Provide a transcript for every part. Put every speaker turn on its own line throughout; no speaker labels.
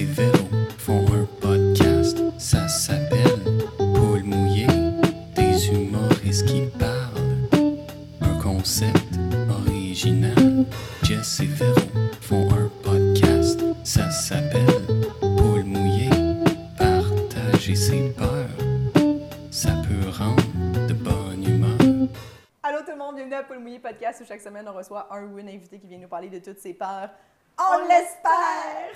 et Véro font un podcast. Ça s'appelle Paul Mouillé, des humoristes qui parlent. Un concept original. Jess et Véro font un podcast. Ça s'appelle Paul Mouillé, partager ses peurs. Ça peut rendre de bonne humeur.
Allô tout le monde, bienvenue à Paul Mouillé Podcast où chaque semaine on reçoit un ou une invitée qui vient nous parler de toutes ses peurs. On, l'espère!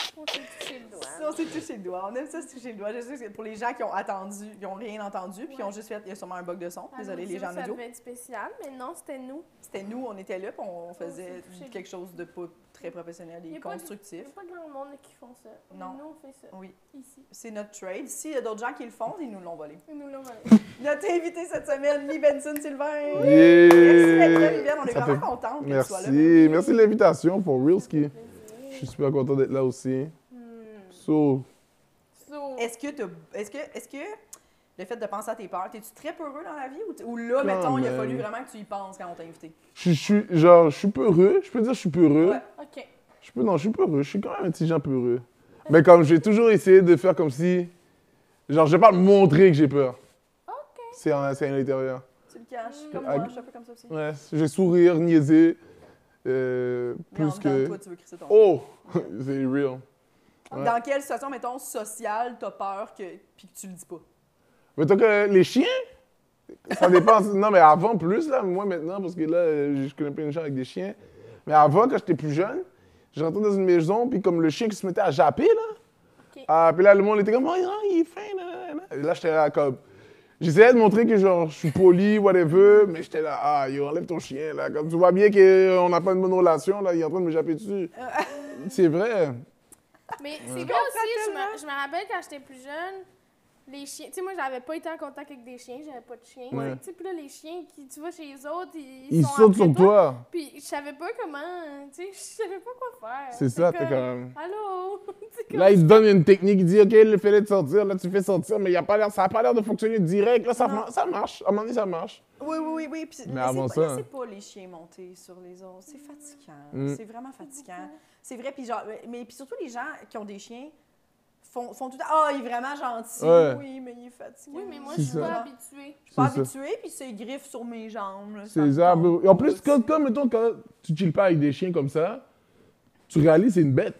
Si on s'est touché le doigt, on aime ça se toucher le doigt. Je sais que c'est pour les gens qui ont attendu, qui ont rien entendu, puis qui ont juste fait, il y a sûrement un bug de
Ah
son. Désolé les gens en
Ça
audio.
devait être spécial, mais non, c'était nous.
C'était nous, on était là, puis on faisait
s'est touché le-
quelque chose de pas très professionnel
Il y
et
a pas de- Il
constructif.
n'y a pas grand monde qui font ça.
Non.
Nous, on fait ça.
Oui,
Ici.
c'est notre trade. S'il y a d'autres gens qui le font, ils nous l'ont volé.
Et nous, là, on
Notre invité cette semaine, Lee Benson Sylvain.
Yeah!
Merci d'être là, Lee Ben. On est
Ça
vraiment
fait-
contente que tu sois là.
Merci. Merci de l'invitation pour Real Ski. Je suis super content d'être là aussi.
Hmm.
So,
So,
Est-ce que, t'as- est-ce que, est-ce que le fait de penser à tes peurs, t'es-tu très peureux dans la vie ou, t- ou là,
Quand
mettons, il a
même.
fallu vraiment que tu y penses quand on t'a invité?
je, je suis genre, je suis peureux. Je peux dire je suis peureux.
Ouais.
OK.
Je peux, non, je suis peureux. Je suis quand même un petit gens peureux. Mais comme j'ai toujours essayé de faire comme si, genre, je vais pas montrer que j'ai peur. C'est en- c'est à l'intérieur.
Tu le caches,
Mm.
comme
Ah,
moi, je suis un peu comme ça aussi.
Ouais, j'ai sourire, niaiser, euh,
Mais en
plus
même temps,
que.
toi, tu veux crisser ton...
Oh, c'est real. ouais.
Dans quelle situation, mettons, sociale, t'as peur que... puis que tu le dis pas?
Mais tant que les chiens, ça dépend. non, mais avant plus, là, moi maintenant, parce que là, euh, je connais plein de gens avec des chiens. Mais avant, quand j'étais plus jeune, je rentrais dans une maison, puis comme le chien qui se mettait à japper, là.
Ok.
ah, puis là, le monde était comme, oh, il est fin, là, là, là. Et là, j'étais là, comme. J'essayais de montrer que, genre, je suis poli, whatever, mais j'étais là, ah, yo, enlève ton chien, là. Comme tu vois bien qu'on n'a pas une bonne relation, là, il est en train de me japper dessus. C'est vrai.
Mais c'est vrai aussi, je me, je me rappelle quand j'étais plus jeune, les chiens. Tu sais, moi, j'avais pas été en contact avec des chiens, j'avais pas de chien.
Ouais.
Tu sais, puis là, les chiens qui, tu vas chez les autres, ils,
Il
sont
saute
après
sur toi.
Puis je savais pas comment. Tu sais, je savais pas quoi faire.
C'est ça, t'es comme.
Allô? Tu sais, comme-
Là, il te donne une technique, il dit OK, le fais-le de sortir, là, tu fais sortir, mais il y a pas l'air- ça n'a pas l'air de fonctionner direct. Là, ça,
Non.
ça marche. À un moment donné, ça marche.
Oui, oui, oui. oui. Puis,
Mais
laissez
avant
pas-
ça- hein.
laissez pas les chiens monter sur les autres. C'est fatigant.
Mm.
C'est vraiment fatigant. C'est vrai. Puis genre, mais puis surtout, les gens qui ont des chiens font, font tout le temps, Ah, il est vraiment gentil.
Ouais.
Oui, mais il est fatigué.
Oui, mais moi, je
C'est
suis
ça.
pas habituée.
Je suis pas
C'est ça.
habituée, puis c'est griffes sur mes jambes. là, ça
C'est
me
ça.
tombe.
En plus, quand, quand, mettons, quand tu chilles pas avec des chiens comme ça, tu réalises c'est une bête.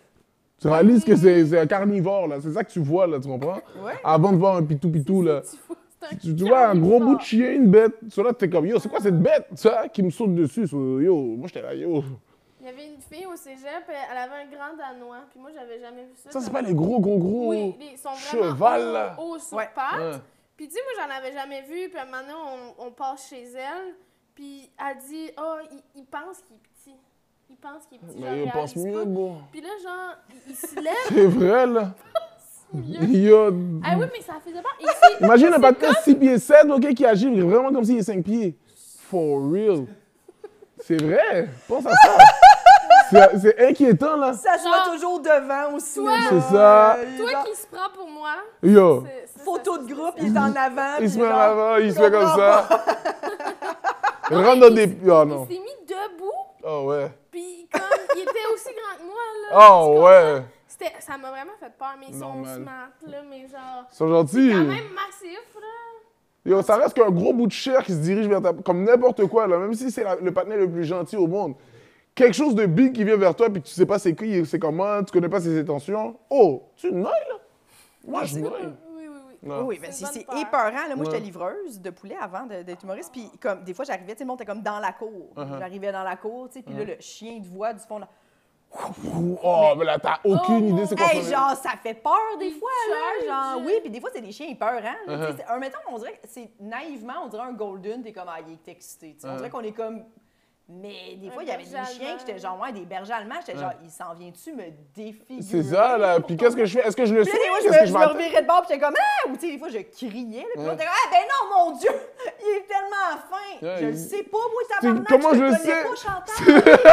Tu réalises que c'est c'est un carnivore, là. C'est ça que tu vois, là, tu comprends?
Ouais.
Avant de voir un pitou-pitou, là.
Tu vois, c'est un
Tu, tu vois un gros bout
carnivore.
de chien, une bête. Tu là, t'es comme, yo, c'est quoi cette bête, ça, qui me saute dessus? So, Yo, moi, j'étais là, yo.
Il y avait une fille au cégep, elle avait un grand danois, puis moi j'avais jamais vu ça.
Ça, c'est
Comme-
pas les gros, gros, gros.
Oui, les- ils sont
chevals,
vraiment
là.
hauts haut sur
Ouais.
pattes.
Ouais.
Puis dis moi j'en avais jamais vu, puis maintenant on, on passe chez elle, puis elle dit "Ah, il, il pense qu'il est petit. Il pense qu'il est petit." genre,
Mais
il
Ben, il pense
réalise
mieux,
pas.
bon.
Puis là genre il, il se lève
C'est vrai, là.
mieux.
Yo.
Ah oui, mais ça faisait pas Et c'est-
Imagine un
c'est
patin 6 pieds 7, OK, qui agit vraiment comme s'il est 5 pieds. For real. C'est vrai. Pense à ça. C'est- C'est inquiétant, là.
Ça, je vois
Genre,
toujours devant au cinéma.
C'est ça.
Euh,
Toi
genre,
qui se prends pour moi.
Yo.
c'est- c'est
Photo
ça,
de
c'est
groupe,
ça.
il est en avant.
Il
puis
se met en
genre,
avant, il se met comme
comprends
ça. Rentre dans des... Oh non.
Il s'est mis debout.
Oh ouais.
Puis comme il était aussi grand que moi là. tu
Oh
comprends?
ouais.
C'était, ça m'a vraiment fait peur, mais ils sont
Normal.
smart là, mais genre
Ils sont gentils.
quand même massif là.
Yo, ça reste qu'un gros bout de chair qui se dirige vers ta... Comme n'importe quoi, là. Même si c'est la- le partenaire le plus gentil au monde. Quelque chose de big qui vient vers toi, puis tu sais pas c'est qui, c'est comment, tu connais pas ses intentions. Oh, tu noies, là? Moi, je
Oui,
noie.
oui, oui.
Non.
Ah, Oui,
C'est
mais
une
c'est
bonne
c'est
peur.
épeurant. Là, moi, j'étais
Ouais.
livreuse de poulet avant de- d'être humoriste. Puis, comme, des fois, j'arrivais, tu sais, le monde était comme dans la cour.
Uh-huh.
J'arrivais dans la cour, tu sais, puis là, le chien de voix du fond. Là,
Oh, mais là, t'as aucune
Oh,
idée c'est quoi
hey,
ça.
genre, ça fait peur des
Il
fois, là.
charge.
Genre, oui, puis des fois, c'est des chiens épeurants. là, tu sais,
Uh-huh.
c'est- un, mettons, on dirait, que c'est naïvement, on dirait un golden, t'es comme, ah, il est excité. tu sais. On
Ouais.
dirait qu'on est comme. Mais des
Un
fois, il y avait des
berger
chiens
allemand.
que j'étais genre, ouais, des bergers allemands, j'étais
Ouais.
genre, il s'en vient-tu me défigurer?
C'est ça, là. Puis qu'est-ce que je fais? Est-ce que je le suis?
Puis là, des fois, je
Est-ce
me,
que
je
je
me
m'attends?
revirais de bord, puis j'étais comme Ah! Ou tu sais, des fois, je criais, là, puis
Ouais.
on était comme Ah, ben non, mon Dieu! Il est tellement fin!
Ouais,
je le
il-
sais pas, moi, tabarnak!
comment
je
je le
te connais
sais?
pas, Chantal!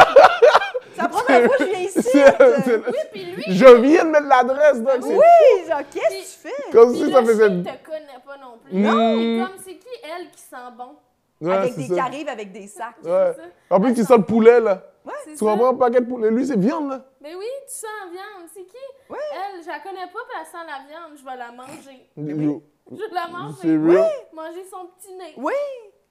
C'est la première fois que je viens ici!
C'est- c'est-
Oui, puis lui,
Je viens de mettre l'adresse, donc c'est
Oui! Genre, qu'est-ce que tu fais?
comme
puis
si
là,
ça
je sais
faisait. Mm.
qu'il te connaît pas non plus.
Non.
C'est comme c'est qui elle qui sent bon.
Ouais,
avec
c'est
des
ça.
qui arrivent avec des sacs.
Ouais.
C'est ça.
En plus, tu sens le poulet, là.
C'est
Tu
ça.
comprends un paquet de poulet. Lui, c'est viande, là.
Mais oui, tu sens la viande. C'est qui?
Ouais.
Elle, je la connais pas, puis elle sent la viande. Je vais la manger.
Yo,
Je vais la
C'est
manger.
real.
Manger son petit nez.
Oui.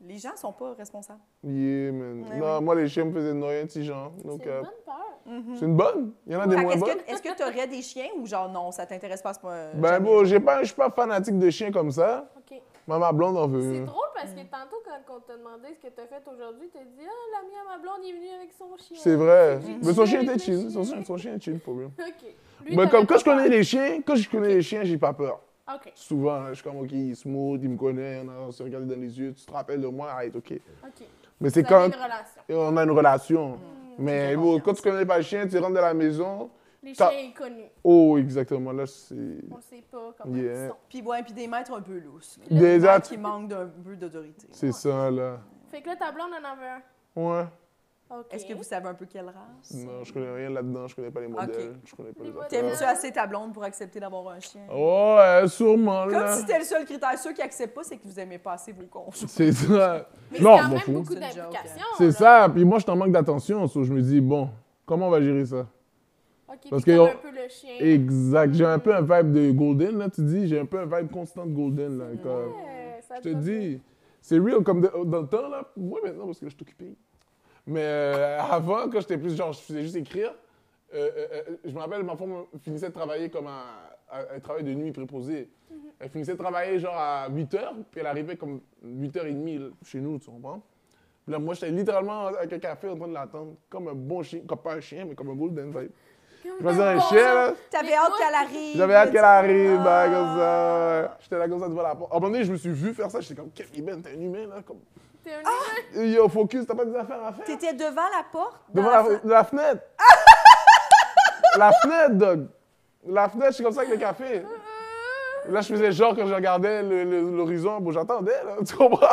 Les gens sont pas responsables.
Yeah, man.
Ouais,
non,
ouais.
moi, les chiens me faisaient de rien, petit genre.
C'est
Donc,
une
euh,
bonne peur.
c'est une bonne. Il y en a des
Fait que
moins
Est-ce
bonnes.
que- est-ce que tu aurais des chiens ou genre non, ça t'intéresse pas? c'est pas euh,
Ben,
jamais-
bon, j'ai pas- je suis pas fanatique de chiens comme ça.
OK.
Maman blonde en veut.
C'est
hein.
drôle parce que tantôt, quand on t'a demandé ce que t'as fait aujourd'hui, t'as dit « Ah, l'ami à ma blonde, il est venu avec son chien. »
C'est vrai.
J'ai
Mais
chillé
son chien était
avec le
chill.
chien.
Son chien, son chien est chill, pour lui.
OK. Lui,
Mais
t'avais
Ben, comme quand
pas
je connais
peur.
les chiens, quand je connais les chiens, j'ai pas peur.
OK.
Souvent, là, je suis comme, OK, il est smooth, il me connaît, on, a- on s'est regardé dans les yeux, tu te rappelles de moi, arrête, OK.
OK.
Mais c'est
Vous avez
quand
une Mm. relation.
on a une relation.
tu
Mais
fais
bon,
confiance.
quand tu connais pas le chien, tu rentres dans la maison.
Les
Ça-
chiens inconnus.
Oh, exactement, là, c'est.
On sait pas comment
Yeah.
ils sont.
Puis ouais, puis des maîtres un peu lousses. là.
Des
Des maîtres
autres-
qui manquent d'un peu d'autorité.
C'est ça, là.
Fait que là, ta blonde en avait un.
Ouais.
OK.
Est-ce que vous savez un peu quelle race?
Non, je connais rien là-dedans, je connais pas les modèles, je connais pas
Les
les
modèles.
affaires.
T'aimes-tu assez ta blonde pour accepter d'avoir un chien?
Oh, ouais, sûrement,
Comme
là.
si c'était le seul critère. Ceux qui acceptent pas, c'est que vous aimez pas assez vos conjoints.
C'est ça.
Mais c'est
Non, je
quand
m'en
même
fous.
beaucoup
C'est une joke, hein.
d'implications.
C'est
là.
ça, puis moi, je t'en manque d'attention, so je me dis, bon, comment on va gérer ça?
OK,
Parce
Parce
que
que
on-
un peu le chien.
Exact. J'ai un peu un vibe de Golden, là, tu dis. J'ai un peu un vibe constant de Golden, là. comme-
Ouais, ça
Je te
doit-
dis, c'est real comme de- dans le temps, là. Moi, maintenant, parce que je suis occupé. Mais euh, avant, quand j'étais plus genre, je faisais juste écrire. euh, euh, euh, je me rappelle, ma femme finissait de travailler comme un, un- un travail de nuit préposé. Elle finissait de travailler genre à 8 h, puis elle arrivait comme 8h30 là, chez nous, tu comprends? Puis là, moi, j'étais littéralement avec un café en train de l'attendre, comme un bon chien, comme pas un chien, mais comme un golden vibe. Je faisais un chien, là.
T'avais
Mais
hâte
toi,
qu'elle arrive.
J'avais hâte qu'elle arrive,
Ah.
hein, comme ça. ouais. J'étais là comme ça devant la porte. À un moment donné, je me suis vu faire ça. J'étais comme, Kevin, Ben, t'es un humain, là. Comme,
T'es un
Ah!
yo, focus, t'as pas des affaires à faire.
T'étais devant la porte? dans
Devant la,
fenêtre?
la fenêtre. la fenêtre, dog. La fenêtre, je suis comme ça avec le café. Là, je faisais genre quand je regardais le- le- l'horizon, bon, j'attendais, là. Tu comprends?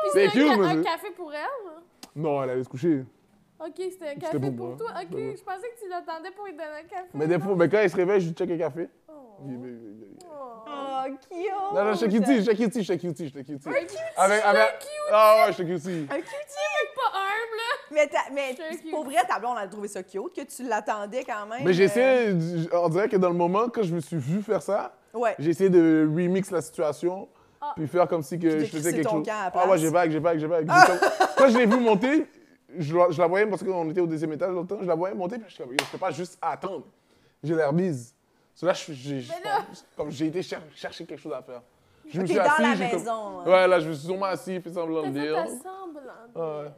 Puis
C'est
c'était un, ca-
cute,
un
monsieur.
café pour elle.
Non, elle allait se coucher.
OK, c'était un
C'était
café
pour
pour,
moi.
toi. OK,
Ouais.
je pensais que tu l'attendais pour lui donner un café.
Mais des fois, mais quand elle se réveille, je lui check le café.
Oh.
Il- il- il- il-
Oh.
Oh, cute!
Non, non, je
Oh,
te cutie, je te cutie, je te cutie, je te cutie. Avec, avec... Ah ouais, je te cutie.
Un cutie!
Pas humble, là.
Mais, t'as- mais
Je suis
pour
cute.
vrai, ta blonde, on a trouvé ça cute, que tu l'attendais quand même.
Mais j'ai
euh,
essayé, on dirait que dans le moment, quand je me suis vu faire ça,
Ouais.
j'ai essayé de remix la situation,
Ah.
puis faire comme si
Puis
que
de
je faisais
crisser
quelque
ton
chose.
camp à la
Ah ouais,
place.
j'ai vague, j'ai vague, j'ai vague. Quand je l'ai vu monter, je, la- je la voyais parce qu'on était au deuxième étage longtemps, je la voyais monter, puis je suis comme, Yo, je peux pas juste attendre. J'ai l'air bise. So là, je- j'ai je-
Mais là-
comme j'ai été cher- chercher quelque chose à faire. Je me
Ok,
suis
dans
assis,
la
j'ai comme-
maison, hein. ouais.
Ouais, là, je me suis sûrement assis, fait semblant de
T'as fait
lire.
ta semblante.
Ah ouais.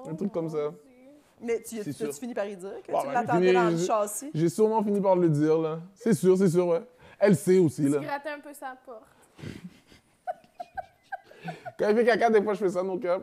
Oh
Un truc comme
mon
ça.
Dieu.
Mais tu,
C'est
tu,
sûr.
tu finis par y dire que
Bon,
tu
ben,
l'attendais
fini,
dans le
je-
châssis?
J'ai sûrement fini par le dire, là. C'est sûr, c'est sûr, ouais. Elle sait aussi, là.
Tu grattais un peu sa porte.
Quand il fait caca, des fois, je fais ça, donc. euh,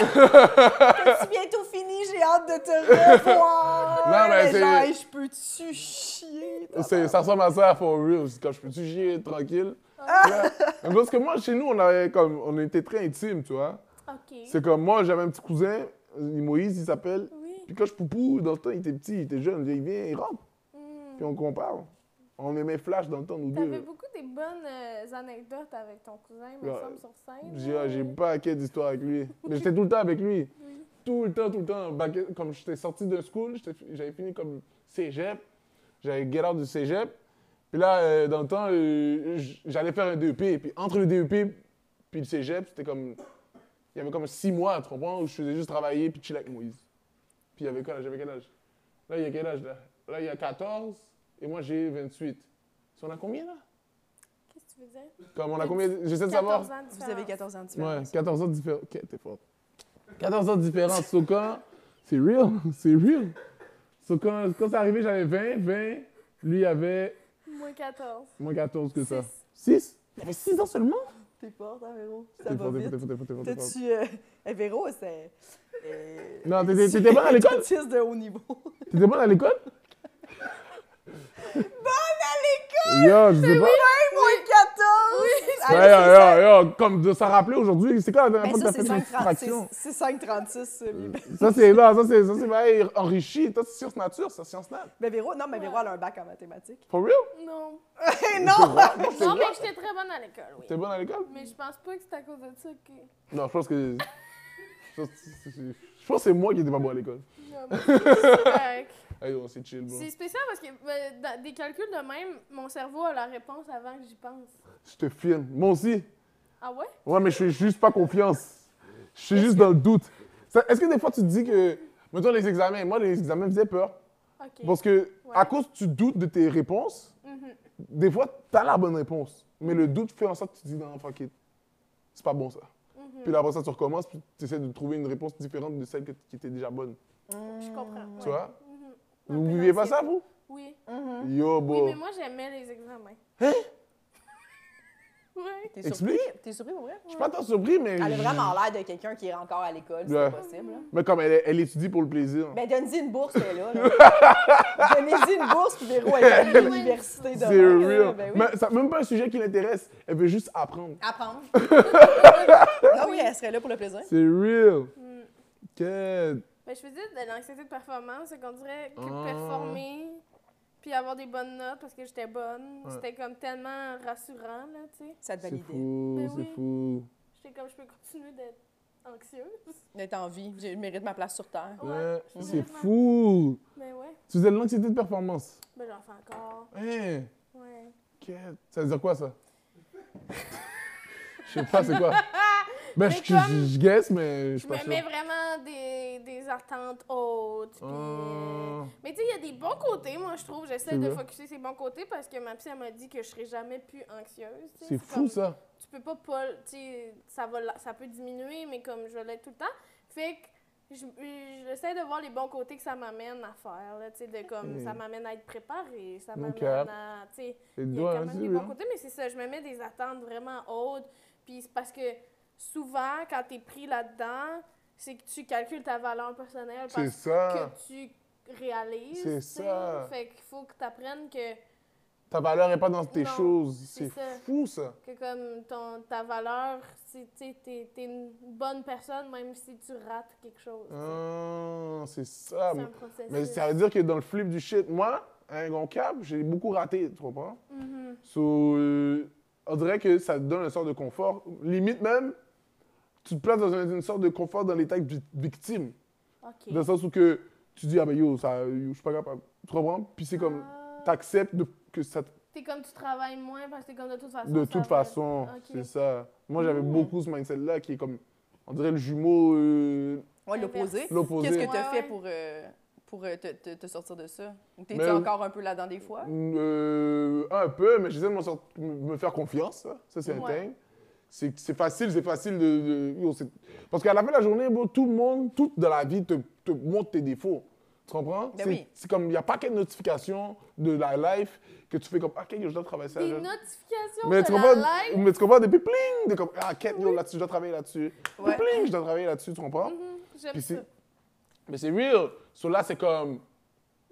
C'est bientôt fini, j'ai hâte de te revoir!
Non, mais c'est-
Genre, hey, je peux-tu chier?
C'est- ça ressemble à ça for real. C'est Quand je peux-tu chier tranquille?
Ah.
Là, mais parce que moi, chez nous, on, avait comme, on était très intimes, tu vois.
OK.
C'est comme moi, j'avais un petit cousin, euh, Moïse, il s'appelle.
Oui.
Puis quand je poupou, dans le temps, il était petit, il était jeune. Il vient, il rentre,
Hmm.
puis on compare. On aimait flash dans le temps, nous
T'avais
deux.
beaucoup des bonnes euh, anecdotes avec ton cousin, me
Ouais.
semble, sur scène.
J'ai ah, j'ai pas paquet d'histoires avec lui. Mais j'étais tout le temps avec lui. Tout le temps, tout le temps. Back- Comme j'étais sorti de school, j'étais- j'avais fini comme cégep. J'avais get out du cégep. Puis là, euh, dans le temps, euh, j- j'allais faire un DEP. Puis entre le DEP puis le cégep, c'était comme. Il y avait comme six mois, tu comprends, où je faisais juste travailler puis chill avec Moïse. Puis il y avait quoi là J'avais quel âge Là, il y a quel âge là Là, il y a 14 et moi j'ai 28. Si on a combien là
Qu'est-ce que tu veux dire?
Comme on a combien J'essaie de
14
savoir.
ans de
Vous avez
différence.
14 ans de
Ouais,
différence.
14 ans de différence. Ok, t'es forte. 14 ans de différence. So, quand... C'est real, c'est real. So, quand, quand c'est arrivé, j'avais 20, 20. Lui, il avait
Moins 14.
moins 14 que ça.
Six.
6 Il avait 6 ans seulement
T'es forte, hein, Véro? Ça
T'es
va
fort, t'es
vite.
fort, t'es fort, t'es fort, t'es fort.
T'as-tu... euh, eh, Véro, c'est... euh,
Non, t'étais- t'étais bonne à l'école?
autiste de haut niveau.
T'étais bonne à l'école
Bonne à l'école!
Yo, je sais pas.
Moins 14!
Ouais,
Allez, c'est ça.
yo, yo, comme de s'en rappeler aujourd'hui, c'est quoi la dernière
Ben,
fois que
ça,
t'as
c'est
fait
5,36.
une fraction?
C'est 5,36,
Euh.
celui-là.
Ça, c'est là, ça, c'est, ça, c'est ben, enrichi. Toi, c'est science nature, c'est science nat.
Mais Véro, non, mais Véro, elle a un bac en mathématiques.
For real?
Non.
Eh non!
Non, mais j'étais très bonne à l'école, oui.
Ah, T'es bonne à l'école?
Mais je pense pas que c'est à cause de ça que.
Non, je pense que. Je pense que c'est- c'est- je pense que c'est moi qui étais pas bon à l'école.
Non, mais c'est correct.
Hey, on s'est chill, bro.
C'est spécial parce que euh, dans des calculs de même, mon cerveau a la réponse avant que j'y pense.
Je te filme. Moi aussi.
Ah ouais?
Ouais, mais je suis juste pas confiance. Je suis juste dans le doute. Ça- Est-ce que des fois tu te dis que. Mettons les examens. Moi, les examens me faisaient peur.
Ok.
Parce que, à cause que tu doutes de tes réponses,
Mhm.
des fois, tu as la bonne réponse. Mais le doute fait en sorte que tu te dis, non, fuck it. C'est pas bon ça.
Mhm.
Puis là, après ça, tu recommences, puis tu essaies de trouver une réponse différente de celle que- qui était déjà bonne.
Mm-hmm. Je comprends. ouais.
Tu vois?
Mhm.
Vous vivez pas ça, vous? Hein?
Oui.
Yo,
Hein? Oui,
bro.
mais moi j'aimais les examens. oui.
T'es
Explique.
T'es surpris, pour vrai?
Je suis pas tant surpris, mais.
Elle a
je-
vraiment l'air de quelqu'un qui est encore à l'école, si
Ouais.
c'est possible. là.
Mais comme elle, elle étudie pour le plaisir.
Ben, donne-y une bourse, elle est là. là. Donnez-y une bourse, puis Véro, elle est à l'université
C'est
demain. là,
Ah,
real.
ben oui.
Mais ça même pas un sujet qui l'intéresse. Elle veut juste apprendre.
Apprendre. non, oui, elle serait là pour le plaisir.
C'est real.
Mm.
Que-
Ben, je faisais de l'anxiété de performance, c'est qu'on dirait que
Ah.
performer puis avoir des bonnes notes parce que j'étais bonne,
Ouais.
c'était comme tellement rassurant là, tu sais.
Ça te
C'est
validait.
fou,
Ben
c'est
oui.
fou.
J'étais comme je peux continuer d'être anxieuse.
D'être en vie. Je mérite ma place sur Terre.
Ouais,
Ouais,
je
C'est
suis vraiment-
fou.
Mais ouais,
Tu faisais de l'anxiété de performance.
ben j'en fais encore.
Hein?
Ouais.
que- Ça veut dire quoi, ça? Je sais pas, c'est quoi? Ben, je, je,
comme-
je- je guess, mais je
Je
suis pas
me
sûr.
mets vraiment des, des attentes hautes. puis, euh,
Ah.
Mais tu sais, il y a des bons côtés, moi, je trouve.
C'est
J'essaie de
vrai.
focusser ces bons côtés parce que ma psy, elle m'a dit que je serais jamais plus anxieuse. tu sais.
C'est fou,
comme,
ça.
Tu peux pas, pas tu sais, ça, va, la- ça peut diminuer, mais comme je l'ai tout le temps. Fait que je- euh, j'essaie de voir les bons côtés que ça m'amène à faire. Là, tu sais, de, comme,
Ok.
Ça m'amène à être préparée, ça m'amène
Ok.
à... tu sais,
Les
il y a
doigts,
quand
hein,
même
c'est
des
bien.
bons côtés, mais c'est ça, je me mets des attentes vraiment hautes. Puis c'est parce que souvent, quand tu es pris là-dedans, c'est que tu calcules ta valeur personnelle
C'est
parce
ça.
que tu réalises.
Ah. C'est
tu sais.
ça.
Fait qu'il faut que tu apprennes que,
Ta valeur est pas dans tes
Non,
choses. C'est
c'est ça.
fou, ça.
que comme ton, ta valeur, c'est- tu sais, t'es es une bonne personne même si tu rates quelque chose. tu sais.
Ah, c'est ça.
c'est un
Mais,
processus.
mais ça veut dire que dans le flip du shit, moi, un grand cap, j'ai beaucoup raté, tu comprends?
Mhm.
So, euh, on dirait que ça te donne une sorte de confort. Limite même, tu te places dans une, une sorte de confort dans l'état de vi- victime.
OK.
Dans le sens où que tu dis, ah ben yo, ça, yo, je suis pas capable. Tu comprends? Puis c'est comme,
Ah.
t'acceptes de- que ça,
T'es comme tu travailles moins parce que t'es comme de toute façon.
de
Ah, ça
toute
va-
façon,
Ok. Hmm.
c'est ça. Moi, j'avais beaucoup ce mindset-là qui est comme, on dirait le jumeau, euh,
Ouais, l'opposé.
L'opposé.
Qu'est-ce que tu as
Ouais,
fait
ouais.
pour, euh, pour euh, te, te- te sortir de ça? Ou T'es-tu
Mais-
encore un peu là-dedans des fois?
Euh, un peu, mais j'essaie de m'en sort- me me faire confiance. là. Ça, c'est un
Ouais.
thing. C'est c'est facile, c'est facile de. de- yo, c'est- Parce qu'à la fin de la journée, bro, tout le monde, tout de la vie te, te montre tes défauts. Tu comprends?
Ben
C'est
oui.
c'est comme, il n'y a pas qu'une notification de la life que tu fais comme, ah, qu'est-ce que je dois travailler ça.
Des
là.
notifications
Mais
de
tu,
la
comprends,
live.
mais tu comprends, depuis pling, de comme, ah, quête, yo, là-dessus, je dois travailler là-dessus.
Ouais.
Pling, je dois travailler là-dessus, tu comprends?
Mhm, J'aime
Puis
ça.
c'est- Mais c'est real. So là, c'est comme.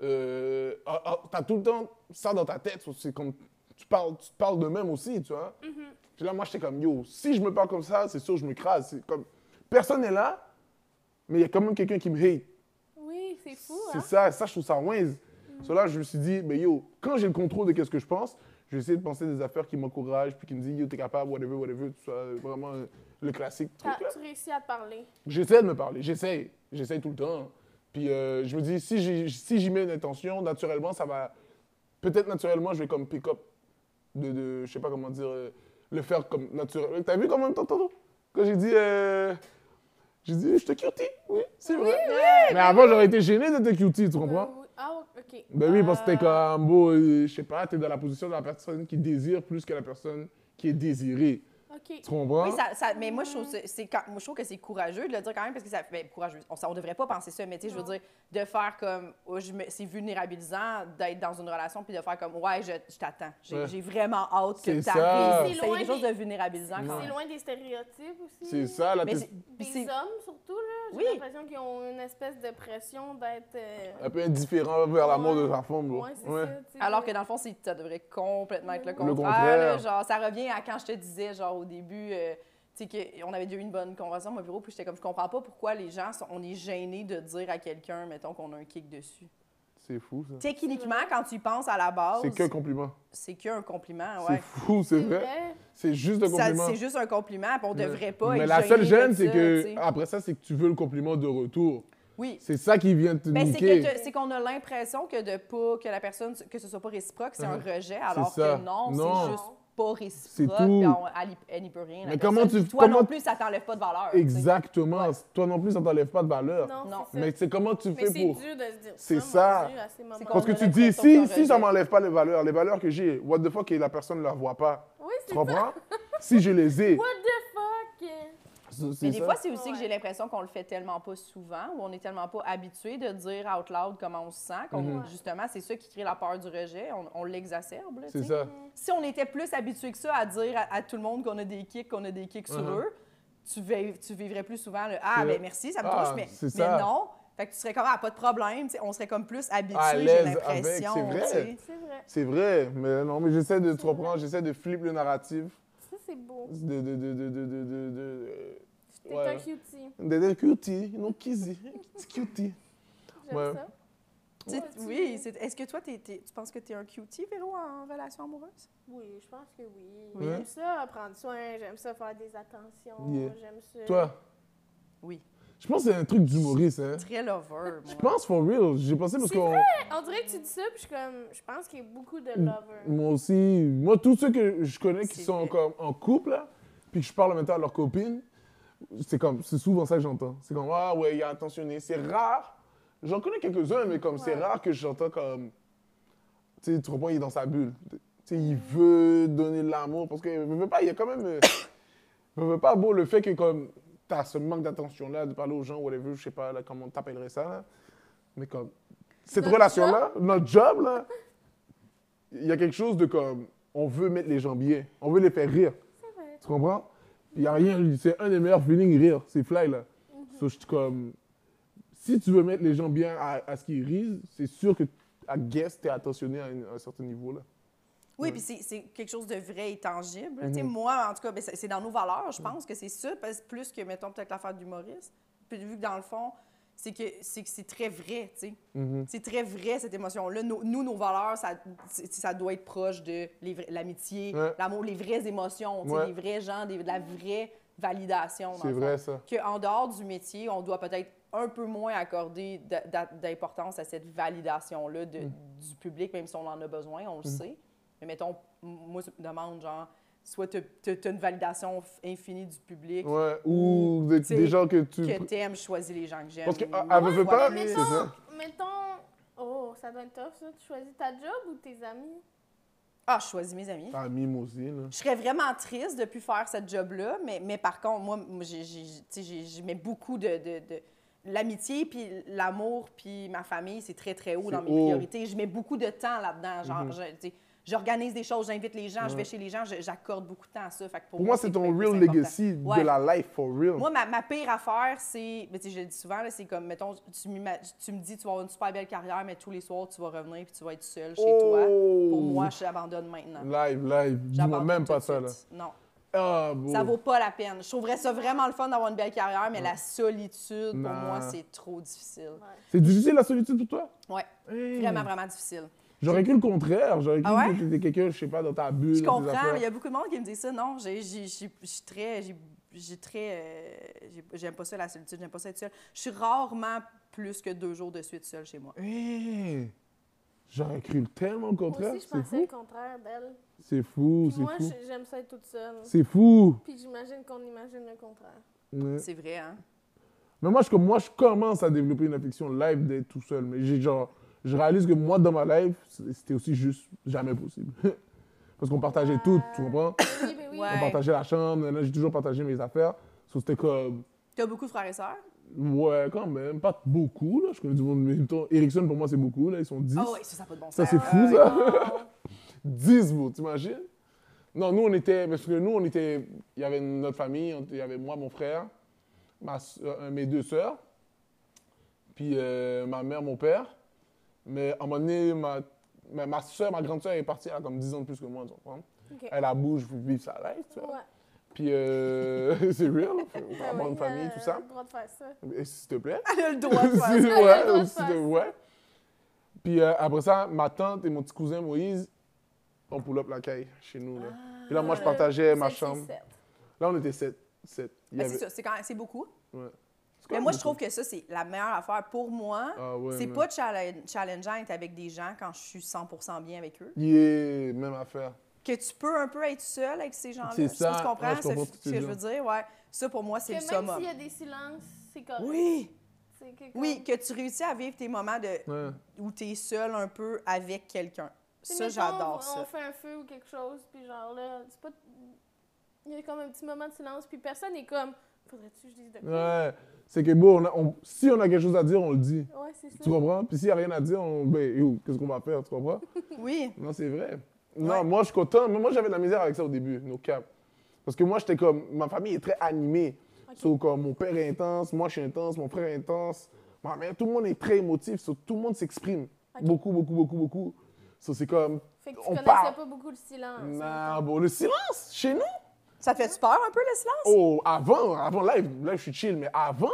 Euh, ah, ah, t'as tout le temps ça dans ta tête. So c'est comme. Tu parles, tu te parles de même aussi, tu vois.
Mm-hmm.
Puis là, moi, j'étais comme, yo, si je me parle comme ça, c'est sûr, je me crase. C'est comme. Personne n'est là, mais il y a quand même quelqu'un qui me hate.
Oui, c'est fou,
C'est
hein? Mm.
ça, ça, je trouve ça winze. So là, je me suis dit, mais yo, quand j'ai le contrôle de qu'est-ce que je pense, je vais essayer de penser des affaires qui m'encouragent, puis qui me disent, yo, t'es capable, whatever, whatever, tu vois, vraiment euh, le classique
T'as-
truc, là.
tu réussis à te parler.
J'essaie de me parler, j'essaie, j'essaie tout le temps. Puis euh, je me dis, si j'y, si j'y mets une intention, naturellement, ça va. Peut-être naturellement, je vais comme pick up, de, de je sais pas comment dire, euh, le faire comme naturellement. T'as vu quand même, tantôt? Quand j'ai dit, euh, j'ai dit, je te cutie, oui, c'est vrai. mais avant, j'aurais été gêné de te cutie, tu comprends?
Euh, oui. Ah, ok.
Ben oui, parce que t'es
Ah,
comme, beau, euh, je sais pas, t'es dans la position de la personne qui désire plus que la personne qui est désirée.
Ok.
Tu comprends?
Oui, ça, ça- mais moi, je trouve, que c'est- c'est quand- moi, je trouve que c'est courageux de le dire quand même, parce que ça ben, courageux. On, ça- on devrait pas penser ça, mais tu sais, je veux
Non.
dire, de faire comme, oh, je me- c'est vulnérabilisant d'être dans une relation, puis de faire comme, ouais, je, je t'attends. J'ai
Ouais.
j'ai vraiment hâte que
C'est
tu
ça.
arrives.
C'est
C'est
loin
quelque chose
des-
de vulnérabilisant quand
C'est
même.
loin des stéréotypes aussi.
C'est ça, là,
Mais
t'es-
c'est- puis
Des
c'est-
hommes surtout, là. J'ai
Oui.
l'impression qu'ils ont une espèce de pression d'être. euh,
Un peu indifférent vers l'amour de sa femme, là.
ouais, c'est
Ah,
ça.
Ouais.
tu sais,
Alors
de-
que dans le fond, c'est- ça devrait complètement être le
Le
contraire.
contraire.
là. genre, ça revient à quand je te disais, genre, au début, euh, tu sais, que- on avait déjà eu une bonne conversation au bureau, puis j'étais comme, je comprends pas pourquoi les gens, sont, on est gênés de dire à quelqu'un, mettons, qu'on a un kick dessus.
C'est fou, ça.
Techniquement, quand tu y penses à la base,
C'est qu'un compliment.
c'est qu'un compliment,
C'est
Ah ouais.
fou, c'est vrai. C'est juste un
Ça-
compliment.
C'est juste un compliment, puis on
Mais-
devrait pas
Mais
être
la seule
gêné de
gêne, c'est
ça,
que
tu sais.
après ça, c'est que tu veux le compliment de retour.
Oui.
C'est ça qui vient te
Ben, c'est que
niquer.
te- c'est qu'on a l'impression que de pas que la personne que ce soit pas réciproque, c'est un
Uh-huh.
rejet, alors
ça.
que non,
Non.
c'est juste pas réciproque.
C'est tout.
puis on- elle, y- elle n'y peut rien. la
Mais comment
personne.
tu-
Toi
comment-
non plus, ça t'enlève pas de valeur. tu sais.
Exactement. Toi non plus, ça t'enlève pas de valeur.
Non,
Non.
c'est ça.
Mais c'est comment tu
Mais
fais
c'est
pour.
dur de se dire
C'est
mon
ça.
Dieu, à ces moments-là.
qu'on
Parce que
a
tu dis,
l'impression
si,
qu'on
si ça
rejette.
m'enlève pas les valeurs, les valeurs que j'ai, what the fuck, et la personne ne la voit pas.
Oui, c'est
Tu comprends? si je les ai.
What the fuck?
c'est-
Mais
c'est
des
ça.
fois, c'est aussi que
Ouais.
j'ai l'impression qu'on le fait tellement pas souvent, ou on est tellement pas habitué de dire out loud comment on se sent, qu'on
Mhm.
justement, c'est ça qui crée la peur du rejet, on, on l'exacerbe. là, tu
C'est
sais.
ça.
Si on était plus habitué que ça à dire à, à tout le monde qu'on a des kicks, qu'on a des kicks sur
Uh-huh.
eux, tu, vi- tu vivrais plus souvent le Ah,
C'est-
ben merci, ça me
Ah,
touche, mais,
c'est
mais
ça.
non. Fait que tu serais comme Ah, pas de problème. tu sais, on serait comme plus
À
habitué, j'ai
l'aise avec, c'est
l'impression.
vrai.
tu sais.
C'est vrai.
C'est vrai, mais non, mais j'essaie de te reprendre, j'essaie de flipper le narratif,
Ça, c'est beau.
de. de. de. de. de. de. de.
T'es
Ouais.
un cutie.
de. de. de cutie, non, kizzy, petit cutie.
J'aime
Ouais.
ça.
Tu sais,
Ouais.
Oui, c'est- est-ce que toi, t'es- t'es- tu penses que tu es un cutie, Véro, en relation amoureuse?
Oui, je pense que oui.
Oui.
J'aime ça, prendre soin, j'aime ça, faire des attentions,
Yeah.
j'aime ça.
Toi?
Oui.
Je pense que c'est un truc d'humoriste, hein.
Très lover, moi.
Je pense for real, j'ai pensé parce
C'est
qu'on.
On dirait que tu dis ça, puis je suis comme, je pense qu'il y a beaucoup
Mm.
de lovers.
Moi aussi, moi, tous ceux que je connais qui
C'est
sont
vrai.
comme en couple, là, puis que je parle maintenant à leurs copines, c'est comme, c'est souvent ça que j'entends. C'est comme, ah ouais, il a attentionné. C'est rare. J'en connais quelques-uns, mais comme, c'est
Ouais.
rare que j'entends comme, tu sais, tu comprends, il est dans sa bulle. Tu sais, il veut donner de l'amour parce qu'il veut pas, il y a quand même, euh, il veut pas beau le fait que comme, t'as ce manque d'attention-là, de parler aux gens, whatever, je sais pas là, comment t'appellerais ça, là. Mais comme, cette
Notre
relation-là, notre job, là, il y a quelque chose de comme, on veut mettre les gens bien, on veut les faire rire.
C'est vrai.
Tu comprends? Il n'y a rien, c'est un des meilleurs feelings rire, c'est fly là.
Mhm.
So, je suis comme, si tu veux mettre les gens bien à, à ce qu'ils rient, c'est sûr que, à guess, t'es attentionné à, une- à un certain niveau là.
Oui,
Ouais.
puis c'est- c'est quelque chose de vrai et tangible. là. Tu sais,
Mhm.
Moi, en tout cas, ben, c'est c'est dans nos valeurs, je pense que c'est ça, parce- plus que, mettons, peut-être l'affaire d'humoriste. Puis vu que dans le fond, c'est que c'est que c'est très vrai, tu sais. C'est très vrai, cette émotion-là. Nos- Nous, nos valeurs, ça, c'est- ça doit être proche de les vra- l'amitié,
Ouais.
l'amour, les vraies émotions, tu sais,
Ouais.
des vrais gens, des- de la vraie validation. dans
C'est
le fond
vrai ça.
qu'en dehors du métier, on doit peut-être un peu moins accorder d'a- d'a- d'importance à cette validation-là de-
Mm.
du public, même si on en a besoin, on le sait. Mais mettons, m- moi, ça me demande, genre, soit tu as une validation f- infinie du public,
Ouais, ou des,
T'sais,
des gens que tu.
que t'aimes, je choisis les gens que j'aime.
Parce que,
ou-
ah, ah,
ou
veux,
je
veux
vois
pas,
plus.
c'est
mettons-
ça.
Mettons, oh, ça doit être tough, ça. Tu choisis ta job ou tes amis?
Ah, je choisis mes amis.
T'as mis moi aussi là.
Je serais vraiment triste de plus faire cette job-là, mais, mais par contre, moi, moi, j'ai- j'ai- j'ai- tu sais, j'ai- j'y mets beaucoup de... de- de- L'amitié, puis l'amour, puis ma famille, c'est très, très haut
C'est
dans mes
haut. Mhm.
priorités. Je mets beaucoup de temps là-dedans. Genre, je- tu sais, j'organise des choses, j'invite les gens, je vais
Ouais.
chez les gens, je- j'accorde beaucoup de temps à ça. Fait que
Pour moi, c'est ton
le
real
plus important.
legacy de
Ouais.
la life for real.
Moi, ma, ma pire affaire, c'est. ben, tu sais, je le dis souvent, là, c'est comme, mettons, tu, m'ima- tu me dis, tu vas avoir une super belle carrière, mais tous les soirs, tu vas revenir puis tu vas être seul chez toi. Pour moi, j'abandonne maintenant.
Oh! Live, live. Dis-moi
J'abandonne
même
tout
pas
de
ça là.
suite. Non.
Ah, bon.
Ça vaut pas la peine. Je trouverais ça vraiment le fun d'avoir une belle carrière, mais la solitude, pour
Non.
moi, c'est trop difficile.
C'est difficile la solitude pour toi?
Ouais,
Hey.
vraiment, vraiment difficile.
J'aurais cru le contraire. J'aurais cru
Ah ouais?
que t'étais quelqu'un, je sais pas, dans ta bulle.
Je
dans tes
comprends,
affaires.
mais il y a beaucoup de monde qui me dit ça. Non, j'ai- j'ai- j'ai- je suis très. j'ai- J'ai très. euh, j'ai- j'aime pas ça, la solitude, j'aime pas ça être seule. Je suis rarement plus que deux jours de suite seule chez moi.
Hey! J'aurais cru tellement le
Moi
contraire.
aussi, je
C'est
pensais le
fou.
contraire d'elle.
C'est fou,
Puis
c'est
moi,
fou.
je- j'aime ça être toute seule.
C'est fou.
Puis j'imagine qu'on imagine le contraire.
Ouais.
C'est vrai, hein?
Mais moi je, moi, je commence à développer une affection live d'être tout seul. Mais j'ai genre, je réalise que moi, dans ma life, c'était aussi juste jamais possible. Parce qu'on partageait tout, tu comprends?
Oui, mais oui.
Ouais.
On partageait la chambre, nanana, j'ai toujours partagé mes affaires. So, c'était comme,
T'as beaucoup de frères et sœurs?
ouais, quand même, pas beaucoup, là. Je connais du monde, mais en même temps, Ericsson, pour moi, c'est beaucoup, là. Ils sont 10.
Ah oui, ça, ça n'a pas de bon sens.
Ça, c'est
Ah
fou,
ouais.
ça. 10, vous, t'imagines? Non, nous, on était. Parce que nous, on était. Il y avait notre famille, on- il y avait moi, mon frère, ma so- euh, mes deux sœurs, puis euh, ma mère, mon père. Mais à un moment donné, ma, ma, ma soeur, ma grande soeur est partie, elle a comme 10 ans de plus que moi, tu comprends?
Ok.
Elle a bouge, vivre sa life, tu vois.
Ouais.
Puis euh, c'est real, on peut
Ben
avoir
oui,
une famille,
euh,
tout ça.
le droit de faire ça.
Et S'il te plaît.
Elle a le Ben, droit de faire
Si-
ça.
Elle a le droit
ouais,
de
si-
faire ça.
ouais. Puis euh, après ça, ma tante et mon petit cousin Moïse, on pull up la caille chez nous. Là. Puis là, moi,
Ah,
je
Euh,
partageais ma
sept, six,
chambre.
sept.
Là, on était sept. sept. Il y
Ben,
avait-
C'est ça, c'est quand même- c'est beaucoup.
Ouais. C'est quand
Mais
même
moi, je
beaucoup.
trouve que ça, c'est la meilleure affaire pour moi.
Ah ouais,
c'est
man.
pas challenge- challengeant d'être avec des gens quand je suis 100 bien avec eux.
Yeah, même affaire.
Que tu peux un peu être seul avec ces gens-là.
C'est
Je sais pas si
ça.
Tu comprends
Ouais, je comprends
ce,
ce que
ce
tu
que
dis.
je veux dire? Ouais. Ça, pour moi, c'est le
Que même
summum.
s'il y a des silences, c'est correct.
Oui!
C'est que
Oui,
comme-
que tu réussis à vivre tes moments de...
Ouais.
où tu es seul un peu avec quelqu'un.
Tu sais,
Ça,
mettons,
j'adore
on- On
ça.
fait un feu ou quelque chose, puis genre là, c'est pas. Il y a comme un petit moment de silence, puis personne n'est comme. Faudrait-tu que je dise de quoi?
Ouais. C'est que bon, on a- on- si on a quelque chose à dire, on le dit.
Ouais, c'est ça.
Tu comprends? Puis s'il n'y a rien à dire, on... ben, yo, qu'est-ce qu'on va faire? Tu comprends?
Oui.
Non, c'est vrai.
Ouais.
Non, moi, je suis content. Mais moi, j'avais de la misère avec ça au début, nos caps. Parce que moi, j'étais comme. Ma famille est très animée. Sauf comme mon père est intense, moi, je suis intense, mon frère est intense. Ma mère, tout le monde est très émotif. so, tout le monde s'exprime.
Ok.
Beaucoup, beaucoup, beaucoup, beaucoup. So, c'est comme.
Fait que tu
on
connaissais
parle.
pas beaucoup le silence. hein.
Non, bon, le silence, chez nous.
Ça te fait-tu peur un peu, le silence?
Oh, avant, avant, là, là, je suis chill, mais avant.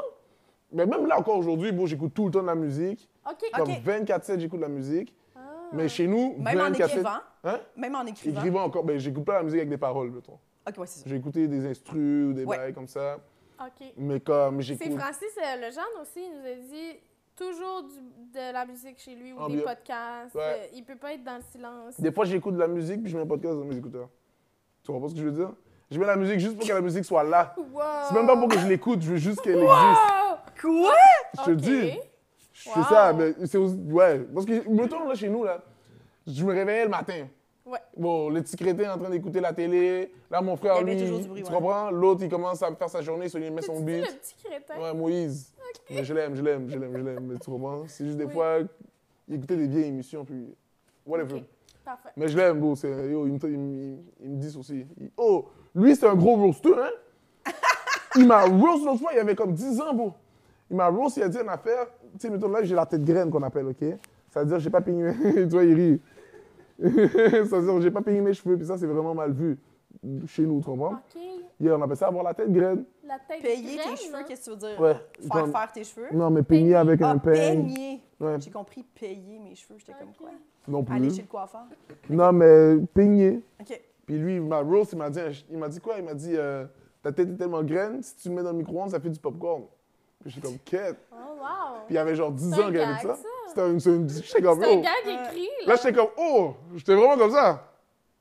Mais même là, encore aujourd'hui, bon, j'écoute tout le temps de la musique.
Ok.
Comme 24-7, j'écoute de la musique.
Ah.
Mais chez nous,
Même en
24/7
écrivant?
Hein?
Même en écrivant?
Écrivant encore. Ben, j'écoute pas la musique avec des paroles, mettons.
OK, ouais, c'est ça.
J'ai écouté des instrus ou des
Ouais.
bails comme ça.
Ok.
Mais comme j'écoute.
C'est Francis euh, Lejeune aussi, il nous a dit toujours du- de la musique chez lui ou
Ah,
des
bien.
podcasts.
Ouais.
Euh, il peut pas être dans le silence.
Des fois, j'écoute de la musique puis je mets un podcast dans mes écouteurs. Tu comprends ce que je veux dire? Je mets la musique juste pour que la musique soit là.
Wow!
C'est même pas pour que je l'écoute, je veux juste qu'elle existe.
Wow!
Quoi?
Je te
Ok.
dis. Je fais
Wow.
ça, mais c'est aussi. Ouais. Parce que, mettons, là, chez nous, là, je me réveillais le matin.
Ouais.
Bon, le petit crétin est en train d'écouter la télé. Là, mon frère,
Il y avait
lui,
toujours du bruit,
tu
ouais.
comprends? L'autre, il commence à faire sa journée, so il met
T'as-tu
son
dit
beat.
le petit
hein?
crétin.
Ouais, Moïse. Mais je l'aime, je l'aime, je l'aime, je l'aime. Mais tu comprends? C'est juste des fois, il écoutait des vieilles émissions, puis whatever.
Ok, Parfait.
Mais je l'aime, bro. c'est- Yo, il, me, il me- il me dit aussi. Il- oh, lui, c'est un gros roaster, hein? il m'a roast l'autre fois, il avait comme 10 ans, bro. Il m'a roast, il a dit une affaire. Tu sais, mettons là, j'ai la tête graine qu'on appelle, OK? Ça veut dire, j'ai pas payé mes... tu vois, il rit. ça veut dire, j'ai pas payé mes cheveux, puis ça, c'est vraiment mal vu chez nous, tu comprends?
Ok.
Hier, on appelle ça avoir la tête graine.
La tête
Payer
graine,
tes cheveux,
hein?
qu'est-ce que tu veux dire?
Ouais.
Faire
comme-
faire tes cheveux?
Non, mais peigner avec
Ah,
un peigne.
peigner.
Ouais,
J'ai compris payer mes cheveux. J'étais comme
Ok.
quoi?
non plus.
Aller chez le coiffeur.
Non, mais peigné.
OK.
Puis lui, il m'a roast, il m'a dit, il m'a dit quoi? Il m'a dit, euh, ta tête est tellement graine, si tu le mets dans le micro-ondes, ça fait du popcorn. Puis j'étais comme, quête.
Oh, wow!
Puis il avait genre 10
C'est
ans
un
qu'il avait
gag,
dit ça.
ça.
C'était une, c'est une- j'étais comme,
C'est un
oh.
gag
Ouais.
écrit, là.
Là, j'étais comme, oh, j'étais vraiment comme ça.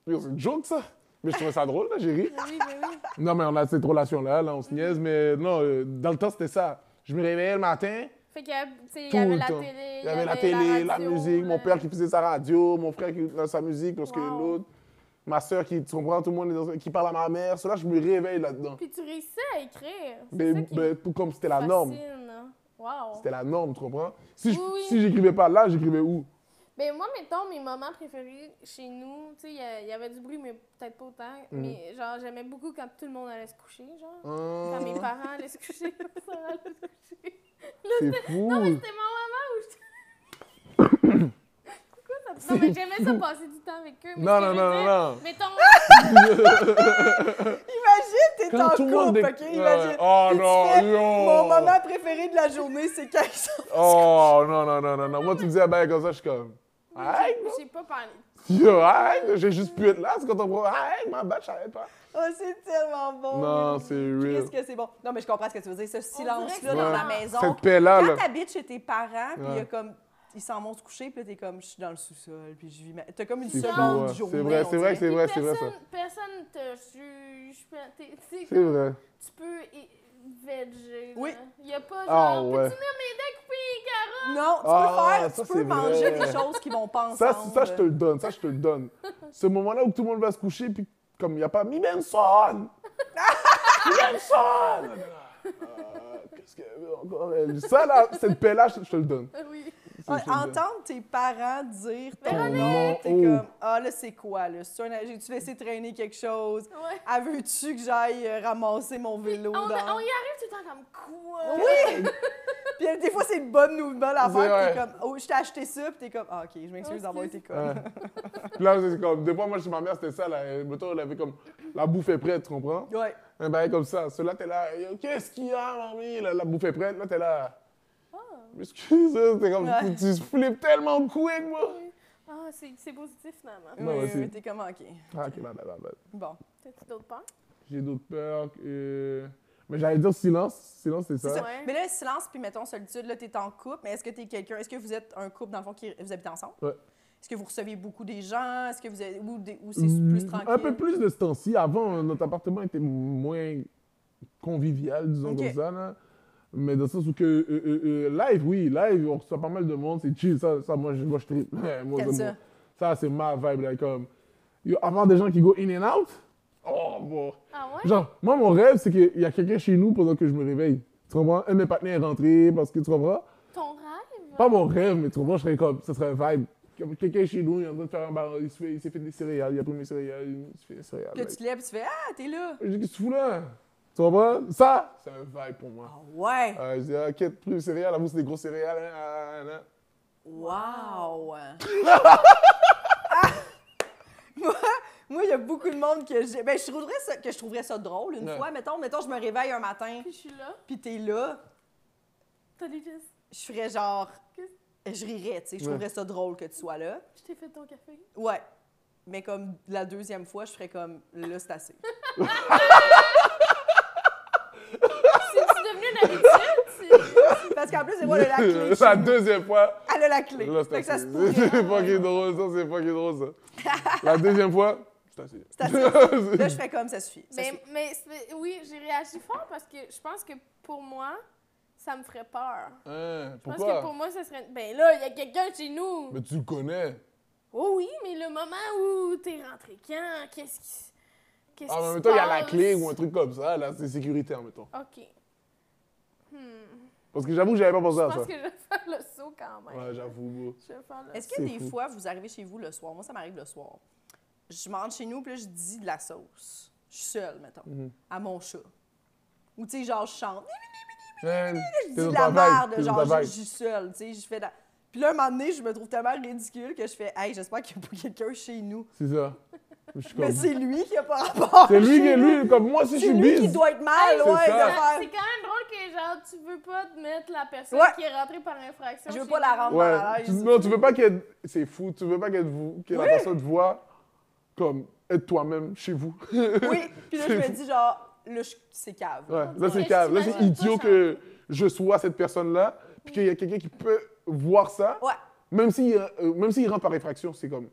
Yo, C'est une joke, ça. Mais je trouvais ça drôle, là, j'ai ri.
Oui, oui, oui.
Non, mais on a cette relation-là, là, on se niaise, mais non, euh, dans le temps, c'était ça. Je me réveillais le matin,
Fait qu'il y avait, tu sais, il
Tout
y avait
le
la
temps.
télé,
il y avait la
radio, euh.
télé, la, musique,
le-
mon père qui faisait sa radio, mon frère qui faisait sa musique, parce que
Wow.
l'autre, ma soeur qui, tu comprends, tout le monde est dans- qui parle à ma mère. Cela, je me réveille là-dedans.
Puis tu réussissais à écrire. C'est
Mais,
ça qui
mais
me
tout comme c'était la norme.
fascine. hein. Wow!
C'était la norme, tu comprends? Si je-
Oui, oui.
si j'écrivais pas là, j'écrivais où?
Ben moi, mettons, mes moments préférés chez nous, tu sais, il y a- il y avait du bruit, mais peut-être pas autant.
Mhm.
Mais genre, j'aimais beaucoup quand tout le monde allait se coucher, genre. Quand mes
Ah,
parents allaient se coucher, ma soeur allait se coucher.
C'est fou!
Non, mais c'était mon maman ou je... Pourquoi ça... Non, mais j'aimais ça passer du temps avec eux. mais
Non,
ce que
non,
je veux
non,
dire,
non.
Mettons,
Imagine, t'es
Quand
en
tout le monde
couple, OK?
déc- Ouais.
Imagine.
Oh
Puis tu
non,
fais,
yo.
Mon moment préféré de la journée, c'est quand ils sont...
Oh non, non, non, non, non. Moi, tu me dis, ah ben, comme ça, je suis comme. Aïe!
j'ai- j'ai pas parlé.
Yo, aïe! J'ai juste pu être là, c'est quand on prend. Aïe, ma bête, je savais pas.
Oh, c'est tellement
Oh,
bon.
Non, c'est real.
Qu'est-ce que c'est bon? Non, mais je comprends ce que tu veux dire. Ce silence-là
que
dans
c'est-
la
Ouais.
maison.
Cette paix-là,
Quand
là.
t'habites chez tes parents, puis il y a
Ouais.
comme... Ils s'en vont se coucher, puis là, t'es comme, je suis dans le sous-sol, puis je vis ma... T'as comme une
C'est fou,
seconde
ouais.
journée,
euh, C'est vrai,
on
c'est vrai que
dirait.
c'est vrai, c'est vrai, ça.
personne, personne te juge. pe- t'es- t'sais,
C'est vrai.
Tu peux é- veger.
Oui.
Il y a pas
Ah,
genre,
ouais.
peux-tu venir m'aider à couper les carottes?
Non, tu peux
Ah,
faire,
ça,
tu
c'est
peux manger
vrai.
des choses qui vont penser.
Ça, c'est- ça, je te le donne, ça, je te le donne. Ce moment-là où tout le monde va se coucher, puis comme il n'y a pas Mi Benson! Mi Benson! Ah, Qu'est-ce que. encore elle? Ça, là, cette paix-là, je je te le donne.
Ah Oui.
Ouais,
Je te le donne.
entendre tes parents dire ton
Véronique!
nom, t'es
Oh.
comme Ah là, c'est quoi là? C'est un- J'ai-tu laissé traîner quelque chose?
Ouais.
Ah, veux-tu que j'aille euh, ramasser mon vélo
On, on
dans. Ah
y arrive tout temps comme quoi?
Oui! puis euh, des fois, c'est une bonne ou une bonne affaire.
vrai.
puis T'es comme, oh, je t'ai acheté ça, puis t'es comme, ah, ok, je m'excuse
Oh,
d'avoir été
Ouais.
conne.
Puis là, c'est comme, des fois, moi, chez ma mère, c'était ça, là. euh, Mettons, elle avait comme, la bouffe est prête, tu comprends?
Ouais.
Un bail comme ça. Ceux-là, t'es là, Yo, qu'est-ce qu'il y a, mamie? La, la bouffe est prête, là, t'es là. Excuse, t'es comme,
Ouais.
tu, tu flippes tellement quick, moi.
Ah, c'est c'est positif finalement.
Non,
oui,
vas-y.
oui, t'es comme, ok.
Ah, ok, là, là, là, là.
Bon.
T'as-tu d'autres peurs?
J'ai d'autres peurs que. Mais j'allais dire silence. Silence, c'est
C'est ça.
ça.
Ouais.
Mais là, silence, puis mettons, solitude, là, t'es en couple, mais est-ce que t'es quelqu'un, est-ce que vous êtes un couple, dans le fond, qui vous habitez ensemble?
Ouais.
Est-ce que vous recevez beaucoup des gens? Est-ce que vous avez, ou, des- ou c'est plus
Mm,
tranquille?
Un peu plus de ce temps-ci. Avant, notre appartement était moins convivial, disons
Ok.
comme ça. Là. Mais dans le sens où que. euh, euh, euh, live, oui, live, on reçoit pas mal de monde. C'est chill, ça, ça moi, je, moi, je tripe. moi,
T'aimes
c'est
ça?
mon- ça, c'est ma vibe. Là, comme... Yo, avoir des gens qui go in and out. Oh, bon.
Ah ouais?
Genre, moi, mon rêve, c'est qu'il y a quelqu'un chez nous pendant que je me réveille. Tu comprends? Un de mes partenaires est rentré parce que tu comprends?
Ton rêve?
Pas mon rêve, mais tu comprends, je serais comme, ça serait un vibe. Comme quelqu'un chez nous, il est en train de faire un bar, il se fait- il s'est fait des céréales, il a pris mes céréales, il se fait des céréales.
Puis
Ben,
là, tu te lèves, tu fais, ah, t'es là!
Je dis, qu'est-ce que tu fous là? Tu comprends? Ça, c'est un vibe pour moi.
Ah ouais!
Euh, je dis, ah, quête, pris des céréales, avoue, c'est des gros céréales. hein, ah, ah, ah,
Wow! Ah! Moi, moi, il y a beaucoup de monde que j'ai. Ben, je trouverais ça, que je trouverais ça drôle une
Ouais.
fois. Mettons, mettons, je me réveille un matin,
Puis je suis là.
puis t'es là,
T'as des gestes.
je ferais genre.
Qu'est-ce-
Je rirais, tu sais. Je
Ouais.
trouverais ça drôle que tu sois là.
Je t'ai fait ton café.
Ouais. Mais comme la deuxième fois, je ferais comme là, c'est assez.
C'est-tu devenu une habitude? C'est-
Parce qu'en plus, c'est moi, elle a la clé.
ah.
chez
La
nous.
deuxième fois,
Elle a la clé.
là,
Fait que
c'est
ça se
assez.
pourrait. hein.
C'est fucking drôle, ça, c'est fucking drôle, ça. La deuxième fois, c'est assez.
C'est assez. Là, je ferais comme ça suffit. Ça
Mais,
suffit.
mais c'est- oui, j'ai réagi fort parce que je pense que pour moi, ça me ferait peur.
Hein,
Je pense que pour
pourquoi?
moi, ça serait. Ben là, il y a quelqu'un chez nous.
Mais tu le connais.
Oh oui, mais le moment où t'es rentré quand? Qu'est-ce qui. s- Qu'est-ce
Ah, mais en
qui
même
se
temps, il y a la
passe?
clé ou un truc comme ça, là, c'est sécuritaire, mettons.
Ok. Hmm.
Parce que j'avoue, que j'avais pas pensé
Je
à ça.
pense que je vais faire le saut quand même.
Ouais, j'avoue. bro.
Je vais faire le
Est-ce que
C'est
des
fou.
fois, vous arrivez chez vous le soir? Moi, ça m'arrive le soir. Je mange chez nous, puis là, je dis de la sauce. Je suis seule, mettons,
Mhm.
à mon chat. Ou, tu sais, genre, je chante.
Ouais,
Je
t'es
dis
dans
de
ta
la
vibe,
merde,
t'es dans
genre,
ta
je je suis
vibe.
seule, tu sais, je fais de la... Puis là, un moment donné, je me trouve tellement ridicule que je fais « Hey, j'espère qu'il n'y a pas quelqu'un chez nous.
C'est ça. Je suis »
Mais
comme-
c'est lui qui a pas rapport
C'est lui qui
chez
est
nous.
lui, comme moi, si je
C'est
suis
lui qui
bise.
doit être mal,
C'est
ouais,
ça.
de faire-
C'est quand même drôle que genre tu veux pas te mettre la personne
Ouais.
qui est rentrée par infraction.
Je veux
chez
pas la
vous.
rendre.
Ouais.
Ah,
tu-
il est
non, tu veux pas qu'elle. C'est fou, tu veux pas qu'elle vous... que la personne te voit comme être toi-même chez vous.
Oui, puis là, je me dis genre, là, je- c'est cave.
Ouais,
là.
là,
Ouais,
c'est calme. Là, c'est
j'imagine
idiot
pas ça.
que je sois cette personne-là, puis qu'il y a quelqu'un qui peut voir ça,
Ouais.
même s'il euh, même s'il rentre par effraction, c'est comme.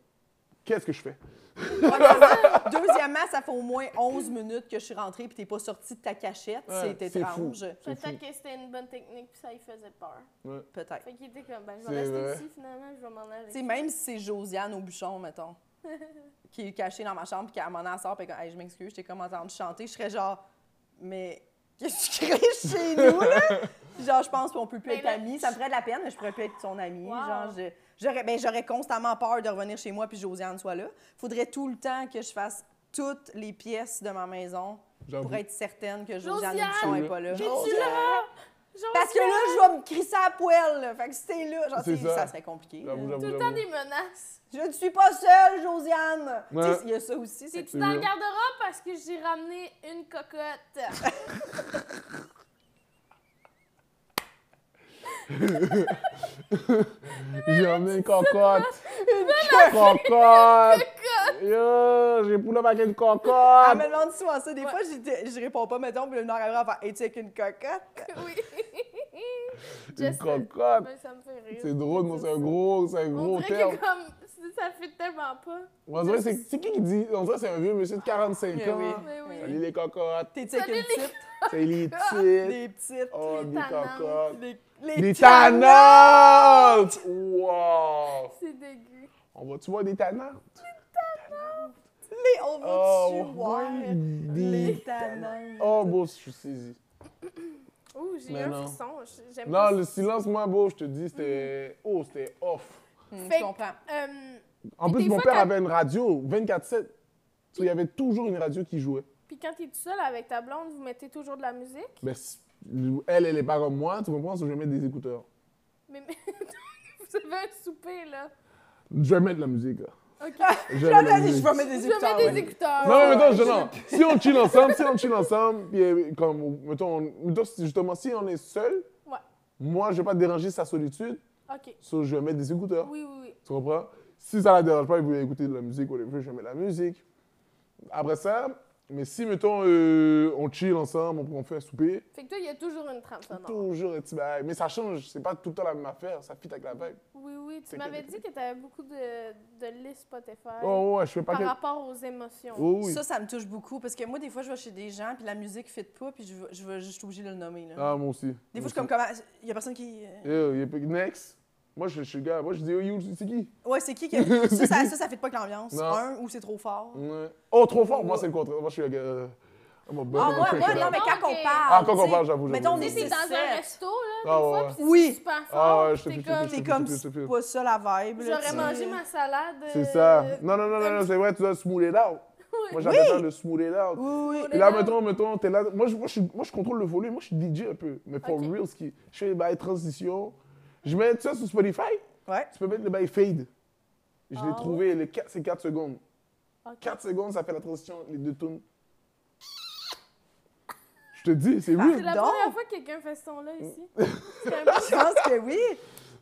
Qu'est-ce que je fais?
Ouais, c'est ça. Deuxièmement, ça fait au moins 11 minutes que je suis rentrée puis t'es pas sortie de ta cachette.
Ouais,
c'est
c'est
étrange.
C'est fou.
Peut-être que c'était une bonne technique puis ça lui faisait peur.
Peut-être.
Fait qu'il était comme ben je
C'est
vais rester
vrai.
ici finalement, je vais m'en aller.
Tu sais, même si c'est Josiane au bouchon, mettons, qui est cachée dans ma chambre puis qu'à un moment donné, elle sort puis comme, hey, je m'excuse, j'étais comme en train de chanter, je serais genre, mais qu'est-ce que tu crées chez nous, là? Genre, je pense qu'on peut plus
Mais
être
là-
amis. Ça me ferait de la peine, mais je pourrais plus être son amie.
Wow.
Genre, je- j'aurais, ben, j'aurais constamment peur de revenir chez moi puis Josiane soit là. Faudrait tout le temps que je fasse toutes les pièces de ma maison pour
J'avoue.
être certaine que Josiane
Josiane!
Bouchon n'est pas là.
T'es-tu là? Genre,
Parce que là, je vais me crisser à la poêle. là. Fait que si t'es là, genre,
C'est
tu sais, ça.
ça.
serait compliqué. là.
J'avoue,
tout
j'avoue,
le temps
j'avoue.
des menaces.
Je ne suis pas seule, Josiane. Tu
Ouais.
sais, Il y a ça aussi. c'est-
T'es-tu dans le garde-robe parce que j'ai ramené une cocotte?
J'ai emmené une cocotte. Une cocotte. Yo, j'ai poulet avec une
Elle me
cocotte.
demande souvent ça. Des
Ouais.
fois, j'y dis- je réponds pas, mettons, puis le nord arrivera à faire Hey, tu sais, avec une cocotte.
oui.
Une
Just-
cocotte.
Ben, ça me fait rire.
C'est drôle, moi, c'est un
ça.
gros, c'est un
On
gros
dirait
terme.
que comme ça fait tellement pas.
On dirait, c'est c'est qui qui dit On dirait, c'est un vieux monsieur de 45
Mais
ans.
oui.
Mais oui.
Salut les cocottes.
T'es tu sais, avec une petite,
C'est les petites.
des petites.
Oh, des
tanantes.
cocottes.
Les,
Des
tanantes.
tanantes! Wow!
C'est dégueu.
On va-tu voir des tanantes?
Les- on va-tu
Oh,
voir
ouais,
les
des...
tanantes?
Oh, bon, je suis saisi.
Ouh, j'ai eu
Mais
un
non.
frisson. J'aime
Non,
pas
le silence, moi, beau, je te dis, c'était. Oh, c'était off.
Hum,
Fait
je
que-
comprends.
Euh,
En
Puis
plus,
des
mon
fois,
père
quand-
avait une radio 24-7. So, Il y avait toujours une radio qui jouait.
puis quand t'es tout seul avec ta blonde, vous mettez toujours de la musique?
Mais c- elle, elle est pas comme moi, tu comprends? So, je vais mettre des écouteurs.
Mais, mais vous avez un souper, là.
Je vais mettre de la musique. là.
OK.
Je vais
J'en
mettre de la
ai dit, je
musique.
vais mettre des
Je
écouteurs.
mets
ouais.
des écouteurs.
Non, mais mettons,
Ouais.
je- non. Si on chill ensemble, si on chill ensemble, puis euh, comme, mettons, on- mettons, si- justement, si on est seul,
Ouais.
moi, je vais pas déranger sa solitude,
OK.
so, je vais mettre des écouteurs.
Oui, oui, oui.
Tu comprends? Si ça la dérange pas, il voulait écouter de la musique, whatever, je mets de la musique. Après ça, mais si, mettons, euh, on chill ensemble, on, on fait un souper,
Fait que toi, il y a toujours une trame sonore.
toujours un petit bail. Mais ça change, c'est pas tout le temps la même affaire, ça fit avec la vibe.
Oui, oui. Tu
C'est
m'avais
que-
dit que t'avais beaucoup de, de listes Spotify
Oh, ouais, je fais pas
par
que.
rapport aux émotions.
Oh, oui.
Ça, ça me touche beaucoup parce que moi, des fois, je vais chez des gens puis la musique fit pas puis je, vais- je, vais- je suis obligée de le nommer. Là.
Ah, moi aussi.
des
Moi
fois, je suis comme,
aussi.
comment. Il y a personne qui. euh,
Yo, y a pas- Next. Moi, je je suis le gars. Moi, je dis, yo, yo, c'est qui?
Ouais, c'est qui qui. a- ça, ça, ça, ça fit pas avec l'ambiance.
Non.
Un, ou c'est trop fort.
Ouais. Oh, trop fort. Moi, c'est le contraire. Moi, je suis le gars. euh, I'm a
Ah,
better
moi, moi, non,
professional.
mais
Ah,
quand
ok.
on parle.
Ah, quand on
tu sais,
parle, j'avoue, j'avoue.
Mettons, on
Tu
est
sais, t'es
six,
dans un
sept.
resto, là,
Ah,
des
ouais,
fois,
ouais.
pis c'est
Oui.
super
Ah,
fort.
ouais, je te
t'es
fais- je te
comme,
fais-
T'es comme.
C'est plus- c'est plus-
pas ça la vibe. là,
j'aurais
tu
mangé
sais.
ma salade.
C'est
euh,
ça. Non, non, non, non, non, c'est vrai, tu dois smooth it out. Moi, j'appelle ça le smooth it out.
Oui, oui.
Et là, mettons, mettons, t'es là. Moi je, moi, je, suis- moi, je contrôle le volume. Moi, je suis DJ un peu. Mais for
Ok.
real, ce qui, je fais les bails transition. Je mets ça sur Spotify.
Ouais.
Tu peux mettre le bail fade. Je
Ah
l'ai trouvé, les quatre- c'est 4 secondes.
Ok.
4 secondes, ça fait la transition, les deux tunes. Je te dis, c'est
Ah,
real.
C'est la
Donc.
première fois que quelqu'un fait ce son-là
Mm.
ici. C'est un peu-
Je pense que oui.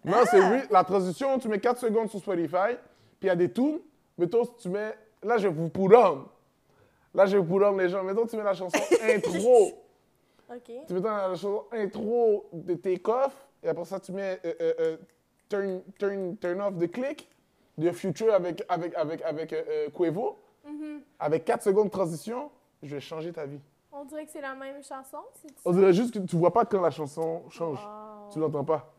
Non,
Ah.
c'est oui. La transition, tu mets 4 secondes sur Spotify, puis il y a des tunes. Mettons, si tu mets. Là, je vous pourrome. Là, je vous pourrome les gens. Mettons, tu mets la chanson intro.
OK.
tu mets dans la chanson intro de Take Off, et après ça, tu mets euh, euh, euh, turn, turn, turn Off de Click, de Future avec, avec, avec, avec euh, euh, Quavo.
Mm-hmm.
Avec 4 secondes de transition, je vais changer ta vie.
On dirait que c'est la même chanson, c'est
On dirait juste que tu vois pas quand la chanson change.
Ah.
Tu l'entends pas.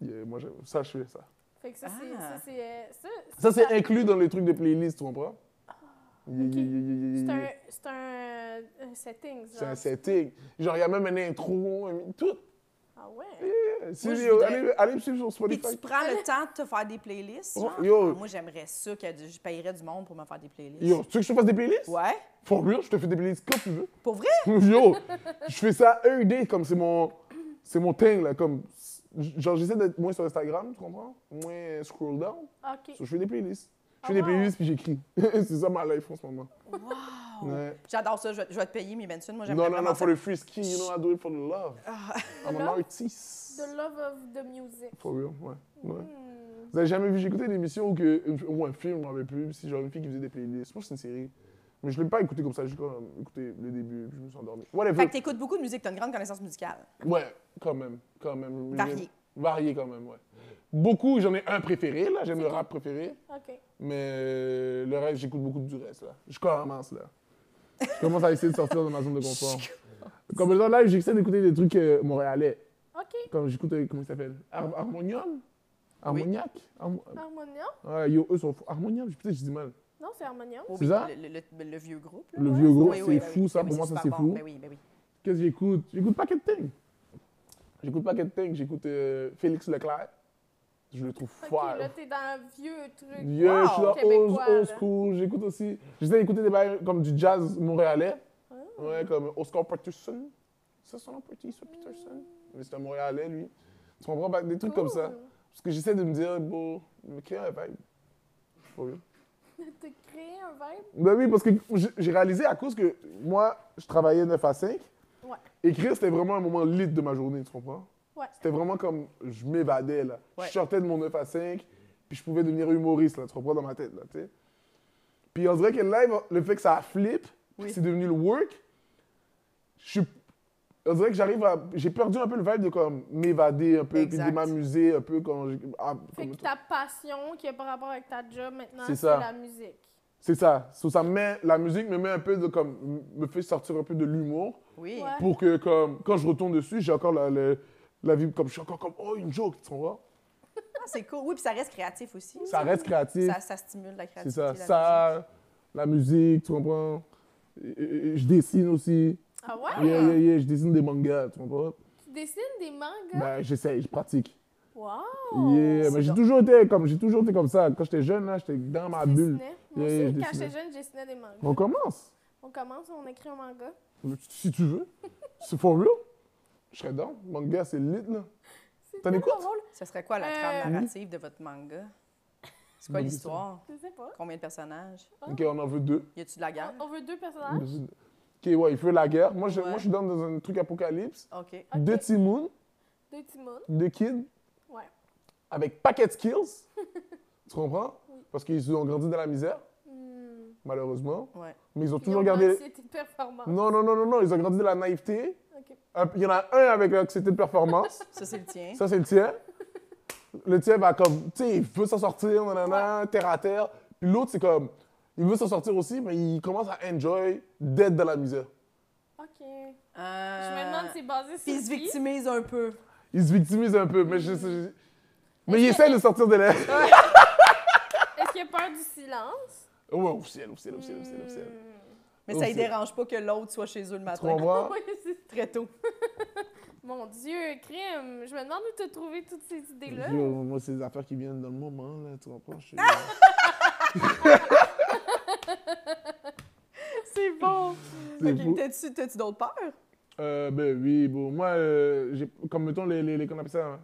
Yeah, moi, j'aime- ça, je fais ça.
Fait que ça, c'est...
Ah.
Ça, c'est, euh, ça,
Ça, c'est inclus dans les trucs de playlist, tu comprends? Yeah, yeah, yeah, yeah, yeah,
c'est
yeah,
un,
yeah.
c'est un, euh, un setting,
C'est un
genre.
setting. Genre, il y a même un intro, un- tout.
Ah ouais?
Yeah. Si-
Moi, je
yo,
voudrais-
allez, allez me suivre sur
Puis
Spotify.
tu prends le temps de te faire des playlists.
Oh,
genre. Ah,
yo.
Moi, j'aimerais ça que du- je payerais du monde pour me faire des playlists.
Yo, tu veux que je te fasse des playlists?
Ouais.
For real, je te fais des playlists quand tu veux.
Pour vrai?
Yo, je fais ça every day, comme c'est mon, c'est mon thing, là, comme, genre, j'essaie d'être moins sur Instagram, tu comprends? Moins scroll down.
OK.
So, je fais des playlists. Je fais
Ah,
des
wow.
playlists puis j'écris. c'est ça ma life en ce moment.
Oh,
Wow.
Ouais.
J'adore ça. Je vais, je vais te payer mes mentions. Moi, j'aimerais
Non, non,
vraiment
non,
ça.
for the free skin, you know, I do it for the love.
Ah.
I'm an
love?
artist.
The love of the music.
For real, ouais. ouais.
Hmm.
Vous avez jamais vu, j'écoutais une émission où, que, ou un film, je m'en rappelle plus, si genre une fille qui faisait des playlists. Moi, c'est une série. Mais je l'ai pas écouté comme ça, j'ai quand même écouté le début, puis je me suis endormi.
Fait
Whatever.
que t'écoutes beaucoup de musique, t'as une grande connaissance musicale.
Ouais, quand même, quand même.
Varié.
Varié quand même, ouais. Beaucoup, j'en ai un préféré, là, j'aime
C'est
le
qui?
rap préféré,
OK.
mais le reste, j'écoute beaucoup du reste, là. Je commence, là. Je commence à essayer de sortir de ma zone de confort. Comme là, là j'essaie d'écouter des trucs euh, montréalais.
OK.
Comme j'écoute, euh, comment il s'appelle Har- Harmonium Harmoniac Harmo-
Harmonium?
Ouais, yo, eux sont fous. Harmonium, je- peut-être que je dis mal.
Non, c'est harmonium.
Oh,
C'est ça?
Le, le- le- le vieux groupe. là,
Le
ouais.
vieux groupe,
Oui,
c'est
oui, oui,
fou,
oui.
ça,
Oui,
pour moi, ça,
super
c'est
bon.
fou.
Ben oui, ben oui.
Qu'est-ce que j'écoute J'écoute pas de thing. J'écoute pas de thing, j'écoute euh, Félix Leclerc. Je le trouve
OK,
fort.
là, t'es dans un vieux truc.
Yeah, je suis dans old,
Québécois,
old
là.
school. J'écoute aussi. J'essaie d'écouter des bails comme du jazz montréalais.
Ah.
Ouais, comme Oscar Peterson. C'est son nom, Peterson, Peterson. Mais c'est un montréalais, lui. Tu comprends? bah, Des trucs comme ça.
Ah. Cool.
Parce que j'essaie de me dire, bon, me créer un vibe. Pour vrai.
T'as créé un vibe?
Ben oui, parce que j- j'ai réalisé à cause que moi, je travaillais 9 à 5.
Ouais.
Écrire, c'était vraiment un moment lit de ma journée, tu comprends?
Ouais.
C'était vraiment comme je m'évadais, là.
Ouais.
Je sortais de mon 9 à 5, puis je pouvais devenir humoriste, là, tu comprends, dans ma tête, là, tu sais. Puis on dirait que live, le fait que ça flippe, puis
Oui.
c'est devenu le work, je suis- On dirait que j'arrive à. J'ai perdu un peu le vibe de comme m'évader un peu, puis de
Exact.
m'amuser un peu quand. j'ai- ah,
Fait
comme-
que ta passion qui est par rapport avec ta job maintenant,
C'est
c'est
ça.
la musique.
C'est ça. So, ça me met, la musique me met un peu de comme. me fait sortir un peu de l'humour.
Oui.
Ouais.
pour que comme, quand je retourne dessus, j'ai encore la, la, la vibe comme je suis encore comme oh une joke, tu vois.
Ah, c'est cool. Oui, puis ça reste créatif aussi.
Ça reste créatif,
Ça, ça stimule la
c'est
créativité.
ça,
la musique.
ça, la musique, tu comprends. Et- et- et Je dessine aussi,
Ah ouais?
yeah, yeah, yeah, je dessine des mangas, tu comprends.
Tu dessines des mangas?
Ben j'essaie, je pratique.
Wow!
Yeah,
Oh, c'est
mais j'ai
bon.
toujours été comme j'ai toujours été comme ça. Quand j'étais jeune là, j'étais dans ma
Je
bulle.
dessinais. Moi
Yeah,
aussi,
je
quand
dessinais.
j'étais jeune, je dessinais des mangas.
On commence,
On commence, on écrit un manga.
si tu veux, c'est for real. Je serais dans. Manga, c'est lit, là.
C'est
T'en
tellement
écoutes?
drôle.
Ce serait quoi la
Euh,
trame
oui.
narrative de votre manga? C'est quoi
Bonne
l'histoire?
Je sais pas.
Combien de personnages?
Ok, on en veut deux.
Y a-tu de la guerre?
On veut deux personnages.
Ok, ouais, il fait la guerre. Moi, je,
Ouais.
moi, je suis dans, dans un truc apocalypse.
OK.
Ok.
Deux Timoun,
Deux Timon.
deux kids,
Ouais.
avec paquet de skills. tu comprends? Parce qu'ils ont grandi dans la misère,
Hmm.
malheureusement.
Ouais.
Mais ils ont
Ils
toujours
ont
gardé.
l'anxiété de performance.
Non, non, non, non, non, ils ont grandi dans la naïveté.
Ok.
Un- Il y en a un avec l'anxiété de performance.
Ça, c'est le tien.
Ça, c'est le tien. Le tien va comme, tu sais, il veut s'en sortir, nanana, terre à terre. Puis l'autre, c'est comme, il veut s'en sortir aussi, mais il commence à enjoy d'être dans la misère.
Ok. Je
Euh,
me demande si c'est basé sur
Puis ils se
qui.
victimisent un peu.
Il se victimise un peu, mais je, je- Mais il
Est-ce que-
essaie de sortir de l'air.
Est-ce qu'il a peur du silence?
Oh,
Hmm.
Ouais, au ciel, au ciel, au ciel, au ciel, au
Euh,
ciel.
Mais ça ne
Aussi.
dérange pas que l'autre soit chez eux le
Tu
matin.
comprends?
Oui, c'est-
Très tôt.
Mon Dieu, crime! Je me demande où t'as trouvé toutes ces idées-là.
Yo, moi, c'est des affaires qui viennent dans le moment, là, tu comprends? Je suis-
Ah!
C'est bon.
euh, C'est beau.
OK. T'as-tu t'as-tu d'autres peurs?
Euh, ben oui, bon, moi, euh, j'ai- comme mettons les, les, les qu'on appelle ça, hein?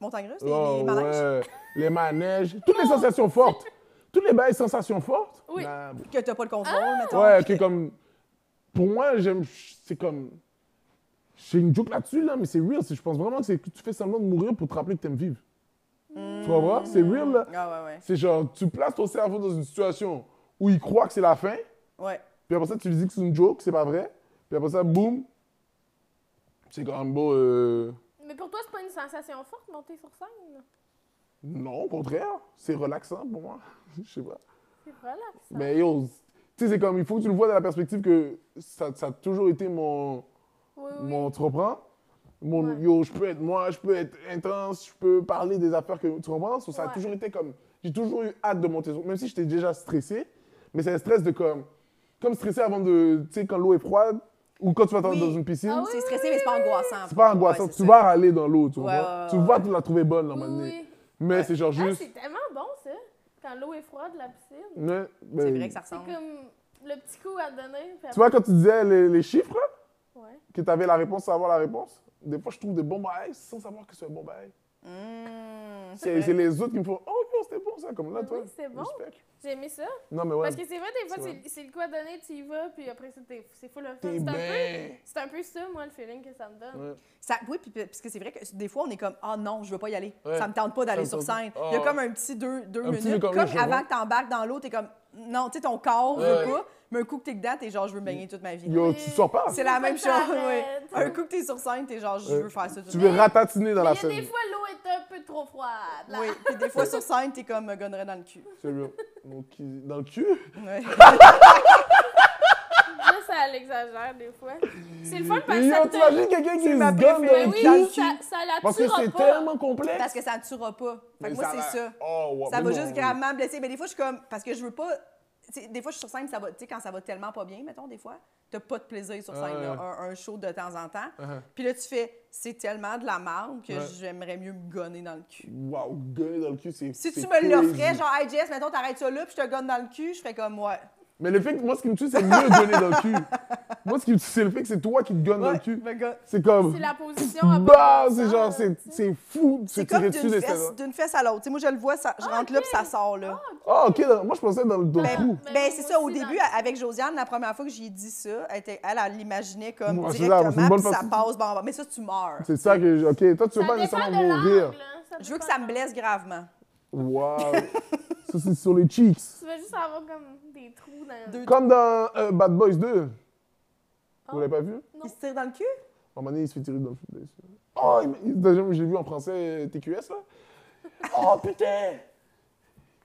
Montagne russe, les,
Oh,
les manèges?
ouais. Les manèges, toutes les sensations fortes. Toutes les bails sensations fortes.
Oui.
Ben,
Que t'as pas le contrôle,
Ah!
mettons.
ouais,
puis
ok, comme. Pour moi, j'aime. C'est comme. J'ai une joke là-dessus, là, mais c'est real. C'est- Je pense vraiment que c'est que tu fais semblant de mourir pour te rappeler que t'aimes vivre. Tu comprends? C'est real, là.
que- Ah ouais,
C'est genre, tu places ton cerveau dans une situation où il croit que c'est la fin,
ouais. Ouais.
puis après ça, tu lui dis que c'est une joke, c'est pas vrai, puis après ça, boum, c'est quand même beau. euh,
Mais pour toi, c'est pas une sensation forte monter sur scène.
Non, au contraire, c'est relaxant pour moi. Je sais pas.
C'est relaxant.
Mais yo, tu sais, c'est comme, il faut que tu le vois dans la perspective que ça, ça a toujours été mon.
Oui, oui.
mon tu comprends? Mon,
Ouais.
Yo, je peux être moi, je peux être intense, je peux parler des affaires que tu comprends? So, Ça a
Ouais.
toujours été comme. J'ai toujours eu hâte de monter sur. Même si j'étais déjà stressé, mais c'est un stress de comme. Comme stressé avant de. Tu sais, quand l'eau est froide ou quand tu vas t'entrer
Oui.
dans une piscine.
Ah oui,
C'est stressé, mais c'est pas angoissant.
C'est pas angoissant.
Ouais, c'est
tu
ça.
vas aller dans l'eau, tu
Ouais,
vois.
ouais,
tu
ouais,
vas
ouais.
te la trouver bonne,
Oui,
normalement.
oui.
Mais
Ouais.
c'est genre
Ah,
juste.
c'est tellement bon, ça. Quand l'eau est froide, la piscine.
Ouais,
C'est
ben,
vrai que ça
C'est
ressemble.
comme le petit coup à donner. Puis
Tu vois, quand tu disais les, les chiffres, là,
après- Ouais.
que tu avais la réponse sans avoir la réponse, des fois, je trouve des bons bails sans savoir que c'est un bon bail.
Mmh,
C'est
vrai.
c'est
Ah
les autres qui me font Oh, yo, c'était bon ça, comme là,
Oui,
toi.
c'est bon.
respect.
J'ai aimé ça.
Non, mais ouais.
Parce que c'est vrai, des fois,
C'est
c'est- c'est le coup à donner, tu y vas, puis après, ça, t'es- c'est fou le fun.
T'es
C'est un peu-
bien.
C'est un peu ça, moi, le feeling que ça me donne.
Ouais.
Ça- oui, puis, puis- parce que c'est vrai que des fois, on est comme, ah non, je veux pas y aller.
Ouais.
Ça me tente pas d'aller
Ça
sur
me
scène.
tente pas.
Il y a
Ah.
comme un petit deux, deux
Un petit
minutes.
comme
Comme,
là, je vois.
avant que t'embarques dans l'eau, t'es comme, non, tu sais, ton corps veut
Ouais.
pas. Mais un coup que t'es dedans, t'es genre, je veux me baigner toute ma vie.
Yo,
Oui.
tu sors pas.
C'est la
Faut
même
que
chose, oui.
t'arrêtes.
Un coup que t'es sur scène, t'es genre, je
Ouais.
veux faire ça tout
Tu
le
veux
temps.
ratatiner dans
Mais
la
il y a des
scène.
fois, l'eau est un peu trop froide. là.
Oui, puis des fois sur scène, t'es comme, me gonnerais dans le cul.
C'est bien. Mon cul- Dans le cul
Ouais.
Là, ça l'exagère des fois. C'est le fun parce que
Yo,
ça te...
t'imagines quelqu'un qui
C'est
se
ma
donne
préférée.
dans
Ben
le
oui,
cul
Dans le
ça, ça la
Parce que
tuera
c'est
pas.
tellement complexe.
Parce que ça ne tuera pas. Fait que
Mais
moi, c'est
va-
ça.
Oh, ouais,
Ça
mais
va
non,
juste
ouais.
gravement blesser. Mais des fois, je suis comme. Parce que je veux pas. t'sais, des fois, je suis sur scène, ça va. Tu sais, quand ça va tellement pas bien, mettons, des fois, t'as pas de plaisir sur scène, là,
Ouais.
un, un show de temps en temps.
Uh-huh.
Puis là, tu fais, c'est tellement de la merde que
Ouais.
j'aimerais mieux me gonner dans le cul.
Wow, gueuler dans le cul, c'est.
Si tu
c'est
me l'offrais,
crazy.
genre, hey Jess, mettons, t'arrêtes ça là, puis je te gonne dans le cul, je ferais comme, ouais.
Mais le fait que moi, ce qui me tue, c'est mieux gonner dans le cul. Moi, ce qui me tue, c'est le fait que c'est toi qui te gonnes dans
Ouais,
le cul.
me gonne.
C'est comme.
C'est la position à
Bah,
bonne
c'est
distance,
genre,
là,
c'est
tu sais.
c'est fou de se
C'est comme
tirer dessus
d'une
des
fesse,
scènes.
d'une fesse à l'autre. Tu sais, moi, je le vois, ça, je rentre là, puis ça sort, là.
Ah, ok, dans- moi je pensais dans le dans le
Ben,
trou.
Mais
ben,
moi
c'est ça, au
aussi,
début,
dans
avec Josiane, la première fois que j'ai dit ça, elle, était- elle, elle l'imaginait comme
Ouais, c'est ça,
directement,
c'est une bonne
puis ça
façon.
passe, bon, bon, mais ça, tu meurs.
C'est ça que. je- Ok, toi tu veux
Ça
pas
dépend
nécessairement
de
mourir.
l'angle. hein, ça
Je veux que
dépend
ça me
de l'angle.
blesse gravement.
Wow. ça c'est sur les cheeks.
Tu vas juste avoir comme des trous dans...
Deux-
Comme dans euh, Bad Boys 2.
Oh.
Vous l'avez pas vu?
Il se tire dans le cul?
À un moment donné, il se fait tirer dans le cul. Oh, il- il- d'ailleurs, j'ai vu en français euh, TQS là. Oh putain!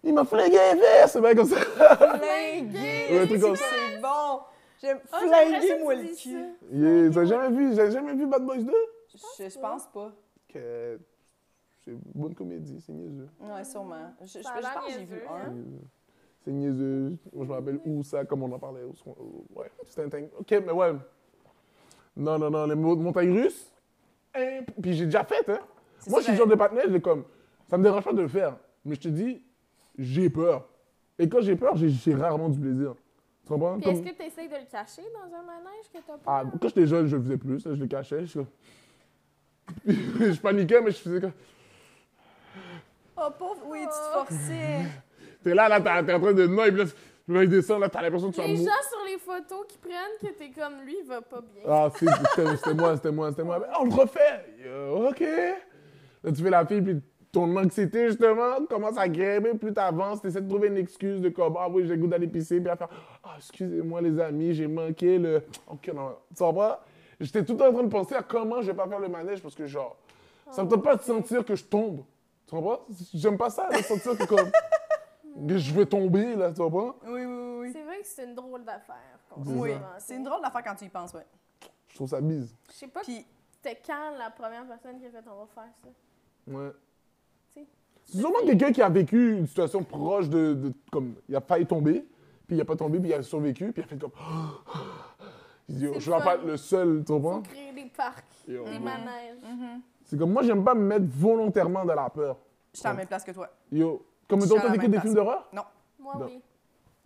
Il m'a flingué les fesses! C'est bien comme ça.
Flinguer!
Ah! Ouais, un truc comme ça.
C'est bon! J'aime
Ah, j'aimerais ça que
flinguer,
tu
moi, le
dises
cul.
Yeah, vous avez jamais vu, vous avez jamais vu Bad Boys 2?
Je, je pense pas.
Que c'est une bonne comédie, c'est niaiseux.
Ouais, sûrement. Je, je-
Ça a
je
l'air
pense que j'ai
niaiseux,
vu
hein.
un.
euh, C'est niaiseux. Moi, je me rappelle où ça, comme on en parlait. où- où- ouais, c'était un thing. Ok, mais ouais. Non, non, non, les mo- montagnes russes. hein, Puis j'ai déjà fait, hein.
C'est
Moi, je
ça,
suis le genre de partenaire, j'ai comme. Ça me dérange pas de le faire. Mais je te dis, j'ai peur. Et quand j'ai peur, j'ai- j'ai rarement du plaisir. Tu comprends?
Puis est-ce
Comme-
que tu essaies de le cacher dans un manège que t'as pas?
Ah, quand j'étais jeune, je le faisais plus. là, je le cachais. Je suis comme, je paniquais, mais je faisais comme.
Ah,
Oh, pauvre, oui, tu te forçais.
T'es là, là, t'es t'es en train de noyer, puis là, là, il descend, là, t'as l'impression que tu vas
Les
mourir.
gens sur les photos qui prennent que t'es comme lui, il va pas bien.
Ah, c'est- c'était c'était moi, c'était moi, c'était moi. Mais on le refait. Euh, OK. Là, tu fais la fille, puis ton anxiété, justement, commence à grimper. Plus t'avances, t'essaies de trouver une excuse de comme, ah oui, j'ai le goût d'aller pisser, puis à faire, ah, excusez-moi, les amis, j'ai manqué le. OK, non, tu vas pas? J'étais tout le temps en train de penser à comment je vais pas faire le manège parce que, genre, ça me tente pas de sentir que je tombe. Tu comprends? J'aime pas ça, de sentir que, comme, que je vais tomber, là, tu comprends?
Oui, oui, oui.
C'est vrai que c'est une drôle d'affaire. qu'on se
Oui,
fait inventer.
c'est une drôle d'affaire quand tu y penses, oui.
Je trouve ça bise.
Je sais pas
Puis,
c'était quand la première personne qui a fait on va faire ça.
Ouais.
Tu sais.
C'est sûrement quelqu'un qui a vécu une situation proche de, de- comme il a failli tomber, puis il a pas tombé, puis il a survécu, puis il a fait comme il dit
C'est
je vais
fun.
pas être le seul, tu
Faut
comprends
créer des parcs,
Yo,
des
man.
manèges.
C'est comme moi j'aime pas me mettre volontairement dans la peur.
je suis à la même place que toi.
Yo, comme
Je
toi
suis à la
t'as écouté
même
des
place.
films d'horreur
Non,
Moi,
Non.
oui.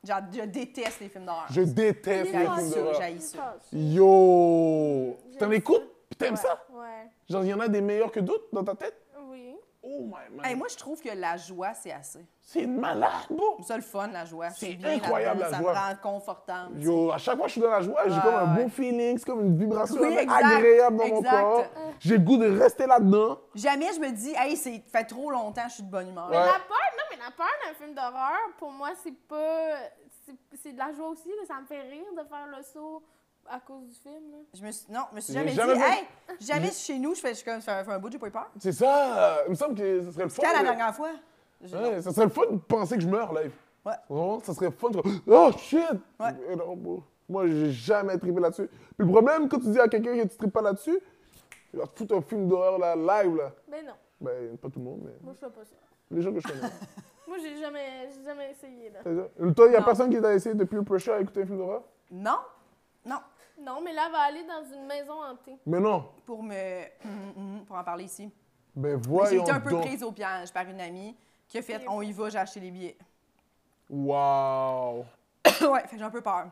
J'a- je déteste les films d'horreur.
Je déteste
Il y a
les
pas
films
ça,
d'horreur.
j'haïs
Il
ça.
passe.
Yo,
J'aime
t'en
ça.
écoutes, puis t'aimes
Ouais,
ça
Ouais.
Genre il y en a des meilleurs que d'autres dans ta tête
Oui.
Oh my man.
Hey, moi, je trouve que la joie, c'est assez.
C'est une malade, bro.
C'est ça le fun, la joie.
C'est
bien
incroyable,
là-dedans,
la joie.
Ça me rend confortable.
Yo, à chaque fois que je suis dans la joie, j'ai
Ouais,
comme un
ouais.
bon feeling, c'est comme une vibration
Oui, exact,
agréable dans mon
exact.
corps. J'ai le goût de rester là-dedans.
Jamais je me dis, hey, c'est fait trop longtemps, je suis de bonne humeur.
Ouais.
Mais la peur, non, mais la peur d'un film d'horreur, pour moi, c'est pas. c'est- C'est de la joie aussi, là. ça me fait rire de faire le saut à cause du film. là.
Je me suis, non, je me suis
J'ai
jamais,
jamais
dit,
fait-
hey, jamais chez nous, je fais, je suis comme, ça fait un bout, j'ai pas eu peur.
C'est ça, euh, il me semble que ça serait le fun.
Quand la
de-
dernière fois? Je-
Ouais, ça serait le fun de penser que je meurs live.
Ouais.
Vraiment, ça serait fun de. Oh shit!
Ouais.
Et non, bon, Moi, j'ai jamais trippé là-dessus. Puis le problème, quand tu dis à quelqu'un que tu trippes pas là-dessus, il va te foutre un film d'horreur là, live là.
Ben non,
Ben, pas tout le monde, mais
moi, je fais pas ça.
les gens que je connais. toi,
Moi, j'ai jamais, j'ai jamais essayé, là.
il n'y a
Non.
personne qui t'a essayé de peer pressure à écouter un film d'horreur?
Non, non.
Non, mais là, elle va aller dans une maison hantée.
Mais non!
Pour me, hum, hum, pour en parler ici.
Ben
J'ai
voyons
été un peu
donc.
prise au piège par une amie qui a fait,
Et-
on y va, j'ai acheté les billets.
Wow!
ouais, fait que j'ai un peu peur.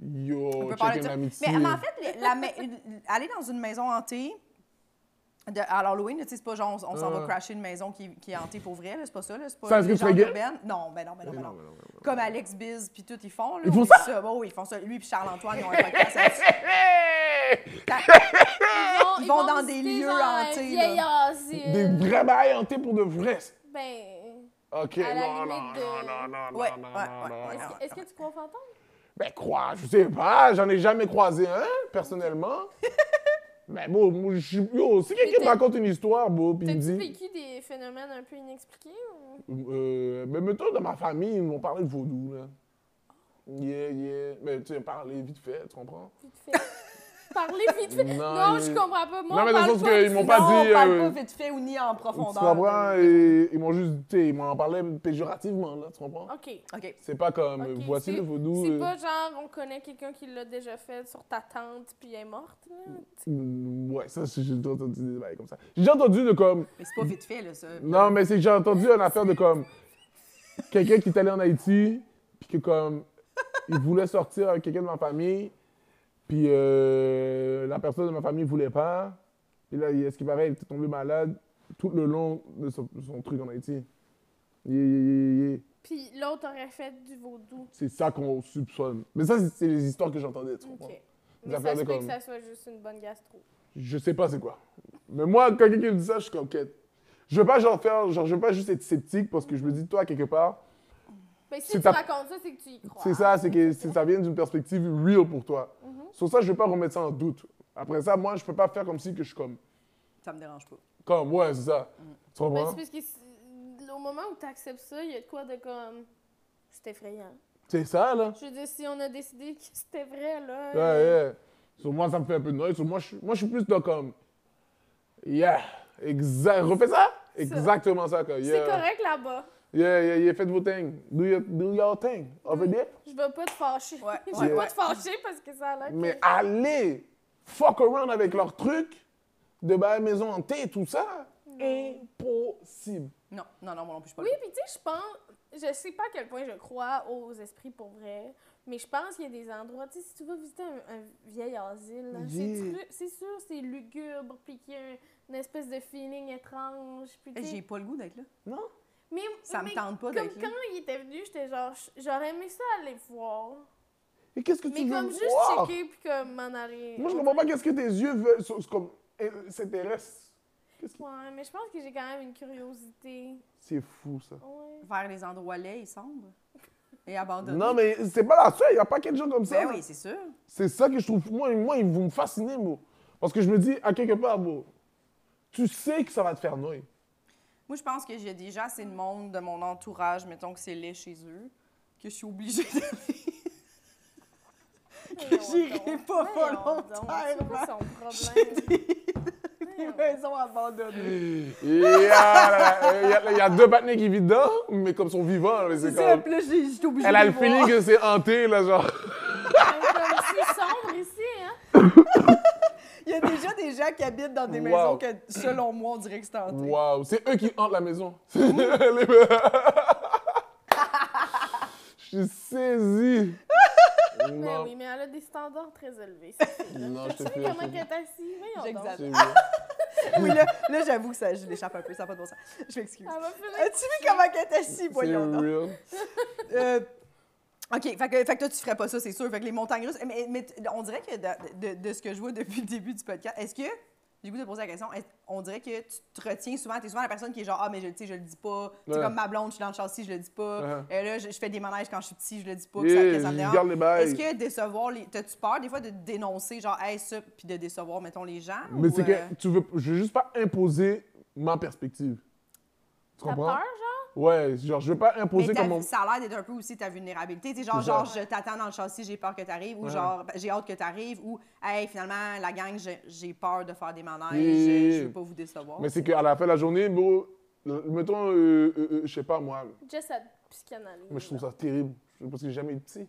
On
Yo,
peut parler
check
de
une
ça.
amitié.
Mais, mais en fait, le- la ma- une- aller dans une maison hantée de, à l'Halloween, là, tu sais, c'est pas genre on, on s'en
Ah.
va crasher une maison qui, qui est hantée pour vrai, là, c'est pas ça. Là, c'est pas
Ça, est-ce
les
que tu
légendes
serais gay?
urbaines. Non, ben non, ben non, ben
Non,
non.
mais non, mais non.
Comme Alex Biz puis tout, ils font. Là,
Ils font
on
ça?
dit Bon, oui, ils font ça. Lui puis Charles-Antoine, ils ont un podcast. là-dessus.
Ils vont,
vont dans des
visiter,
lieux
genre, un
hantés,
vieil asile.
Des vrais bails hantés pour de vrai.
Ben.
Ok,
À la
non, non,
limite
non,
de-
non, non, non,
Ouais,
non,
ouais,
non,
ouais,
non,
ouais.
non.
Est-ce que, est-ce que tu crois aux fantômes?
Ben crois, je sais pas, j'en ai jamais croisé un, personnellement. Mais bon, moi, je suis- yo, si quelqu'un me
t'as-
raconte une histoire, bon, puis il me
T'as-tu
dit,
vécu des phénomènes un peu inexpliqués? ou-
euh, ben mettons dans ma famille, ils m'ont parlé de vaudou, là. Yeah, yeah, mais tu sais, parler vite fait, tu comprends?
Vite fait. Parler vite fait.
Non,
Non,
il-
je comprends pas. Moi,
Non,
on
mais dans le
parle
sens
pas
qu'ils
de-
m'ont
Non,
pas dit,
on parle
euh,
pas vite fait ou ni en
Tu
profondeur.
comprends? Et ils m'ont juste, tu sais, ils m'en parlaient péjorativement, là, tu comprends?
OK.
OK.
C'est pas comme,
Ok,
Ah, voici
c'est-
le vaudou.
C'est
euh,
pas genre, on connaît quelqu'un qui l'a déjà fait sur ta tante puis elle est morte, là.
Mm, Ouais, ça, c'est- j'ai déjà entendu des bails comme ça. J'ai déjà entendu de comme.
Mais c'est pas vite fait, là, ça.
Non, mais c'est que j'ai entendu une affaire de comme. Quelqu'un qui est allé en Haïti, puis que comme. Il voulait sortir avec quelqu'un de ma famille, puis euh, la personne de ma famille voulait pas. Puis là, il- ce qui paraît, il était tombé malade tout le long de son, son truc en Haïti. Yeah, yeah, yeah, yeah.
Puis l'autre aurait fait du vaudou.
C'est ça qu'on soupçonne. Mais ça, c'est- c'est les histoires que j'entendais, tu
OK.
comprends? Des
Mais
affaires
ça
de
se peut que
comme-
ça soit juste une bonne gastro.
Je sais pas c'est quoi. Mais moi, quand quelqu'un me dit ça, je suis comme, OK. Je veux pas genre faire, genre, je veux pas juste être sceptique parce que je me dis, toi, quelque part,
Mais si
C'est
tu
ta-
racontes ça, c'est que tu y crois.
c'est ça, c'est que c'est- ça vient d'une perspective real pour toi.
Mhm.
Sur ça, je veux pas remettre ça en doute. Après ça, moi, je peux pas faire comme si que je suis comme,
Ça me dérange pas.
comme, ouais, c'est ça. Tu
Mhm. Mais
comprends?
c'est parce que c'est- au moment où tu acceptes ça, il y a de quoi de comme. C'est effrayant.
C'est ça, là.
Je veux dire, si on a décidé que c'était vrai, là.
Ouais,
euh,
ouais. Sur moi, ça me fait un peu de noise. Sur moi, je, suis- moi, je suis plus dans comme, yeah, exact. Refais ça? Exactement ça, comme,
C'est
yeah.
correct là-bas.
Yeah, yeah, yeah, faites vos things. Do your, do your thing.
Mhm.
Over there.
Je vais pas te fâcher.
Ouais,
je
ouais,
vais
ouais.
pas te fâcher parce que ça a l'air. que-
Mais aller fuck around avec leurs trucs de bail maison hantée et tout ça, impossible.
Non, non, non, moi non plus, je suis pas
Oui,
là.
puis tu sais, je pense. Je sais pas à quel point je crois aux esprits pour vrai. Mais je pense qu'il y a des endroits, tu sais, si tu vas visiter un, un vieil asile, là,
Yeah.
c'est tru- c'est sûr, c'est lugubre, puis qu'il y a un- une espèce de feeling étrange. Puis, tu sais-
J'ai pas le goût d'être là.
Non?
mais,
Ça
mais
me tente pas
comme
d'être là.
quand il était venu, j'étais genre, j- j'aurais aimé ça aller voir.
Et qu'est-ce que tu
Mais
veux
comme juste
voir?
checker, puis comme m'en aller.
Moi, je comprends pas qu'est-ce que tes yeux veulent, sur- sur- comme, euh, s'intéressent. Qu'est-ce que-
Ouais, mais je pense que j'ai quand même une curiosité.
C'est fou, ça.
Ouais.
Vers les endroits laids et sombres et abandonnés.
Non, mais c'est pas la seule. Il y a pas quelques gens comme ça.
Ben
là.
oui, c'est sûr.
C'est ça que je trouve. Moi, moi ils vont me fasciner, moi. Parce que je me dis, à quelque part, moi, tu sais que ça va te faire noyer.
Moi, je pense que j'ai déjà assez de monde de mon entourage, mettons que c'est laid chez eux, que je suis obligée d'aller. que
Voyons
j'irai
donc.
pas
Voyons donc, C'est quoi
volontairement.
son
J'ai
problème?
des, des
Voyons.
maisons abandonnées.
Il y, a- il y a- il y a deux patinés qui vivent dedans, mais comme ils sont vivants, là,
C'est
c'est
ça,
comme.
puis là, j'ai- j'étais obligée
Elle a
de
le
les voir.
feeling que c'est hanté, là, genre.
Comme c'est sombre ici, hein?
Il y a déjà des gens qui habitent dans des
Wow.
maisons que, selon moi, on dirait que c'est hanté.
Waouh, c'est eux qui hantent la maison. Les- je suis saisi.
Mais
Non,
Ben oui, mais elle a des standards très élevés. ça, c'est vrai.
non, je te
Tu sais
fais.
comment qu'elle est assise? Voyons donc.
J'exagère.
Elle
C'est
Oui, là, là j'avoue que ça, je l'échappe un peu, ça n'a pas de bon sens. Je m'excuse.
va
Ah,
finir.
As-tu vu comment qu'elle est assise, voyons donc?
real.
Euh, OK, fait que, fait que toi, tu ferais pas ça, c'est sûr. Fait que les montagnes russes... Mais, mais t- on dirait que de, de- de ce que je vois depuis le début du podcast, est-ce que... J'ai voulu te poser la question. est-ce- On dirait que tu te retiens souvent. T'es souvent la personne qui est genre Ah, mais je, tu sais, je le dis pas. C'est
Ouais.
comme ma blonde, je suis dans le châssis, je le dis pas.
Ouais.
Euh, là, je, je fais des manèges quand je suis petit, je le dis pas. que ça- que
Yeah,
ça me
je
dérange.
garde les
Est-ce
bails.
que décevoir les. T'as-tu peur des fois de dénoncer, genre, hey, ça, puis de décevoir, mettons, les gens?
Mais
ou,
c'est
euh,
que tu veux, je veux juste pas imposer ma perspective. Tu
T'as peur,
comprends?
genre?
Ouais, genre, je veux pas
mais
imposer
ta-
comme on...
ça a l'air d'être un peu aussi ta vulnérabilité. Tu sais, genre,
C'est ça.
genre, je t'attends dans le châssis, j'ai peur que t'arrives, ou
Ouais.
genre, ben, j'ai hâte que t'arrives, ou, hey, finalement, la gang, j'ai- j'ai peur de faire des manèges,
Oui.
je, je veux pas vous décevoir.
Mais c'est qu'à la fin de la journée, bro, le- mettons, euh, euh, euh, je sais pas moi,
Just à psychanalyse.
mais je trouve ça terrible parce que j'ai jamais eu de psy.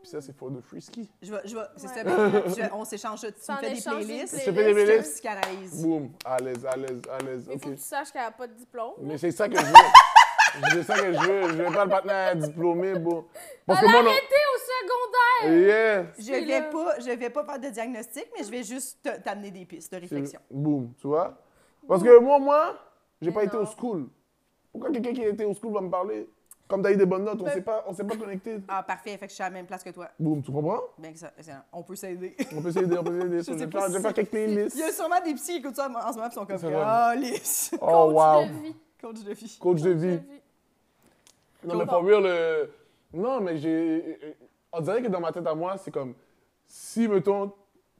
Puis ça, c'est for the free ski.
Je vais, je vais- c'est
Ouais.
ça, ben, je vais- on s'échange ça. Tu
Ça
me
en
fais des
échange
playlists,
une
Je te fais des
je te
playlist.
psychanalyse.
Boum, à l'aise, à l'aise, à l'aise.
Mais
Ok.
faut que tu saches qu'elle n'a pas de diplôme.
Mais c'est ça que je veux. c'est ça que je veux. Je veux pas le partenaire diplômé, bro. Parce que
Elle a
moi, non.
arrêté au secondaire!
Yeah.
Je
C'est
vais,
là.
pas, je vais pas faire de diagnostic, mais je vais juste te- t'amener des pistes de réflexion.
Boum, tu vois? Parce que moi, moi, j'ai
Mais
pas été
non.
au school. Pourquoi quelqu'un qui a été au school va me parler? Comme t'as eu des bonnes notes, on
Ben-
s'est pas, on s'est pas connecté.
Ah, parfait, fait que je suis à la même place que toi.
Boum, tu comprends?
Bien que ça, excellent. on peut s'aider.
On peut s'aider, on peut s'aider.
sais
Je vais
pas
faire, je vais
si-
faire quelques
Il y a
playlists.
sûrement des psys qui écoutent ça en ce moment et sont comme
C'est vrai.
Ah, lisse,
Oh, wow.
Coach de vie.
coach de vie.
Coach de
Coach
vie. Non, mais for real, le- euh, non, mais j'ai. euh, On dirait que dans ma tête à moi, c'est comme si, mettons,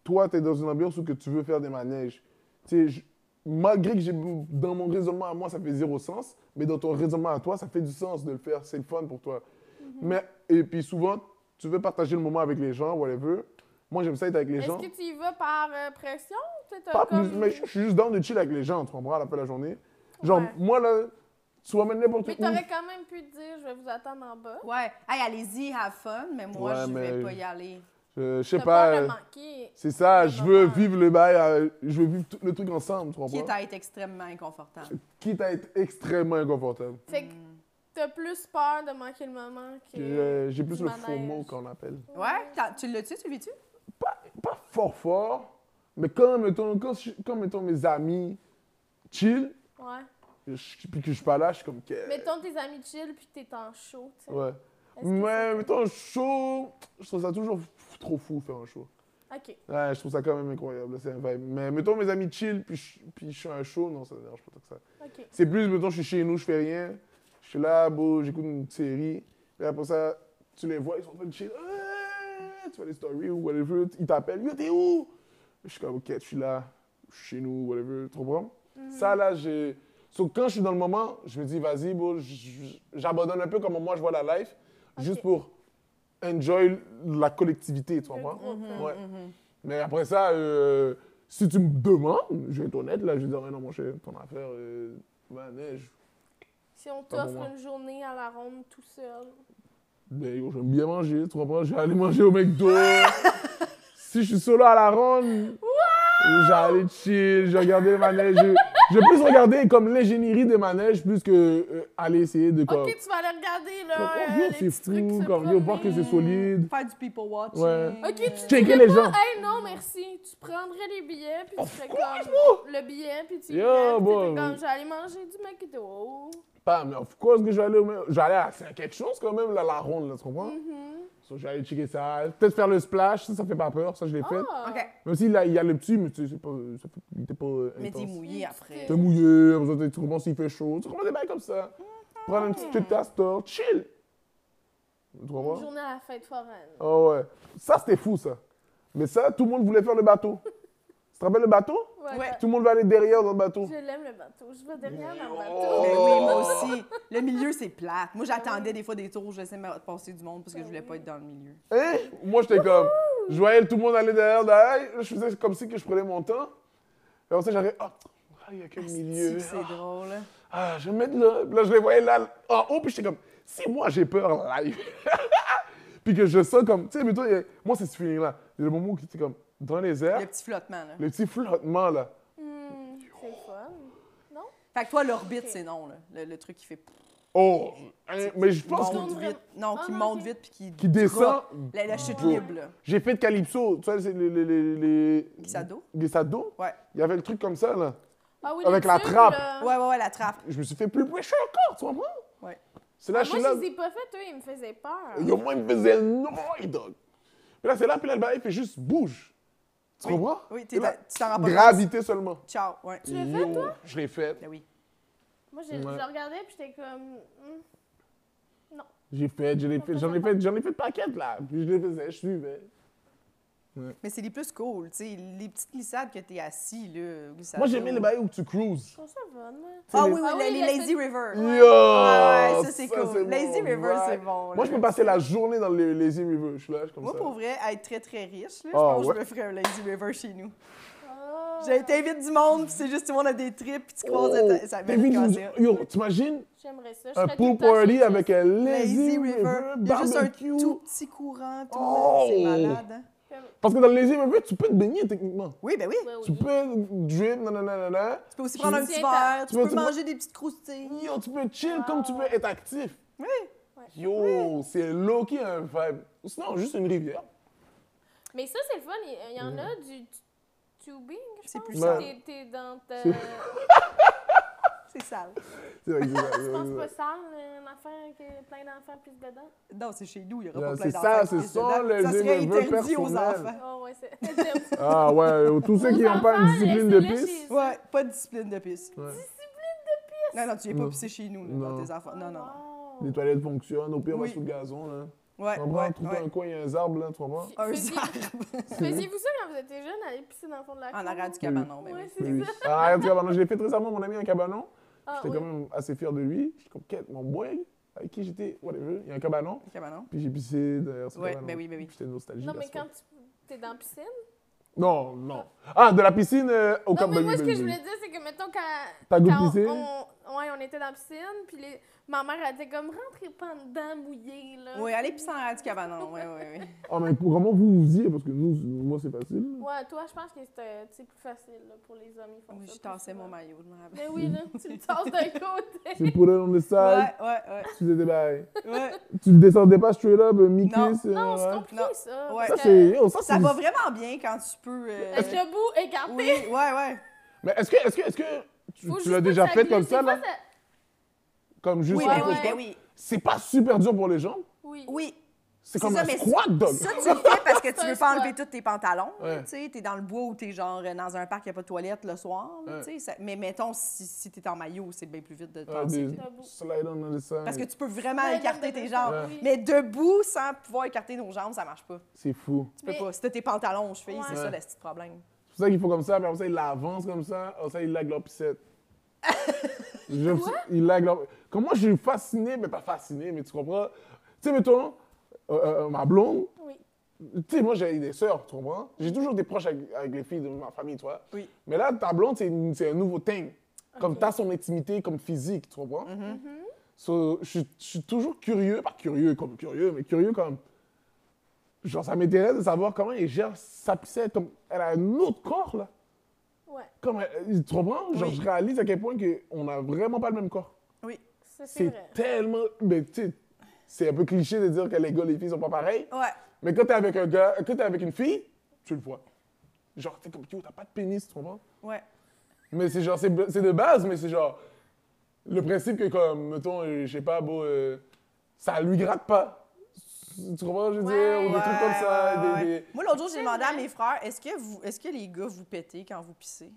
toi, t'es dans une ambiance où que tu veux faire des manèges. Tu sais, je- malgré que j'ai, dans mon raisonnement à moi, ça fait zéro sens, mais dans ton raisonnement à toi, ça fait du sens de le faire. C'est le fun pour toi.
Mhm.
Mais, et puis souvent, tu veux partager le moment avec les gens, whatever. Moi, j'aime ça être avec les
Est-ce
gens.
que tu y vas par euh, pression? Tu sais, t'as
Pas
comme...
plus- mais je je suis juste dans de chill avec les gens, tu comprends, à la fin de la journée. Genre,
Ouais.
moi, là, tu m'amènes n'importe
Mais
où.
t'aurais quand même pu te dire, je vais vous attendre en bas.
Ouais, hey, allez-y, have fun, mais moi,
Ouais,
je vais
mais-
pas y aller.
Je, je sais
T'as
pas.
peur
euh,
de manquer.
C'est ça,
Le
je veux
moment.
vivre le bail, euh, je veux vivre tout le truc ensemble, tu comprends?
Quitte à être extrêmement inconfortable.
Quitte à être extrêmement inconfortable.
Fait que t'as plus peur de manquer le moment que...
Que, euh, J'ai plus
du
le
manège.
FOMO qu'on appelle.
Ouais, t'as- tu l'as-tu, tu le vis-tu?
Pas, pas fort fort, mais quand, mettons, quand, je- quand, mettons, mes amis chill,
Ouais.
je- puis que je suis pas là, je suis comme... que-
Mettons tes amis chill puis que t'es en chaud, tu sais.
Ouais.
Est-ce que ça
Mais
te-
mettons, chaud, je trouve ça toujours f- trop fou faire un show.
OK.
Ouais, je trouve ça quand même incroyable, c'est un vibe. Mais mettons, mes amis chill, puis je, puis je suis un show, non, ça ne dérange pas tant que ça.
OK.
C'est plus, mettons, je suis chez nous, je fais rien. Je suis là, beau, j'écoute une série. Puis après ça, tu les vois, ils sont en train de chill. Ouais, tu vois les stories ou whatever. Ils t'appellent. Yo, t'es où? Je suis comme, ok, je suis là, je suis chez nous, whatever. Tu comprends?
Mm.
Ça, là, j'ai. So, quand je suis dans le moment, je me dis, vas-y, beau, j- j- j'abandonne un peu comment moi je vois la life, juste
Ok.
pour enjoy la collectivité, tu comprends?
groupe,
Mhm.
là.
Ouais.
Mm-hmm.
Mais après ça, euh, si tu me demandes, je vais être honnête, là, je vais dire, Ah non, mon cher, ton affaire, euh, manège.
Si on
Pas
t'offre
pour moi.
une journée à la ronde tout seul.
Ben, yo, j'aime bien manger, tu comprends? J'ai allé manger au McDo. si je suis solo à la ronde, j'allais chill, j'ai regardé le manège. j'ai- Je vais plus regarder comme l'ingénierie des manèges plus que euh, aller essayer de comme.
Ok, tu vas aller regarder, là.
comme, oh,
euh,
yo,
les
c'est
petits trucs
fou,
se
comme yo, voir que
promener.
c'est solide.
Faire du people watching.
Ouais.
Ok, tu
Checker
dirais
les
pas,
gens.
Hey, non, merci. Tu prendrais les billets, puis tu fais comme le billet, puis tu
Yo,
yeah,
boy.
comme j'allais manger du McDo.
Pas, mais of course que je vais aller, au même- je vais aller à c'est quelque chose quand même, là, la ronde, là, tu comprends?
Mm-hmm.
So, je vais aller checker ça. Peut-être faire le splash, ça, ça fait pas peur, ça, je l'ai fait.
Ah.
OK.
Même si là, il y a le petit, mais tu sais, c'est pas, ça fait- il était pas euh,
Mais t'es
intense.
mouillé après.
T'es mouillé, après ça, t'es- tu comprends s'il fait chaud, tu comprends des bails comme ça. Prendre une petite queue de castor, chill. Tu
Une
comprends?
journée à la fête foraine.
Ah ouais. Ça, c'était fou, ça. Mais ça, tout le monde voulait faire le bateau. tu te rappelles le bateau?
Ouais.
Tout le monde va aller derrière dans le bateau.
ben, Je l'aime, le bateau. Je vais derrière dans
Mais
le bateau.
Ben oui, moi
Oh.
aussi. Le milieu, c'est plate. Moi, j'attendais des fois des tours, je laissais me passer du monde parce que je voulais pas être dans le milieu.
Hein? Moi, j'étais comme. Je voyais tout le monde aller derrière, derrière. Je faisais comme si que je prenais mon temps. Et après ça, j'arrivais. Ah, ah, il y a que le milieu.
C'est c'est
Ah,
drôle. hein.
ah, je vais me mettre là. Puis là, je les voyais là, en haut. Puis j'étais comme, si moi, j'ai peur live. puis que je sens comme. Tu sais, mais toi, il y a- moi, c'est ce feeling-là. Il y a le moment où tu es comme dans les airs,
Le petit flottement, là.
le petit flottement, là.
Hmm, c'est le fun.
Fait que toi, l'orbite, c'est non, là. Le, le truc qui fait...
Oh! hein, mais je pense que
monte
tourne
vite. Non, qui
Ah,
monte
ok.
vite puis qui...
Qui descend.
drop. La, la chute
Ouais.
libre, là.
j'ai fait de Calypso. Tu sais, c'est les. les, les, les...
Glissado?
Glissado?
Ouais.
Il y avait le truc comme ça, là.
Ah oui,
Avec
le
la
tube,
trappe.
là. Ah,
Ouais, ouais, ouais, la trappe.
Je me suis fait plus pressure encore, tu comprends?
Ouais.
C'est là, je suis
Moi,
là.
je les ai pas fait, eux, ils me faisaient peur.
Yo, moi, il me faisait noy, dog. Puis là, c'est là, puis là, le bail fait juste bouge. Tu comprends?
Oui, t'es-
Et là,
tu t'en rends pas compte.
Gravité seulement.
Ciao, ouais.
Tu l'as fait,
Yo,
toi?
Je l'ai fait.
Ben oui.
Moi, je,
Ouais.
je regardais, puis j'étais comme... hmm.
J'ai fait, je l'ai fait, j'en ai fait, j'en ai fait paquet, là. Puis je les faisais, je suivais.
Mais c'est les plus cool, tu sais. Les petites glissades que t'es assis, là. glissades.
Moi, j'aimais les bails où tu cruises.
Je trouve ça fun, moi.
Ah
les-
oui, oui,
Ah
les,
oui,
les
les-
Lazy River.
Yo!
Ouais, ça, c'est cool.
mon
Lazy River,
vibe.
c'est bon.
Moi,
là.
je peux passer la journée dans les Lazy River. Je suis là, je suis comme
Moi,
ça.
pour vrai, à être très, très riche, là, je
Ah,
pense que
ouais.
je me ferais un Lazy River chez nous.
Ah.
J'ai- T'invites du monde, puis c'est juste tout le monde a des trips, puis tu croises...
Oh,
ça
t'as vu,
m'amène
nous- Yo, t'imagines
J'aimerais ça. Je
un
serais tout
pool
le temps
party
chez
avec
Jess.
un
Lazy
lazy
River.
river
Il y a juste un
barbecue.
tout petit courant, tout
Oh!
C'est malade, hein?
Parce que dans le lazy river, tu peux te baigner techniquement.
Oui, ben oui.
Ouais,
Tu
oui.
peux drip, nanana, nanana.
Tu peux aussi prendre un
Tiens,
petit
t'as-
verre, tu
Tu vois,
peux
tu vois-
manger des petites croustilles.
Yo, tu peux chill comme
Ah.
tu peux être actif.
Oui.
Yo, c'est low qui un vibe. Ou Sinon, juste une rivière.
Mais ça, c'est le fun. Il il y
Euh.
en a du tu- tubing, je
C'est
pense.
plus
sale.
T'es- T'es dans ta...
C'est-
Je
C'est sale.
C'est vrai que c'est ça, euh,
pense
c'est
pas sale, une affaire que plein d'enfants pissent dedans.
Non, c'est chez nous, il y aura
Là,
pas plein
c'est
d'enfants.
ça,
qui
c'est
pissent
ça,
dedans.
le-
Ça
le
serait
neveu
interdit aux
personnel.
enfants.
Oh, ouais, c'est... Discipline
Ah ouais, euh, tous ceux qui n'ont pas une discipline de piste.
Ouais, pas de discipline de pisse.
Ouais.
Non, non, tu n'es pas
Non.
pissé chez nous, là, dans
Non.
tes enfants. Non, non.
Les toilettes fonctionnent, au pire, on
Oui.
va sous le gazon. Là.
Ouais,
Tu comprends?
ouais,
Trouve
ouais.
un coin, il y a un arbre, là, tu comprends?
Un
Faisiez-
arbre
Faisiez-vous ça quand vous étiez jeune, aller pisser dans le fond de la cour?
en arrière du cabanon, ben
Ouais,
oui.
c'est
Oui, oui.
ça.
Ah, regarde, cabanon. Je l'ai fait récemment, mon ami, un cabanon.
Ah,
J'étais
ouais.
quand même assez fier de lui. J'étais comme, quête, mon boy, avec qui j'étais, whatever, il y a un cabanon.
Le cabanon.
Puis j'ai pissé derrière ce
Ouais,
cabanon.
ben oui, ben oui.
J'étais nostalgique.
Non,
à
mais
ce
quand
point.
tu t'es dans la piscine.
Non, non. Ah, de la piscine euh, au
Non,
Cap
mais moi,
Bellevue,
ce que je
Bellevue.
voulais dire, c'est que, mettons, quand.
T'as goût de
quand on-
pisser?
on, ouais, on était dans la piscine, puis les- ma mère, elle disait comme, rentrez pas en dedans mouillé, là.
Oui, allez pisser en arrière du cabanon. Ouais, ouais, ouais.
Ah, mais comment vous vous y Parce que nous, moi, c'est facile.
Ouais, toi, je pense que c'était tu sais, plus facile, là, pour les hommes, ils font
Oui,
ça.
je
plus
tassais mon
souvent.
maillot, je me rappelle.
Mais oui, là, tu le tasses d'un côté.
Tu pourrais on the side,
Ouais, ouais,
tu faisais des bails.
ouais. ouais.
Tu ne descendais pas straight up, euh, mi-kiss.
Non,
euh,
Non, c'est
ouais.
compliqué,
Non.
ça.
Ouais.
Ça,
parce
c'est.
que-
yo, ça,
Ça
c'est-
va vraiment bien quand tu peux. euh,
Être debout, écarté.
Oui, ouais, ouais.
Mais est-ce que, est-ce que, est-ce que tu,
Faut
tu
juste
l'as
pas
déjà
que
fait comme
glisse.
ça,
Des fois,
là? Comme juste
Oui,
un
ben
peu
oui,
ouais.
ben oui.
C'est pas super dur pour les jambes.
Oui.
Oui,
C'est
C'est
comme
ça,
un
mais
squat, dog.
Ça, tu le fais parce que tu
C'est
veux
un
pas
squat.
enlever tous tes pantalons.
Ouais.
Tu sais, t'es dans le bois ou t'es genre euh, dans un parc, il n'y a pas de toilette le soir. là,
Ouais.
tu sais, ça- mais mettons, si, si t'es en maillot, c'est bien plus vite de te
Ah,
tasser,
des-
là.
Tabou.
Slide on the side.
Parce que tu peux vraiment
Ouais,
écarter
non, mais
tes
ça,
jambes.
oui.
Mais debout, sans pouvoir écarter nos jambes, ça marche pas.
C'est fou.
Tu peux
Mais-
pas. Si t'as tes pantalons aux chevilles, c'est
Ouais.
ça
Ouais.
le petit problème.
C'est pour ça qu'il faut comme ça, puis après ça, il avance comme ça, après ça, il lag leur pissette. Je- il lag leur... Comme moi, je suis fasciné, mais pas fasciné, mais tu comprends? Tu sais, mettons, euh, euh, ma blonde,
Oui.
tu sais, moi, j'ai des sœurs, tu comprends? J'ai toujours des proches avec, avec les filles de ma famille, toi.
Oui.
Mais là, ta blonde, c'est une- c'est un nouveau thing. Comme t'as son intimité, comme physique, tu comprends? Mm-hmm. So, je suis- je suis toujours curieux, pas curieux comme curieux, mais curieux comme. Genre, ça m'intéresse de savoir comment elle gère sa pissette. Comme, elle a un autre corps, là.
Ouais.
Comme, euh, tu comprends? Genre,
Oui.
je réalise à quel point que on n'a vraiment pas le même corps.
Oui.
Ça, c'est
C'est
vrai.
tellement. Mais tu sais, c'est un peu cliché de dire que les gars, les filles sont pas pareils.
Ouais.
Mais quand t'es avec un gars, quand t'es avec une fille, tu le vois. Genre, t'es comme, yo, t'as pas de pénis, tu comprends?
Ouais.
Mais c'est genre, c'est c'est de base, mais c'est genre. Le principe que, comme, mettons, euh, je sais pas, beau, ça lui gratte pas. Tu comprends, je veux
Ouais,
dire? Ou des
Ouais,
trucs comme ça.
ouais,
des-
ouais.
des-
Moi, l'autre jour, j'ai
C'est
demandé à
vrai.
mes frères est-ce que, vous, est-ce que les gars vous pétez quand vous pissez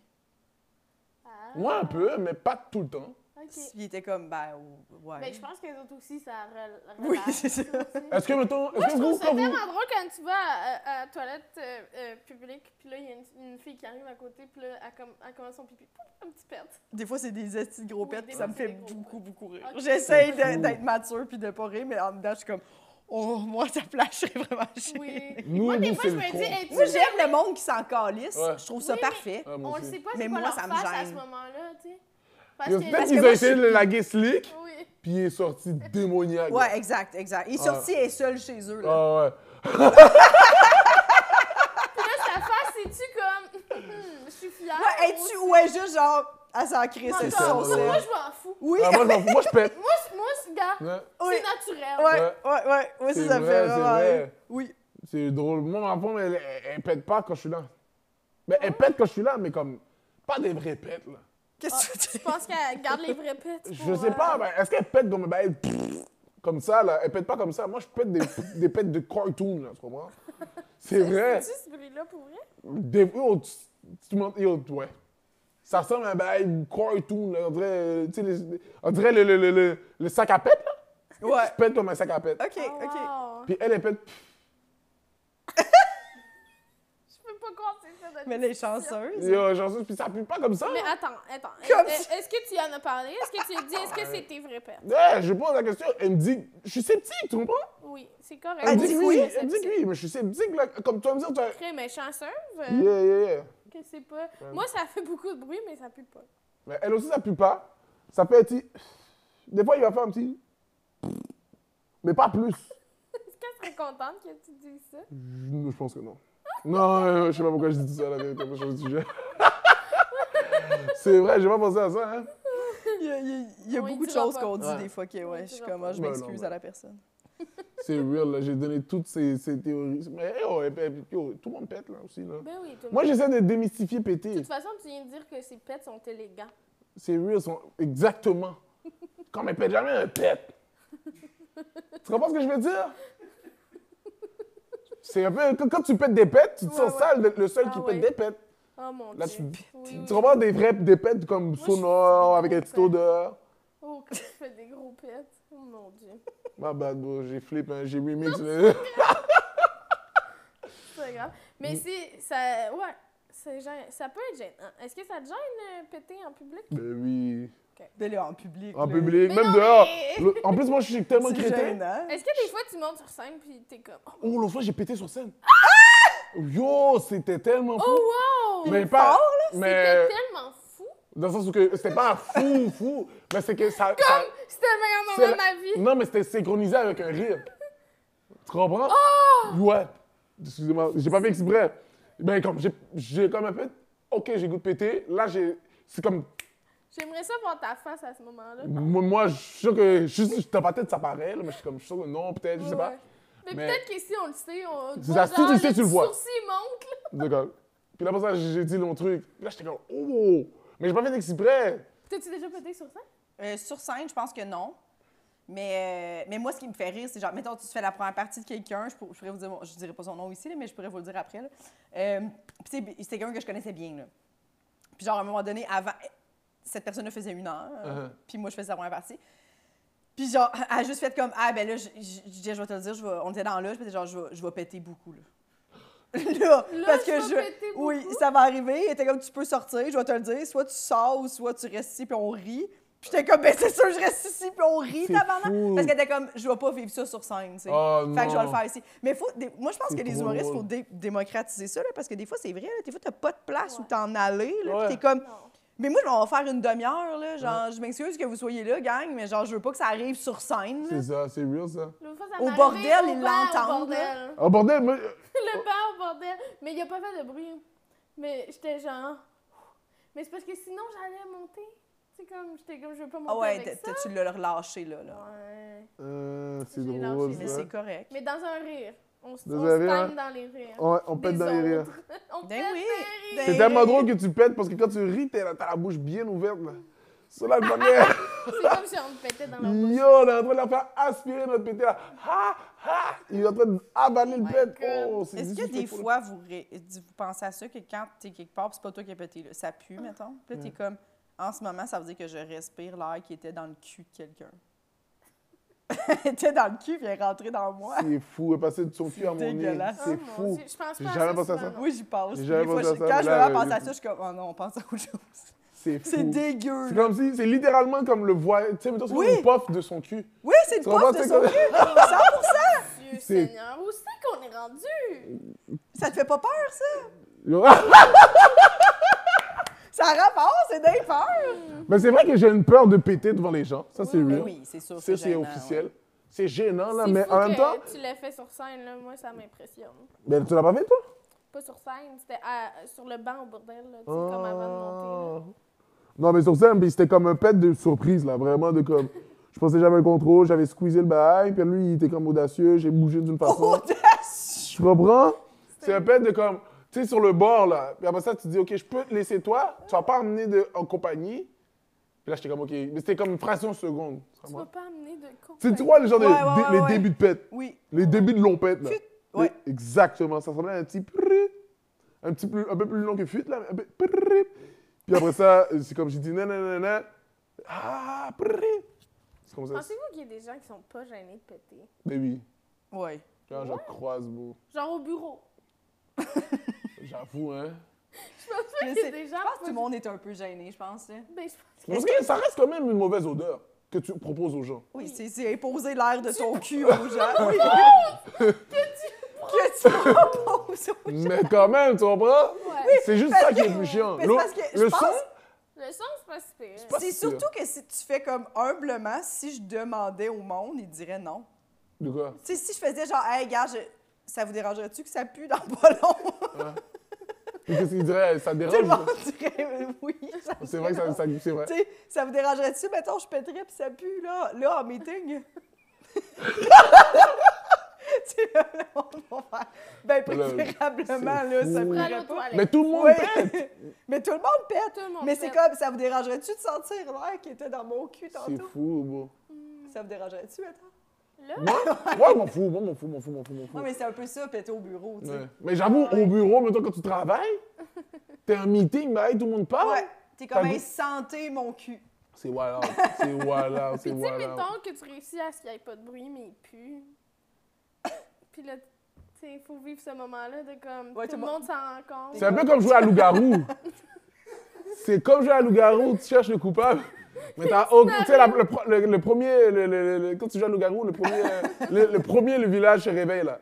Ah,
Moi, un peu, mais pas tout le temps.
OK.
Puis Ils étaient comme, ben, ouais.
Ben, je pense que les autres aussi, ça rel-
Oui,
relâche,
c'est ça.
aussi.
Est-ce que, mettons,
Moi,
est-ce
je
que vous,
trouve ça
quand vous.
tellement drôle quand tu vas à, à- à la toilette euh, euh, publique, puis là, il y a une, une fille qui arrive à côté, puis là, elle, com- elle commence son pipi. Pouf, un petit perte.
Des fois, c'est des estis de gros
Oui,
pets,
des
puis
fois,
ça me
c'est
fait
des gros
beaucoup,
pets.
beaucoup rire.
Ok.
J'essaye
Ouh.
de- d'être mature puis de pas rire, mais en dedans, je suis comme, oh, moi, ça flasherait vraiment chier.
Oui.
Nous,
Moi, des
nous,
fois,
c'est
je
le
me dis,
con.
hey, tu
Moi, j'aime le monde qui s'en calisse.
Ouais.
Je trouve ça
Oui,
parfait.
Ah, moi
on le
aussi.
sait pas,
Mais
c'est quoi
moi,
leur
ça me
face à
gêne.
ce moment-là, tu sais. Parce
Parce
que...
Ah, Parce
qu'ils
que
ont
moi,
essayé
je-
de laguer slick,
Oui.
puis il est sorti démoniaque.
Ouais, exact, exact. Il est
Ah.
sorti et seul chez eux. Là.
Ah ouais.
Puis là, sa face, c'est-tu comme... Hum, je suis
Ah.
fière.
Ouais, Ah, es-tu ou est juste genre, à s'en crie,
Moi,
c'est
ça,
son
ouais.
sel.
moi, je m'en fous.
Oui,
Ah, moi, je m'en fous. Moi, je pète.
Moi, c'est- moi c'est- gars,
Ouais.
Oui.
c'est naturel.
ouais, ouais, ouais, Moi,
C'est
ça, ça me
vrai,
fait
c'est
vraiment
vrai.
rire. Oui.
C'est drôle. Moi, ma femme, elle, elle, elle pète pas quand je suis là. Ben, elle pète quand je suis là, mais comme. Pas des vraies pètes, là.
Qu'est-ce que tu
Je pense qu'elle garde les vrais pets.
Je
pour,
sais pas,
euh,
ben, est-ce qu'elle pète comme. Ben, elle, comme ça, là. Elle pète pas comme ça. Moi, je pète des, des pètes de cartoon, là, tu comprends? C'est vrai.
C'est-tu ce bruit-là pour vrai?
Des, yo, tu, tu m'en- yo, ouais. Ça ressemble à un bail cartoon, là. On dirait, euh, tu sais, les- on dirait le, le, le, le, le sac à pète, là.
Ouais.
Je pète comme un sac à pète.
OK,
Oh,
OK.
wow.
Puis elle, elle pète.
Je peux pas croire que c'est ça. notre
Mais les
discussion.
chanceuses.
Yo, genre, ça, puis ça pue pas comme ça.
Mais attends, attends.
Comme
Est- Est-ce que tu y en as parlé? Est-ce que tu as dit, est-ce que c'est tes vrais pères?
Ouais, Eh, je pose la question. Elle me dit, je suis sceptique, tu comprends?
Oui, c'est correct.
Elle
Elle me
dit
dit
que
oui.
c'est
Elle me dit que oui, mais je suis sceptique, là. Comme toi, me dire, toi.
Très mais chanceuse. euh,
Yeah, yeah, yeah.
Que c'est pas... Moi, ça fait beaucoup de bruit, mais ça pue pas.
Mais elle aussi, ça pue pas. Ça fait un petit. Des fois, il va faire un petit. Mais pas plus.
Est-ce qu'elle serait contente que tu dises ça?
Je je pense que non. Non, euh, je sais pas pourquoi je dis ça, la vérité, moi, je suis sujet. C'est vrai, j'ai pas pensé à ça, hein.
Il y a, il y a- il y a
On y
beaucoup de
dira
choses
pas.
qu'on dit
Ouais.
des fois que,
On
ouais,
y
je suis
dira
comme,
pas.
ah, je
Ben non,
m'excuse
ben.
à la personne.
C'est real, là. J'ai donné toutes ces, ces théories. Mais yo, et- et- yo, tout le monde pète, là, aussi, là.
Ben oui, tout le
Moi,
monde.
j'essaie de démystifier
De
péter.
toute façon, tu viens de dire que ces pets sont élégants.
C'est real, sont... exactement. Comme elle pète jamais, elle pète. tu comprends ce que je veux dire? C'est un peu. Quand, quand tu pètes des pètes, tu te
Ouais,
sens
ouais.
sale, le, le seul
Ah
qui
ouais.
pète des pètes.
Oh mon
Là, tu,
dieu. Oui, oui.
tu comprends des vrais des pètes comme
je-
sonore, avec un petit
Ouais.
odeur.
Oh, que tu fais des gros pets. Oh mon dieu.
Ma bad, bro, j'ai flip, hein, j'ai remix. là.
C'est pas grave. Mais c'est. Ça, ouais. c'est gê- ça peut être gênant. Est-ce que ça te gêne euh, péter en public?
Ben oui.
Mais là, en public. là,
En public,
Mais
même
non,
dehors.
mais-
Le- En plus, moi, je suis tellement
C'est
crétin.
gênant.
Est-ce que des fois tu montes sur scène puis t'es comme oh,
Oh, l'autre fois, j'ai pété sur scène. Yo, c'était tellement fou.
Ah! oh wow
mais pas.
fort,
mais
c'était tellement fou
dans le sens où que c'était pas un fou, fou. Mais c'est que ça. ça-
c'était le meilleur
c'est
moment de
la-
ma vie
Non, mais c'était synchronisé avec un rire. Tu comprends?
Oh!
Ouais. Excusez-moi, j'ai pas fait exprès. Ben, comme j'ai- j'ai comme un peu. Ok, j'ai goût de péter. Là, j'ai. C'est comme.
j'aimerais ça voir ta face à ce moment-là
Moi, moi, je suis sûr que. Je suis dans ma tête, ça paraît, là, mais je suis comme. Je suis sûr que non, peut-être, je sais pas.
Ouais. mais,
Mais-
peut-être que si on le sait on
C'est ça, si tu le sais, tu le vois.
sourcil monte là.
D'accord. Puis là, pour ça, j'ai dit mon truc. Puis là, j'étais comme, oh, mais j'ai pas fait exprès.
t'as-tu déjà pété sur scène
Euh, sur scène, je pense que non. Mais, euh, mais moi, ce qui me fait rire, c'est genre, mettons, tu fais la première partie de quelqu'un, je, pour- je pourrais vous dire, mon- je dirais pas son nom ici, là, mais je pourrais vous le dire après. là. Euh, puis c'est c'est quelqu'un que je connaissais bien. là. Puis genre, à un moment donné, avant, cette personne-là faisait une heure,
Uh-huh.
puis moi, je faisais la première partie. Puis genre, elle a juste fait comme, ah ben là, je, je- je disais, je vais te le dire, je vais- on était dans là, je faisais genre, je vais, je vais péter beaucoup, là. Là,
Là,
parce que
je vais
je.
péter
Oui,
beaucoup.
ça va arriver. Elle était comme, tu peux sortir, je vais te le dire. Soit tu sors ou soit tu restes ici, puis on rit. Puis j'étais comme, ben c'est sûr, je reste ici, puis on rit,
C'est
tabarnak.
fou.
Parce qu'elle était comme, je vais pas vivre ça sur scène, tu sais.
Oh,
fait que je vais le
non.
faire ici. Mais faut, des- moi, je pense
C'est
que les
trop
humoristes,
drôle.
faut dé- démocratiser ça, là, parce que des fois, c'est vrai, là, des fois, t'as pas de place
Ouais.
où t'en aller, là, puis
Ouais.
t'es comme.
non
Mais moi, je vais en faire une demi-heure, là. Genre, je m'excuse que vous soyez là, gang, mais genre, je veux pas que ça arrive sur scène. là.
C'est ça, c'est real, ça.
L'autre fois, ça
Au
m'est
bordel,
arrivé,
ils
au bar, au
l'entendent, hein. là.
bordel.
Oh, bordel, moi,
le bar au bordel mais il a pas fait de bruit mais j'étais genre Mais c'est parce que sinon, j'allais monter. Tu sais, comme, j'étais comme, je veux pas monter
Ah ouais,
avec
t'as-
ça.
tu l'as relâché, là. là.
Ouais.
Euh, c'est
J'ai
drôle,
lâché,
Mais
ça.
c'est correct.
Mais dans un rire. On, se-
Dans
on
un
se
rire,
tanne
hein?
dans les rires.
Ouais, on pète
Des
dans les rires.
autres. On
Ben
pète
oui.
dans les
Ben-
rires.
C'est tellement drôle que tu pètes parce que quand tu ris, t'as la, t'as la bouche bien ouverte. là. Sur la première,
C'est comme si on me pétait dans la bouche.
yo, on est en train de la faire aspirer notre pété là. Ha, ha, il est en train d'avaler le
my
pète.
God.
Oh, c'est
Est-ce que des
disrespectful.
fois, vous, ré- vous pensez à ça que quand t'es quelque part, puis c'est pas toi qui as pété, là, ça
Ah.
pue, mettons? Puis là, t'es comme, en ce moment, ça veut dire que je respire l'air qui était dans le cul de quelqu'un. Elle était dans le cul, puis elle est rentrée dans moi.
C'est fou, elle passer de son
C'est
cul à mon nez.
dégueulasse.
C'est
Oh mon
fou.
Dieu, Je pense
J'ai
pas
jamais
à
pensé à
ça.
ça.
souvent, non.
Oui, j'y pense.
J'ai
Des
jamais
fois,
pensé à
je-
ça,
quand
mais
je me
là,
mets à penser
euh,
à ça, je suis comme, oh non, on pense à autre chose.
C'est fou.
C'est dégueu.
C'est
là.
comme si, c'est littéralement comme le voile. Tu sais, mettons, c'est comme
Oui.
une puff de son cul.
Oui, c'est le
Tu comprends,
pof de
c'est
son
comme-
cul. 100%.
Dieu
C'est-
Seigneur, où c'est qu'on est rendu?
Ça te fait pas peur, ça?
Yo.
Ça a rapport, c'est dingue peur.
Mais c'est vrai que j'ai une peur de péter devant les gens. Ça, c'est vrai.
Ben Oui, c'est sûr.
Ça, c'est
gênant,
officiel.
ouais.
C'est gênant, là,
C'est
Ah mais
fou
en même
que
temps.
Tu l'as fait sur scène, là. Moi, ça m'impressionne.
Mais tu l'as pas fait, toi?
Pas sur scène, c'était à- sur le banc au bordel, là, tu sais, comme avant de
Ah,
monter. là.
Non, mais sur scène, puis c'était comme un pet de surprise, là, vraiment, de comme. Je pensais j'avais le contrôle, j'avais squeezé le bail, puis lui, il était comme audacieux, j'ai bougé d'une façon.
Oh, Audacieux.
Tu comprends? C'est un pet de comme. Tu sais, sur le bord, là. Puis après ça, tu dis, OK, je peux te laisser toi, tu vas pas emmener de, en compagnie. Puis là, j'étais comme, OK. Mais c'était comme une fraction de seconde. tu
Tu
comprends?
vas pas amener de ben. con.
Tu sais, tu vois, le genre de-
Ouais, ouais,
dé- les
ouais, ouais.
débuts de pète.
Oui.
Les débuts de long pète, là.
Fuite. Ouais.
Les- Exactement. Ça semblait un petit prrrrip. un petit plus, un peu plus long que fuite, là. mais Un peu prrrrip. Puis après ça, c'est comme j'ai dit nanana. Ah, prrrrip. C'est comme ça.
Pensez-vous qu'il y a des gens qui sont pas gênés de péter?
Mais oui.
Oui.
Quand je croise, bon.
Genre au bureau.
J'avoue, hein.
Je pense pas
Mais
qu'il y a
c'est-
des
je
gens.
pense que tout le monde est un peu gêné, je pense. hein. là.
Ben, je pense que
Parce que ça reste quand même une mauvaise odeur que tu proposes aux gens.
Oui, c'est- c'est imposer l'air de son cul aux gens. Oui. que tu proposes aux gens.
Mais quand même, tu comprends?
Ouais.
C'est juste
parce
ça qui est
que-
plus chiant.
mais c'est
L'eau-
parce que je
le
pense-
son,
le son, c'est pas si pire.
pas
C'est
sûr.
surtout que si tu fais comme humblement, si je demandais au monde, ils diraient non.
De quoi?
Tu sais, si je faisais genre, hey, gars, je- ça vous dérangerait-tu que ça pue dans pas long?
Et Qu'est-ce qu'il dirait? Ça
Tout
te
le
dérange?
monde dirait euh, oui. ça me
C'est vrai que ça,
dérange.
ça c'est vrai.
Tu sais, ça vous dérangerait-tu, mettons, je pèterais puis ça pue, là, là, en meeting? tu sais, là, le monde va faire, ben,
Là,
préférablement,
c'est
là,
fou.
ça
Prends
Prends
brûlerait
l'autre
pas.
toilette.
Mais tout le monde
Oui. Mais tout le monde pète.
Tout le monde
Mais c'est
pète.
comme, ça vous dérangerait-tu de sentir l'air qui était dans mon cul
C'est
tantôt?
fou, bon.
Ça vous dérangerait-tu, mettons?
Là,
Moi, je m'en fous, moi, je m'en fous, je m'en fous, je m'en fous, je m'en fous.
Ah Non, mais c'est un peu ça, péter au bureau, tu sais.
Ouais. Mais j'avoue,
Ouais.
au bureau, mettons, quand tu travailles, t'es un meeting, bah, hey, tout le monde parle.
Ah Ouais. T'es
T'as
comme,
le
hey,
goût-
sentez mon cul.
C'est wild, out, c'est wild, out, c'est
Puis tu sais,
wild. out.
hein.
mettons que tu réussis à ce qu'il n'y ait pas de bruit, mais il pue. Puis là, tu sais, il faut vivre ce moment-là de comme.
Ouais,
tout
tout
le
le
monde s'en rend compte.
C'est un peu comme jouer à loup-garou. c'est comme jouer à loup-garou, tu cherches le coupable. Mais t'as aucun- tu sais, la- le, pro- le- le premier, le- le- le- le- quand tu joues à loup-garou, le premier, euh, le, le premier, le village se réveille, là.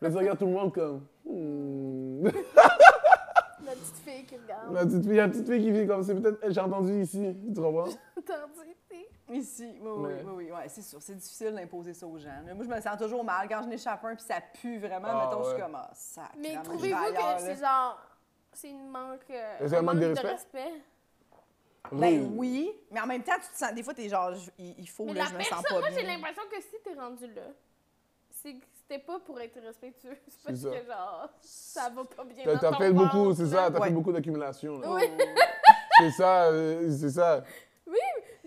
Là, tu regardes tout le monde comme... Hmm.
La petite fille qui regarde.
La petite fille- Il y a une petite fille qui vit comme, c'est peut-être, Hey, j'ai entendu ici, tu comprends?
Tandis, tu sais.
Ici, oui, oui,
Ouais.
oui, oui, ouais, c'est sûr. C'est difficile d'imposer ça aux gens. là. Moi, je me sens toujours mal quand je n'échappe un puis ça pue vraiment.
Ah,
mettons, je
ouais.
suis comme, ah, ça.
Mais
crame, je vais
trouvez-vous
ailleurs,
que c'est
là.
genre. C'est une manque. euh,
Est-ce un manque de respect?
Ben oui, mais en même temps, tu te sens. Des fois, t'es genre, je- il il faut,
Mais
là,
la
je me sens
personne,
pas
moi, j'ai
bien.
l'impression que si t'es rendu là, c'est que c'était pas pour être respectueux. C'est parce
ça.
que, genre, ça va pas bien.
T'as
dans
t'as
ton
fait beaucoup,
ventre,
c'est
là.
ça, t'as
Ouais.
fait beaucoup d'accumulation. là.
Oh.
Oui,
C'est ça, euh, c'est ça.
mais,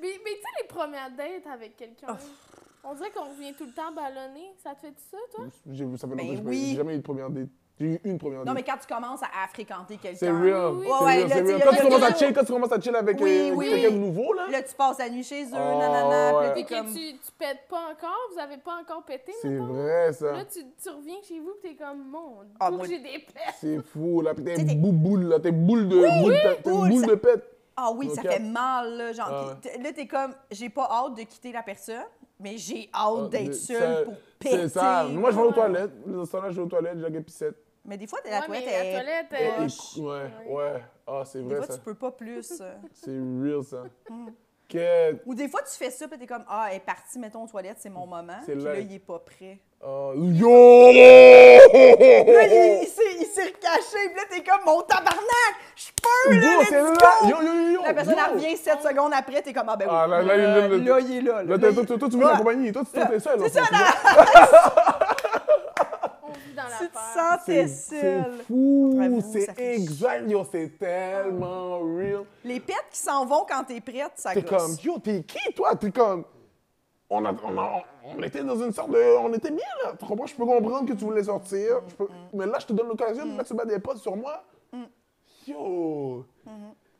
mais tu sais, les premières dates avec quelqu'un,
Oh.
on dirait qu'on revient tout le temps ballonné. Ça te fait-tu ça, toi?
J'ai- Ça fait
Ben
longtemps que je
oui.
j'ai jamais eu de première date. J'ai eu une première
Non,
date.
mais quand tu commences à, à fréquenter
C'est
quelqu'un,
real.
Oui,
c'est
ouais,
real,
là,
c'est
tu-
real.
y a-
Quand
y a
tu commences à
toujours-
chill, quand tu commences à chill avec
Oui,
euh,
oui.
quelqu'un de nouveau, là.
là, tu passes la nuit chez eux,
Ah,
nanana,
ouais.
puis
Puis
t'es comme.
que tu, tu pètes pas encore, vous avez pas encore pété,
C'est
mettons.
vrai, ça.
Là, tu, tu reviens chez vous, pis t'es comme, mon Dieu,
Ah,
que
moi-
j'ai des pets.
C'est fou, là. Puis t'es
Tu sais, t'es-
une bouboule, là. T'es une boule de boule, t'as- t'as une
boule,
boule
ça-
de pète.
Ah oui, ça
Ok.
fait mal, là. Genre,
Ah,
t'es- t'es- là, t'es comme, j'ai pas hâte de quitter la personne, mais j'ai hâte
Ah,
d'être
ça-
seule pour péter.
C'est ça. Moi, je vais aux toilettes. Dans ce temps-là, je vais aux toilettes, j'ai la pissette.
Mais des fois, t'es-
Ouais,
la
mais
toilette
la
est
toilette,
Et- et-
euh,
proche.
Ouais, ouais. Ah, c'est
Des Mm.
vrai,
fois,
ça.
tu peux pas plus. euh.
C'est real, ça. Quête.
Ou des fois, tu fais ça, puis t'es comme, ah, elle est partie, mettons, aux toilettes, c'est mon moment.
C'est
Puis
là.
là, il est pas prêt.
Ah, Yo!
Là, il, il s'est- il s'est recaché. Puis là, t'es comme, mon tabarnak, je peux,
Bro,
là, let's
c'est
go!
là! Yo, yo, yo, yo!
La personne,
yo.
elle revient 7 secondes après, t'es comme, ah ben oui,
Ah, là, là,
euh,
là, là,
là, il est là.
Là,
Là,
t'as-
il-
toi, toi, toi, tu veux
Ouais.
la compagnie. Toi, tu t'es seul.
C'est ça,
là!
là,
On vit dans
tu te
l'affaire.
sentais
C'est c'est
seul. J'avoue, ça
fou! C'est
fait
exact, yo, c'est tellement real.
Les pets qui s'en vont quand t'es prête, ça
T'es
gosse.
comme, yo, t'es qui, toi? T'es comme, on, a- on a- on était dans une sorte de. On était bien, là. Tu comprends? Je peux comprendre que tu voulais sortir. Je peux-
Mm-hmm.
Mais là, je te donne l'occasion de mettre ce bas des potes sur moi. Yo!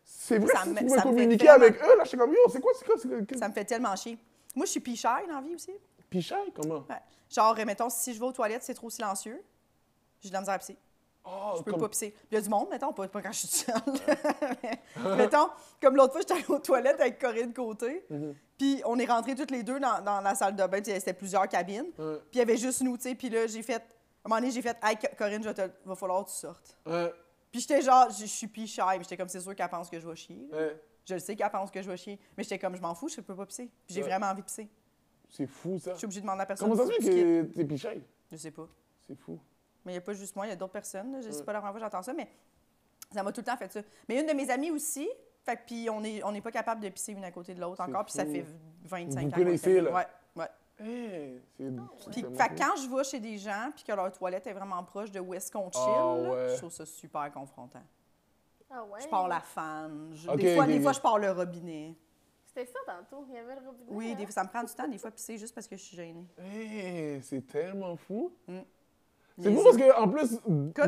C'est vrai,
Mm-hmm. Ça
si
me-
tu
ça
pouvais
me fait
communiquer
tellement-
avec eux, là, j'étais comme, yo, c'est quoi, c'est quoi? C'est quoi?
Ça me fait tellement chier. Moi, je suis pichère dans la vie aussi.
Pichaille, comment?
Ouais. Genre, euh, mettons, si je vais aux toilettes, c'est trop silencieux, j'ai de la misère à pisser.
Oh,
Je peux
comme-
pas pisser. Il y a du monde, mettons, pas, pas quand je suis seule. Mais, mettons, comme l'autre fois, j'étais allée aux toilettes avec Corinne Côté.
Mm-hmm.
Puis on est rentrés toutes les deux dans, dans la salle de bain. tu sais, C'était plusieurs cabines.
Ouais.
Puis il y avait juste nous, tu sais. Puis là, j'ai fait. À un moment donné, j'ai fait Hey, Co- Corinne, je te- va falloir que tu sortes.
Ouais,
Puis j'étais genre, je je suis pichée. Mais j'étais comme, c'est sûr qu'elle pense que je vais chier. là.
ouais.
Je le sais qu'elle pense que je vais chier. Mais j'étais comme, je m'en fous, je peux pas pisser. Puis j'ai
Ouais.
vraiment envie de pisser.
C'est fou, ça.
Je suis obligée de demander à personne.
Comment ça se
si
fait
tu quittes.
que t'es pichaille?
Je sais pas.
C'est fou.
Mais il n'y a pas juste moi, il y a d'autres personnes. là. Je ne
Mm.
sais pas la première fois que j'entends ça, mais ça m'a tout le temps fait ça. Mais une de mes amies aussi, fait que puis on n'est on est pas capable de pisser une à côté de l'autre
C'est
encore, puis ça
fou.
fait 25
Vous
ans. qu'on le
connaissez,
fait.
là.
Ouais, ouais.
Hey, Eh, c'est.
Puis, fait
c'est tellement
que
fou.
quand je vais chez des gens, puis que leur toilette est vraiment proche de où est-ce qu'on chill,
Ah,
là,
ouais.
je trouve ça super confrontant.
Ah ouais?
Je pars la fan. je-
Ok,
des, fois,
ok,
des
ok.
fois, je pars le robinet.
C'était ça tantôt. Il y avait le robinet.
Oui,
hein?
des fois, ça me prend du temps, des fois, pisser juste parce que je suis gênée.
Hey, Eh, c'est tellement fou.
Mm.
C'est
Mais
fou
ça-
parce que, en plus,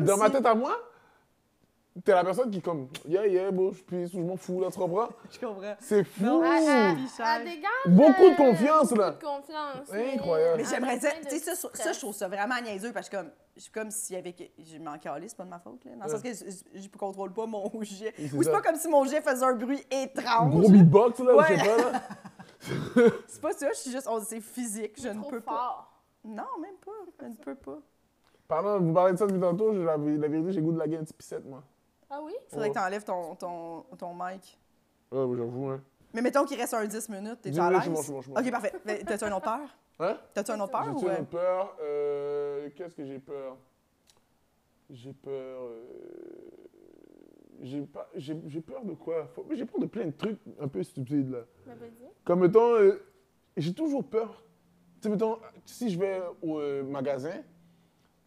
dans ma
si-
tête à moi, t'es la personne qui, comme, yeah, yeah, bon, je pisse, ou je m'en fous, là, tu comprends?
Je comprends.
C'est fou.
Non, ah,
À,
ah,
à-
Pichard.
à Ah, des gars,
Beaucoup de
euh,
confiance, là.
Beaucoup de confiance.
Incroyable.
Mais
Ah,
j'aimerais dire,
plein de
tu sais, ça, ça,
stress.
je trouve ça vraiment niaiseux parce que comme, je suis comme s'il y avait. que- Je m'en calais, c'est pas de ma faute, là. Dans le sens que je, je contrôle pas mon jet.
Oui, c'est
Ou c'est
ça.
pas comme si mon jet faisait un bruit étrange.
Gros beatbox, là,
Ah, Ouais.
je sais pas, là.
C'est pas ça, je suis juste. on- C'est physique, je ne
Trop
peux pas.
fort.
Non, même pas. Je ne peux pas.
Oh. Parlant, vous parlez de ça depuis tantôt, j'ai la, la vérité, j'ai le goût de la un petit pissette, moi.
Ah oui?
Faudrait
Ouais.
que t'enlèves ton, ton, ton mic.
Ouais, mais j'avoue, hein.
Mais mettons qu'il reste un 10 minutes, t'es
10
déjà à
minutes,
l'aise.
je suis bon, je suis bon, je suis bon.
Ok, parfait. Mais T'as-tu un autre peur?
Hein?
T'as-tu un autre peur
J'ai-tu
ou. euh,
une peur? Euh, Qu'est-ce que j'ai peur? J'ai peur. euh, J'ai pas- j'ai- j'ai peur de quoi? Faut- J'ai peur de plein de trucs un peu stupides, là.
Mais vas-y.
Comme mettons, euh, j'ai toujours peur. Tu sais, mettons, si je vais au euh, magasin,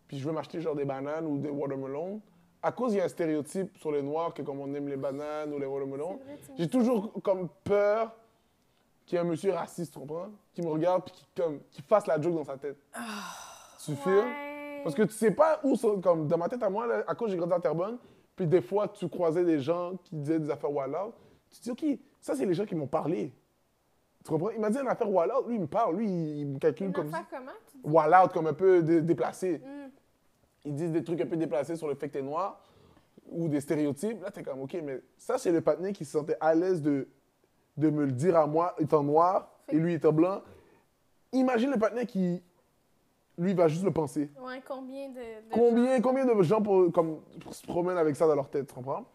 puis je veux m'acheter genre des bananes ou des watermelons, à cause il y a un stéréotype sur les Noirs que comme on aime les bananes ou les watermelons,
C'est vrai, tu me
j'ai toujours comme peur qu'il y ait un monsieur raciste, tu comprends, qui me regarde puis qui comme qui fasse la joke dans sa tête. Tu filmes?
Ah, Ouais.
Parce que tu sais pas où sont, comme dans ma tête à moi, là, à cause j'ai grandi à Terrebonne, puis des fois tu croisais des gens qui disaient des affaires wild out, tu te dis ok, ça c'est les gens qui m'ont parlé. Tu comprends? Il m'a dit une affaire wild out, lui il me parle, lui il il me calcule
Une
comme
affaire comment? Tu dis?
wild out, comme un peu dé- déplacé.
Hum.
Ils disent des trucs un peu déplacés sur le fait que t'es noir ou des stéréotypes. Là t'es comme ok, mais ça c'est le patiné qui se sentait à l'aise de, de me le dire à moi étant noir et lui étant blanc. Imagine le patiné qui, lui, va juste le penser.
Ouais, combien de. de
Combien, combien de gens pour- comme, se promènent avec ça dans leur tête, tu comprends?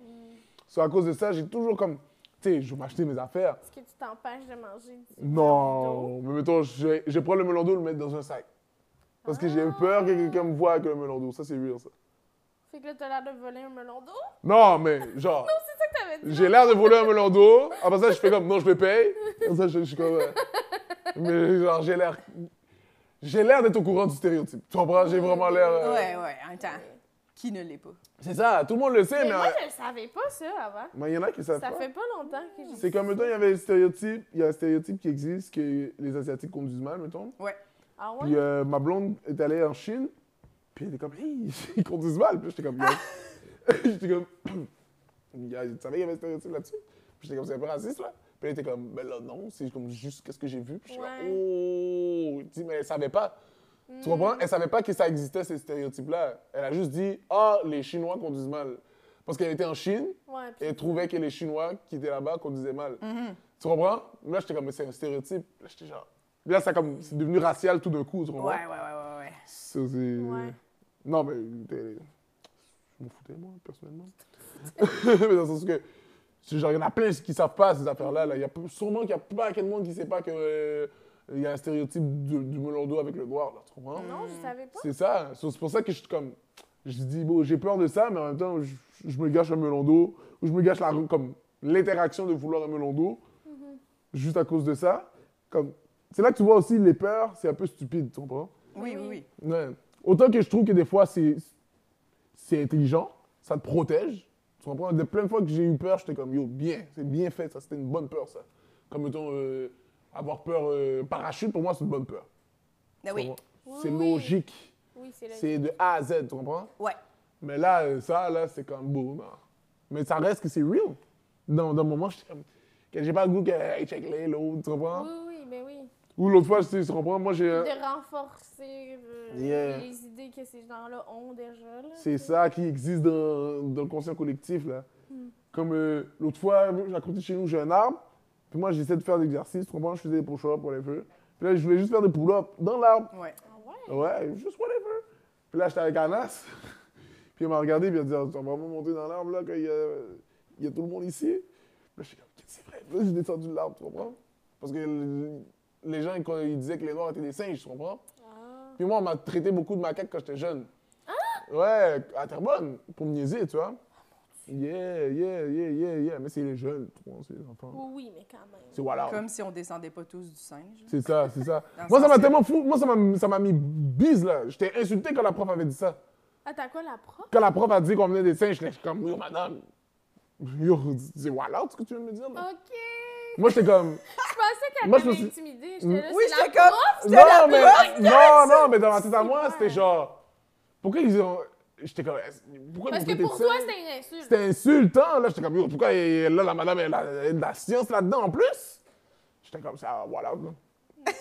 So, à cause de ça, j'ai toujours comme. Tu sais, je vais m'acheter mes affaires.
Est-ce que tu t'empêches de manger du Dorado?
Non, mais mettons, je, je prends le melon d'eau et le mettre dans un sac. Parce que j'ai peur que quelqu'un me voit avec le melon d'eau. Ça, c'est weird, ça.
Fait que là, t'as l'air de voler un melon d'eau?
Non, mais genre,
C'est ça que t'avais dit?
j'ai l'air de voler un melon d'eau. Après ça, je fais comme, non, je le paye. Après ça, je, je suis comme. euh, mais genre, j'ai l'air. J'ai l'air d'être au courant du stéréotype. Tu comprends? J'ai vraiment l'air. euh,
Ouais, ouais, en même temps. Qui ne l'est pas?
C'est ça, tout le monde le sait,
Mais
mais.
moi,
euh,
je le savais pas, ça, avant.
Mais il y en a qui savent
Ça
pas.
fait pas longtemps que j'ai.
C'est comme, mettons, il y avait le stéréotype, il y a un stéréotype qui existe que les Asiatiques conduisent mal, mettons.
Ouais.
Ah
Puis
ouais?
euh, ma blonde est allée en Chine, puis elle était comme, hey, ils conduisent mal. Puis j'étais comme, Yo. j'étais comme, Yeah, tu savais qu'il y avait un stéréotype là-dessus? Puis j'étais comme, c'est un peu raciste, là. Puis elle était comme, ben là, non, c'est comme juste qu'est-ce que j'ai vu. Puis j'étais comme,
Ouais. Hmm.
oh, Tu sais, mais elle savait pas. Tu comprends? Elle savait pas que ça existait, ces stéréotypes-là. Elle a juste dit, ah, les Chinois conduisent mal. Parce qu'elle était en Chine,
Ouais,
et
puis
elle trouvait que les Chinois qui étaient là-bas conduisaient mal.
Mm-hmm.
Tu comprends? Là, j'étais comme, mais c'est un stéréotype. Là, j'étais genre. Là, ça comme, c'est devenu racial tout d'un coup, tu comprends?
Ouais, ouais, ouais, ouais, ouais.
Ça, c'est- euh,
Ouais.
Non, mais. t'es- Je m'en foutais, moi, personnellement. mais dans le sens que. c'est genre, il y en a plein qui savent pas ces affaires-là. là. Il y a sûrement qu'il y a pas de monde qui sait pas que. euh, il y a un stéréotype du, du melon d'eau avec le noir, là, tu comprends? hein.
Non, je savais pas.
C'est ça. So, C'est pour ça que je suis comme. je dis, bon, j'ai peur de ça, mais en même temps, je, je me gâche un melon d'eau, ou je me gâche la, comme l'interaction de vouloir un melon d'eau, juste à cause de ça. Comme, c'est là que tu vois aussi les peurs, c'est un peu stupide, tu comprends?
Oui, oui,
Oui.
oui.
Ouais. Autant que je trouve que des fois, c'est c'est intelligent, ça te protège. Tu comprends? De plein de fois que j'ai eu peur, j'étais comme, yo, bien, c'est bien fait, ça, c'était une bonne peur, ça. Comme, mettons, euh, avoir peur, euh, parachute, pour moi, c'est une bonne peur.
Ah
Tu
oui.
comprends? C'est
Oui, oui.
logique.
Oui, c'est là.
C'est de A à Z, tu comprends?
Ouais.
Mais là, euh, ça, là, c'est comme beau. non. Mais ça reste que c'est real. Dans, dans le moment, j'étais comme, que j'ai pas le goût que, hey, check les, l'autre, tu comprends?
Oui, oui, ben oui.
Ou l'autre fois, tu sais, tu comprends? Moi, j'ai. un-
De renforcer euh,
Euh, Yeah.
les idées que ces gens-là ont déjà. Là,
C'est ça qui existe dans, dans le conscient collectif, là. Comme euh, l'autre fois, à côté de chez nous, j'ai un arbre. Puis moi, j'essaie de faire des exercices. Tu comprends? Je faisais des push-ups, whatever. Puis là, je voulais juste faire des pull-ups dans l'arbre.
Ouais.
Ah ouais?
Ouais, juste whatever. Puis là, j'étais avec Anas. puis il m'a regardé, puis il a dit ah, Tu vas vraiment monter dans l'arbre, là, quand il y a, il y a tout le monde ici. Puis là, j'étais comme, c'est vrai. Puis là, j'ai descendu de l'arbre, tu comprends? Parce que le- les gens, ils- ils disaient que les Noirs étaient des singes, tu comprends?
Ah.
Puis moi, on m'a traité beaucoup de macaque quand j'étais jeune. Ouais, à Terrebonne, pour me niaiser, tu vois. Yeah, yeah, yeah, yeah, yeah. Mais c'est les jeunes, tu vois, c'est les enfants.
Oui, oui, mais quand même.
C'est voilà.
Comme si on descendait pas tous du singe.
C'est ça, c'est ça.
Dans le
Moi, ça
sens
m'a
que-
tellement fou. Moi, ça m'a- ça m'a mis bise, là. J'étais insulté quand la prof avait dit ça.
Attends, quoi, la prof?
Quand la prof a dit qu'on venait des singes, j'étais comme, yo, madame. Yo, c'est voilà ce que tu veux me dire, là.
OK! Oh.
Moi, j'étais comme.
Je pensais qu'elle
Moi, je
t'avait
me suis- Mm.
intimidée. J'étais là,
Oui,
c'est
j'étais
la
comme.
prof.
c'était
Non,
la
mais,
bonne.
non, non, mais dans la tête à moi,
Ouais.
c'était genre. Pourquoi ils ont. J'étais comme.
Parce que
Pourquoi ils m'ont traité de
pour toi,
singe?
c'était une insulte.
C'était insultant, là. J'étais comme, yo, pourquoi elle- là, la madame, elle a, elle a de la science là-dedans en plus? J'étais comme ça, ah, voilà. là.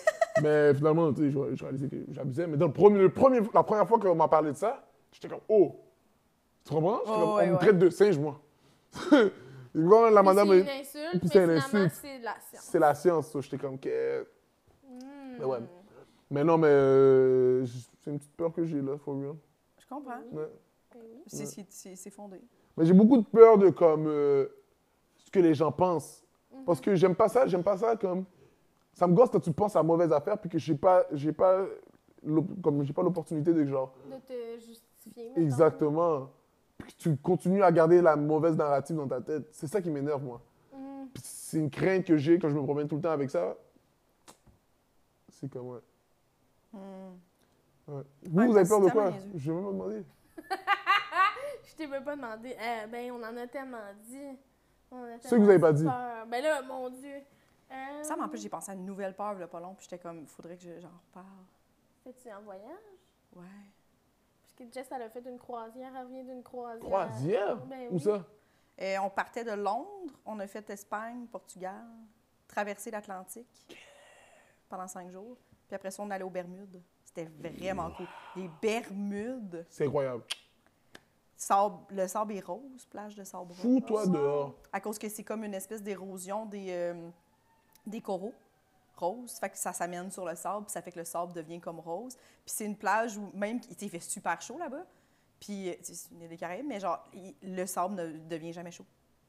mais finalement, tu sais, je, je réalisais que j'abusais. Mais dans le premier, le premier, la première fois qu'on m'a parlé de ça, j'étais comme, oh! Tu comprends? J'étais
Oh,
comme,
ouais,
on me
ouais.
traite de singe, moi. Et quand la madame,
C'est
elle-
une insulte, mais
c'est une
finalement,
insulte.
c'est de la science.
c'est la science, so, j'étais comme, que.
Hmm.
Mais ouais. Mais non, mais euh, j- c'est une petite peur que j'ai là, for real.
Je comprends.
Ouais.
Ben oui.
C'est- C'est c'est- c'est fondé.
Mais j'ai beaucoup de peur de comme euh, ce que les gens pensent.
Mhm.
Parce que j'aime pas ça, j'aime pas ça comme ça me gosse quand tu penses à mauvaise affaire puis que j'ai pas j'ai pas l'op- comme j'ai pas l'opportunité de genre
De te justifier. mettons.
exactement puis que tu continues à garder la mauvaise narrative dans ta tête. C'est ça qui m'énerve moi.
Hmm.
Puis C'est une crainte que j'ai quand je me promène tout le temps avec ça. C'est comme ouais.
Hmm.
Ouais. Vous,
Ouais,
vous
parce
avez peur
que
de
ça m'a
quoi
niaisé.
Je vais même pas demander.
Je t'ai même pas demandé. Eh, ben, on en a tellement dit. On a
Ceux que vous avez pas dit.
tellement peur. Ben là, mon Dieu. Euh,
Ça m'empêche, j'ai pensé à une nouvelle peur, le pas long, puis j'étais comme, faudrait que je- j'en reparle.
Euh, Fais-tu en voyage?
Ouais.
Parce que Jess, elle a fait une croisière. Elle revient d'une croisière.
Croisière
Eh
Ben
Où
oui.
ça
Et on partait de Londres, on a fait Espagne, Portugal, traversé l'Atlantique pendant cinq jours, puis après ça, on allait aux Bermudes. C'était vraiment cool. Les Bermudes,
C'est incroyable.
sable- le sable est rose, plage de sable rose.
Fous-toi dehors.
À cause que c'est comme une espèce d'érosion des, euh, des coraux roses. Fait que ça s'amène sur le sable, puis ça fait que le sable devient comme rose. Puis c'est une plage où même, il il fait super chaud là-bas. Puis, euh, tu sais, c'est une île des Caraïbes, mais genre, il- le sable ne devient jamais chaud.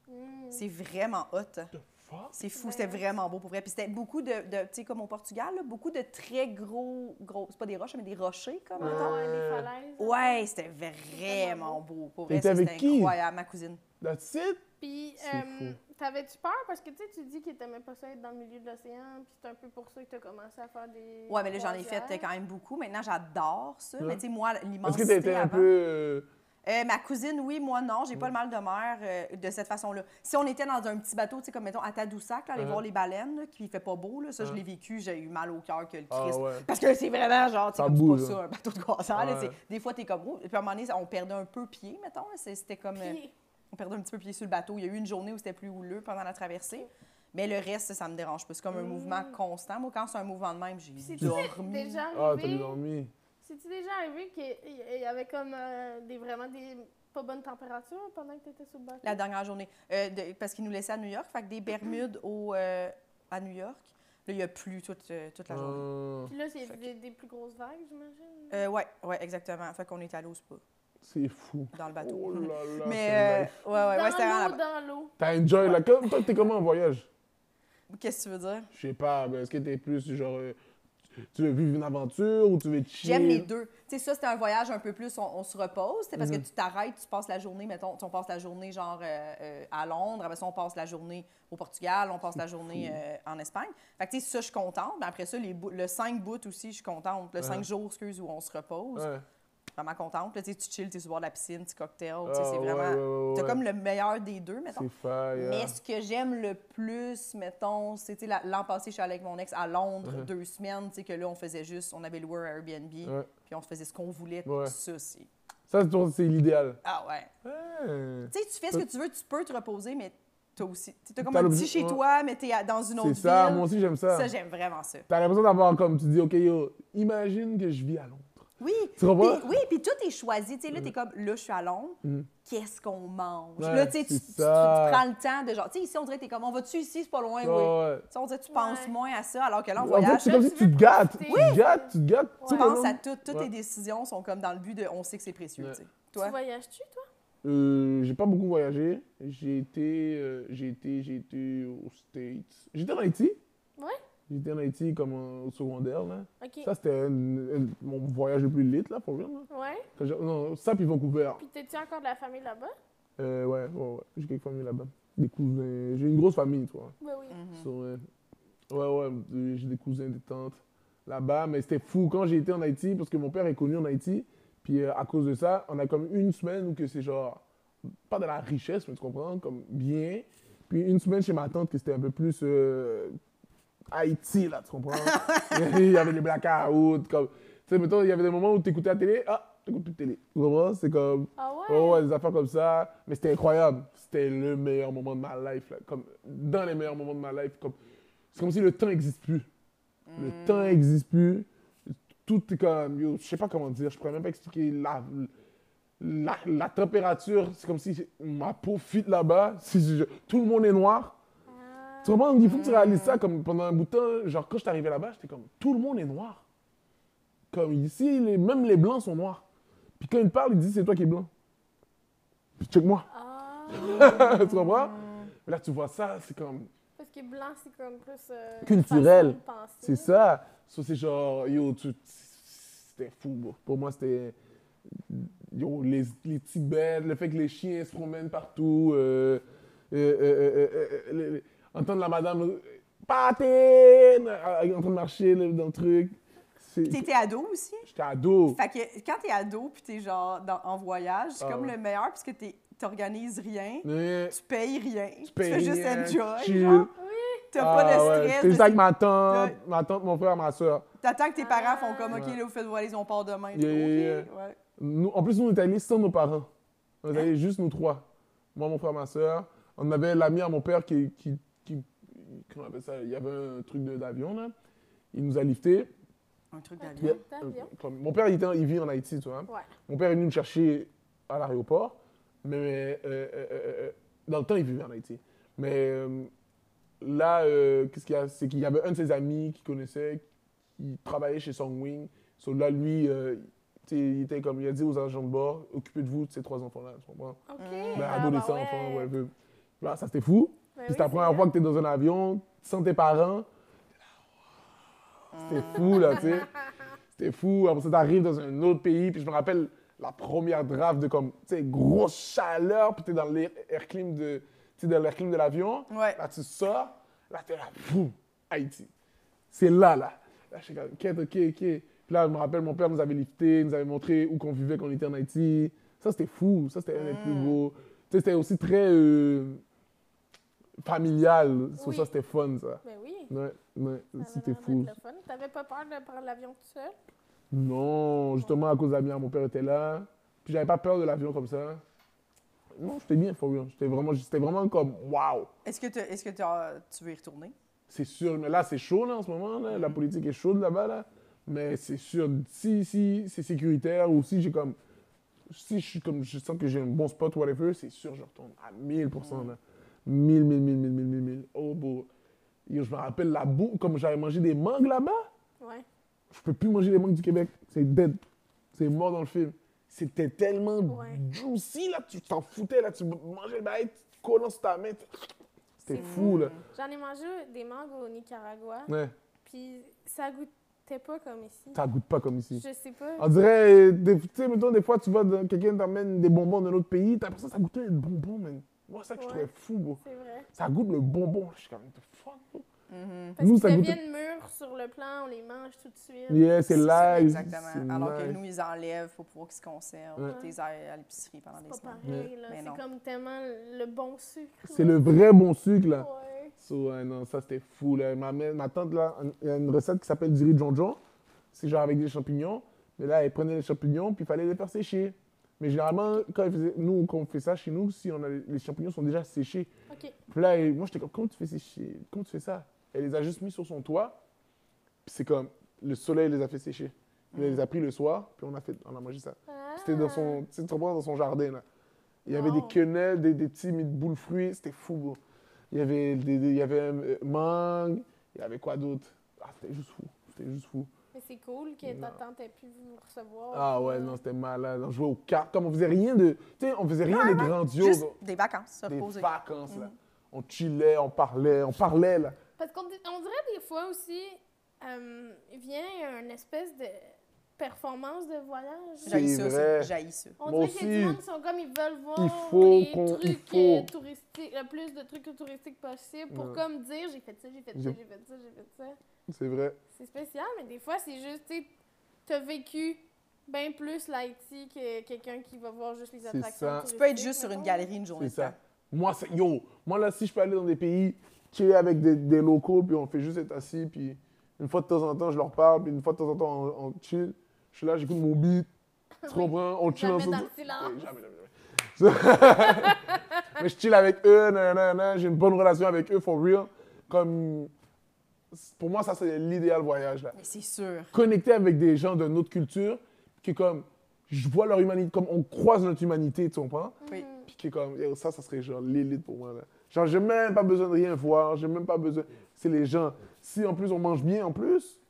Hmm.
C'est vraiment hot.
The fuck?
C'est fou,
Ben
c'était
ouais.
vraiment beau pour vrai. Puis c'était beaucoup de, de- tu sais, comme au Portugal, là, beaucoup de très gros, gros, c'est pas des roches, mais des rochers, comme
Ouais.
mettons.
Ah Ouais, les falaises.
Ouais, c'était vraiment beau. Pour vrai,
T'étais
ça,
avec
c'était
qui?
incroyable. Ma cousine.
That's it?
Puis,
C'est
euh, t'avais-tu peur? Parce que tu sais, tu dis que t'aimais pas ça être dans le milieu de l'océan, puis c'est un peu pour ça que t'as commencé à faire des.
Ouais, mais là, j'en ai fait euh,
croisières.
quand même beaucoup. Maintenant, j'adore ça.
Ouais.
Mais tu sais, moi,
Est-ce que t'as été
l'immensité
un
avant...
peu. euh,
Euh, ma cousine, oui, moi, non. J'ai pas le mal de mer euh, de cette façon-là. Si on était dans un petit bateau, tu sais, comme, mettons, à Tadoussac, là, aller
Ouais.
voir les baleines, là, qui fait pas beau, là, ça, je
Ouais.
l'ai vécu. J'ai eu mal au cœur que le Christ.
Ah ouais.
Parce que c'est vraiment genre, tu sais,
Ça
comme c'est
bouge,
pas ça,
là.
un bateau de croissant. là,
Ouais.
c'est- Des fois, t'es comme, oh, puis à un moment donné, on perdait un peu pied, mettons. là, c'est- C'était comme, euh,
Puis,
on perdait un petit peu pied sur le bateau. Il y a eu une journée où c'était plus houleux pendant la traversée. Mais le reste, ça, ça me dérange pas. C'est comme un mouvement constant. Moi, quand c'est un mouvement de même, j'ai
c'est-tu
dormi.
déjà
Ah, t'as
arrivé?
dormi.
C'est-tu déjà arrivé qu'il y- y avait comme euh, des, vraiment des pas bonnes températures pendant que t'étais sous le bateau?
La dernière journée. Euh, de- parce qu'ils nous laissaient à New York. Fait que des Bermudes au, euh, à New York, là, il y a plu toute, euh, toute la journée.
Ah,
Puis là, c'est
Fait que-
des, des plus grosses vagues, j'imagine.
Euh, ouais, ouais, exactement. Fait qu'on est allé au spa,
c'est fou.
dans le bateau.
Oh là là. c'est
Mais,
nice.
euh, ouais, ouais, ouais, c'était vraiment
dans l'eau,
là-bas.
dans l'eau.
T'as enjoy là. Comme, toi, t'es comment en voyage?
Qu'est-ce que tu veux dire?
Je sais pas, mais est-ce que t'es plus genre. euh, tu veux vivre une aventure ou tu veux chier?
J'aime les deux. Tu sais, ça, c'était un voyage un peu plus, on, on se repose. C'est
Mm-hmm.
parce que tu t'arrêtes, tu passes la journée, mettons, tu- on passe la journée genre euh, euh, à Londres, après ça, on passe la journée au Portugal, on passe la journée euh, en Espagne. Fait que, tu sais, ça, je suis contente. Mais après ça, les bou- le 5 bouts aussi, je suis contente.
Ah.
Le 5 jours, excuse, où on se repose.
Ouais.
Vraiment contente. Là, tu sais, tu chilles, tu es sur le bord de la piscine, petit cocktail. tu sais,
Ah,
c'est
ouais,
vraiment.
ouais, ouais,
T'as
ouais.
comme le meilleur des deux, mettons.
C'est fair. yeah.
Mais ce que j'aime le plus, mettons, c'est tu sais, la- l'an passé, je suis allée avec mon ex à Londres
Mm-hmm.
deux semaines, tu sais, que là, on faisait juste, on avait loué un Airbnb,
Ouais.
puis on se faisait ce qu'on voulait,
Ouais.
ça aussi.
Ça, c'est ton- c'est l'idéal.
Ah ouais.
Hein.
Tu sais, tu fais ce que tu veux, tu peux te reposer, mais t'as aussi, tu as comme
T'as
un
l'obli-
petit chez
ouais.
toi, mais t'es à- dans une autre
C'est
ville.
ça, moi aussi, j'aime
Ça,
ça.
j'aime vraiment ça.
T'as l'impression d'avoir comme, tu dis, OK, yo, imagine que je vis à Londres.
Oui.
Tu comprends? Mm.
Puis- oui, puis tout est choisi. Tu sais, là, t'es comme, là, je suis à Londres, qu'est-ce qu'on mange?
Ouais,
là, tu sais, tu,
c'est
tu- tu- tu
ça.
prends le temps de genre, tu sais, ici, on dirait que t'es comme, on va-tu ici, c'est pas loin,
Ouais,
Ben oui.
Ah ouais.
Tu sais, on dirait que tu penses
Ouais.
moins à ça, alors que là, on
En fait,
voyage.
c'est comme
Là,
si
tu
tu
veux
te gâtes.
profiter.
Tu te gâtes, tu te gâtes.
Tu
tout le
penses
long.
à tout. Toutes
Ouais.
tes décisions sont comme dans le but de on sait que c'est précieux.
Ouais.
tu sais. Toi,
Tu voyages-tu, toi?
Euh, j'ai pas beaucoup voyagé. J'ai été, euh, j'ai été, j'ai été aux States. J'étais en Haïti.
Ouais.
J'étais en Haïti comme euh, au secondaire, là.
OK.
Ça, c'était un- un- mon voyage le plus lit, là, pour vrai, là.
Ouais.
Quand j'ai- Non, ça, puis Vancouver.
Puis t'es-tu encore de la famille là-bas?
Euh, ouais, ouais, ouais. J'ai quelques familles là-bas. Des cousins. J'ai une grosse famille, toi.
Oui, oui.
Mm.
So, ouais. euh, Ouais, ouais, euh, j'ai des cousins, des tantes là-bas, mais c'était fou quand j'ai été en Haïti, parce que mon père est connu en Haïti, puis euh, à cause de ça, on a comme une semaine où que c'est genre, pas de la richesse, mais tu comprends, comme bien, puis une semaine chez ma tante que c'était un peu plus euh, Haïti, là, tu comprends? il y avait les blackouts, comme, tu sais, mettons, il y avait des moments où t'écoutais la télé, ah, t'écoutes plus de télé, tu comprends? C'est comme,
Ah ouais?
Oh ouais, des affaires comme ça. Mais c'était incroyable. C'était le meilleur moment de ma life. là. Comme, dans les meilleurs moments de ma life. Comme, c'est comme si le temps n'existe plus.
Hmm.
Le temps n'existe plus. Tout est comme. Yo, je sais pas comment dire. Je pourrais même pas expliquer. La, la, la température, c'est comme si ma peau fit là-bas. Si je- tout le monde est noir.
Ah. Hmm.
Tu comprends? Il faut que tu réalises ça comme pendant un bout de temps. Genre, quand je suis arrivé là-bas, j'étais comme, tout le monde est noir. Comme ici, les- même les blancs sont noirs. Puis quand ils me parlent, ils disent, c'est toi qui es blanc. Puis check-moi.
Ah.
tu comprends? Mais là, tu vois ça, c'est comme,
Parce que blanc, c'est comme plus. euh, une
Culturel.
façon de penser.
c'est ça. So, c'est genre, yo, tu- c'était fou, bro. Pour moi, c'était. Yo, les, les Tibets, le fait que les chiens se promènent partout, euh, euh, euh, euh, euh, euh, le- le- entendre la madame euh, patine euh, en train de marcher là, dans le truc. C'est-
puis t'étais ado aussi.
J'étais ado.
Fait que quand t'es ado puis t'es genre dans- en voyage, c'est
Ah
comme
ouais.
le meilleur parce que t'es- t'organises rien,
Mais-
tu payes rien, tu,
payes
fais juste
rien,
enjoy.
chill.
genre. T'as pas
Ah
de
ouais,
stress.
J'étais juste
de-
avec ma tante, ma tante, mon frère, ma soeur.
T'attends que tes parents font comme, OK,
Ouais.
là, vous faites voiler, on part demain.
Yeah, yeah,
OK, ouais.
Nous- en plus, nous, on est allés sans nos parents. On est allés juste nous trois. Moi, mon frère, ma soeur. On avait l'ami à mon père qui, qui, qui- Comment on appelle ça Il y avait un truc de- d'avion, là. Il nous a liftés.
Un truc
Ok.
d'avion.
D'avion.
Euh, comme- Mon père, il, était en- il vit en Haïti, tu vois.
Ouais.
Mon père est venu me chercher à l'aéroport, mais euh, euh, euh, euh, dans le temps, il vivait en Haïti. Mais euh, là, euh, qu'est-ce qu'il y a C'est qu'il y avait un de ses amis qui connaissait, qui travaillait chez Songwing. So, là, lui, euh, tu sais, il était comme, il a dit aux agents de bord, occupez-vous de ces trois enfants-là, tu comprends
OK.
Mm.
ben,
Ah,
adolescent,
bah
enfant, ouais,
ouais.
peu- Bah, ça, c'était fou.
Ben
Puis
oui,
c'est la
c'est
première
vrai.
fois que tu es dans un avion, sans tes parents. C'était fou, là, tu sais. C'était fou. Après ça, t'arrives dans un autre pays. Puis je me rappelle la première draft de comme, tu sais, grosse chaleur. Puis t'es dans l'air air clim de, tu sais, dans l'air clim de l'avion.
Ouais.
Là, tu sors. Là, t'es là, boum, Haïti. C'est là, là. Là, je suis comme, ok, ok, ok. Puis là, je me rappelle, mon père nous avait lifté, nous avait montré où qu'on vivait quand on était en Haïti. Ça, c'était fou. Ça, c'était un des
Ah.
plus beaux. Tu sais, c'était aussi très euh, familial. So,
Oui.
Ça, c'était fun, ça.
Ben oui.
Ouais, ouais,
Ça avait
c'était
l'air d'être
fou.
le fun. T'avais pas peur de prendre l'avion tout seul?
Non, justement, à cause de la mienne, mon père était là. Puis j'avais pas peur de l'avion comme ça. Non, j'étais bien, for real. J'étais vraiment, j'étais vraiment comme, waouh!
Est-ce que, t'as- est-ce que t'as- tu veux y retourner?
C'est sûr, mais là, c'est chaud là, en ce moment. Là. La
Mm-hmm.
politique est chaude là-bas. Là. Mais c'est sûr, si, si c'est sécuritaire ou si j'ai comme. Si je, suis comme, je sens que j'ai un bon spot, whatever, c'est sûr, je retourne à 1000%. Là.
Mm-hmm.
1000, 1000, 1000, 1000, 1000, 1000, 1000. Oh, beau. Yo, je me rappelle la boue, comme j'avais mangé des mangues là-bas,
Ouais.
je peux plus manger des mangues du Québec. C'est dead. C'est mort dans le film. C'était tellement
Ouais.
juicy, là, tu t'en foutais, là, tu mangeais le bail, tu collant sur ta main. C'était fou, là.
J'en ai mangé des mangues au Nicaragua.
Ouais.
Puis ça goûtait goûtait pas comme ici.
Ça goûte pas comme ici.
Je sais pas.
On dirait, euh, des- tu sais, mettons, des fois, tu vas, dans- quelqu'un t'amène des bonbons d'un autre pays, t'as l'impression que ça goûtait le bonbon, man. Moi, ça que je
Ouais.
trouvais fou, bro.
C'est vrai.
Ça goûte le bonbon. Je suis comme, what the fuck, bro?
Mhm.
Parce
Nous,
qu'ils
ça goûtait-
deviennent mûrs sur le plan, on les mange tout de suite.
Yeah, c'est
ça,
live. c'est
Exactement. Alors que
nice.
nous, ils enlèvent pour pouvoir qu'ils se conservent.
Ouais.
Ils les aillent à l'épicerie pendant des
C'est pas
semaines.
pareil, là.
Mais non.
C'est comme tellement le bon sucre.
C'est
là.
le vrai bon sucre, là.
Ouais.
So, euh, non, ça c'était fou. Là. Ma, mère- ma tante, là, un- il y a une recette qui s'appelle du riz de jonjon. C'est genre avec des champignons. Mais là, elle prenait les champignons, puis il fallait les faire sécher. Mais généralement, quand elle faisait- nous, quand on fait ça chez nous, si on a, les les champignons sont déjà séchés.
Ok.
Puis là, elle- moi, j'étais comme, comment tu fais sécher Comment tu fais ça Elle les a juste mis sur son toit. Puis c'est comme, le soleil les a fait sécher. Puis Elle les a pris le soir, puis on a, fait, on a mangé ça. C'était dans son, tu sais, tu comprends, dans son jardin, là. Il y avait des
Wow.
quenelles, des, des petits mille boules fruits, c'était fou, bro. Il y avait, des, des- il y avait euh, mangue, il y avait quoi d'autre Ah, c'était juste fou, c'était juste fou.
Ah, Mais c'est cool que
Non.
ta tante ait pu vous recevoir.
Ah ouais, non, c'était malade. On jouait aux cartes, comme on faisait rien de, tu sais, on faisait rien de grandiose.
Juste des vacances, se
Des
reposer.
vacances, là.
Mhm.
On chillait, on parlait, on parlait, là.
Parce qu'on on dirait des fois aussi, euh, vient une espèce de performance de voyage.
C'est
J'haïs ça, ça.
vrai.
J'haïs ça.
On
Moi
dirait qu'il y a du
aussi.
monde qui sont comme ils veulent voir
Il faut
les
qu'on- il
trucs
faut.
euh, touristiques, le plus de trucs touristiques possible pour
Ouais.
comme dire j'ai fait ça, j'ai fait ça,
J'ai-
j'ai fait ça, j'ai fait ça.
C'est vrai.
C'est spécial, mais des fois c'est juste, tu sais, t'as vécu bien plus l'Haïti que quelqu'un qui va voir juste les
C'est
attractions.
ça.
Tu
touristiques,
peux être juste sur une
mettons.
galerie une journée.
C'est
de temps.
ça. Moi, c'est, yo, moi là, si je peux aller dans des pays, chiller avec des, des locaux, puis on fait juste être assis, puis une fois de temps en temps, je leur parle, puis une fois de temps en temps, on, on chill. Je suis là, j'écoute mon beat, tu comprends, on chill
Jamais
ensemble.
dans le silence.
Ouais, jamais, jamais, jamais. Mais je chill avec eux, nanana, nanana, j'ai une bonne relation avec eux, for real. Comme, pour moi, ça, c'est l'idéal voyage, là
Mais c'est sûr.
connecter avec des gens d'une autre culture, qui est comme, je vois leur humanité, comme on croise notre humanité, tu comprends?
Mm.
Oui.
Puis qui est comme, yo, ça, ça serait genre l'élite pour moi. Là. Genre, j'ai même pas besoin de rien voir, j'ai même pas besoin. C'est les gens. Si en plus on mange bien, en plus,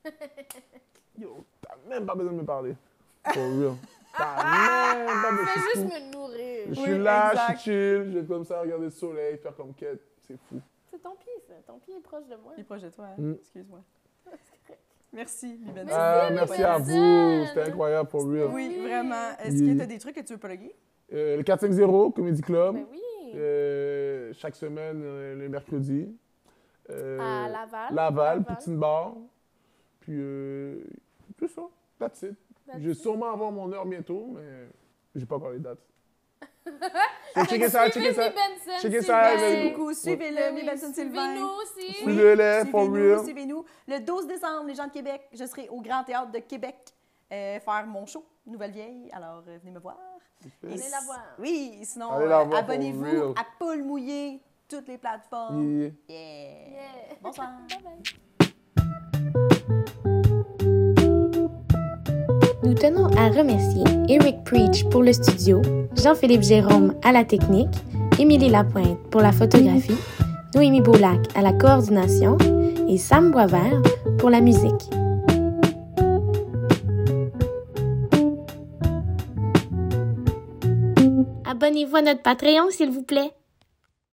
yo, t'as même pas besoin de me parler. For real. T'as même pas
Fais juste
besoin de
me nourrir.
Je
Oui,
suis là, je
exact.
suis chill, je vais comme ça regarder le soleil, faire comme quête. C'est fou.
C'est ton pied, ça. Ton pied est proche de moi.
Il est proche de toi. hein.
Mm.
Excuse-moi. Merci, Libène.
Merci,
Ah, merci à vous,
Mademoiselle.
c'était incroyable, for real.
Oui,
Oui.
vraiment. Est-ce
Il-
que tu as des trucs que tu veux plugger?
Euh, le 450 Comedy Club.
Ben oui.
Euh, chaque semaine, euh, le mercredi. Euh,
à Laval.
Laval,
Laval.
Poutine Bar. Puis, euh, c'est ça. That's it.
That's
je vais
it.
sûrement avoir mon heure bientôt, mais j'ai pas encore les dates. So, checkez ça, checkez
Suivez
ça.
Lee Benson,
Checkez
s'il
ça,
vous
mais-
plaît.
Merci beaucoup. Suivez-le,
Oui,
Libène Sylvain.
Suivez-nous aussi.
Oui. Suivez-les, for
suivez-nous,
real.
suivez-nous. Le 12 décembre, les gens de Québec, je serai au Grand Théâtre de Québec euh, faire mon show, Nouvelle Vieille. Alors, euh, venez me voir. Et
Allez
si-
la voir.
Oui, sinon,
Allez la
euh,
voir, for real.
abonnez-vous à Paul Mouillé, toutes les plateformes.
Yeah.
Yeah.
Yeah.
Bonsoir.
Bye-bye.
Nous tenons à remercier Eric Preach pour le studio, Jean-Philippe Jérôme à la technique, Émilie Lapointe pour la photographie, Noémie Boulac à la coordination et Sam Boisvert pour la musique. Abonnez-vous à notre Patreon, s'il vous plaît.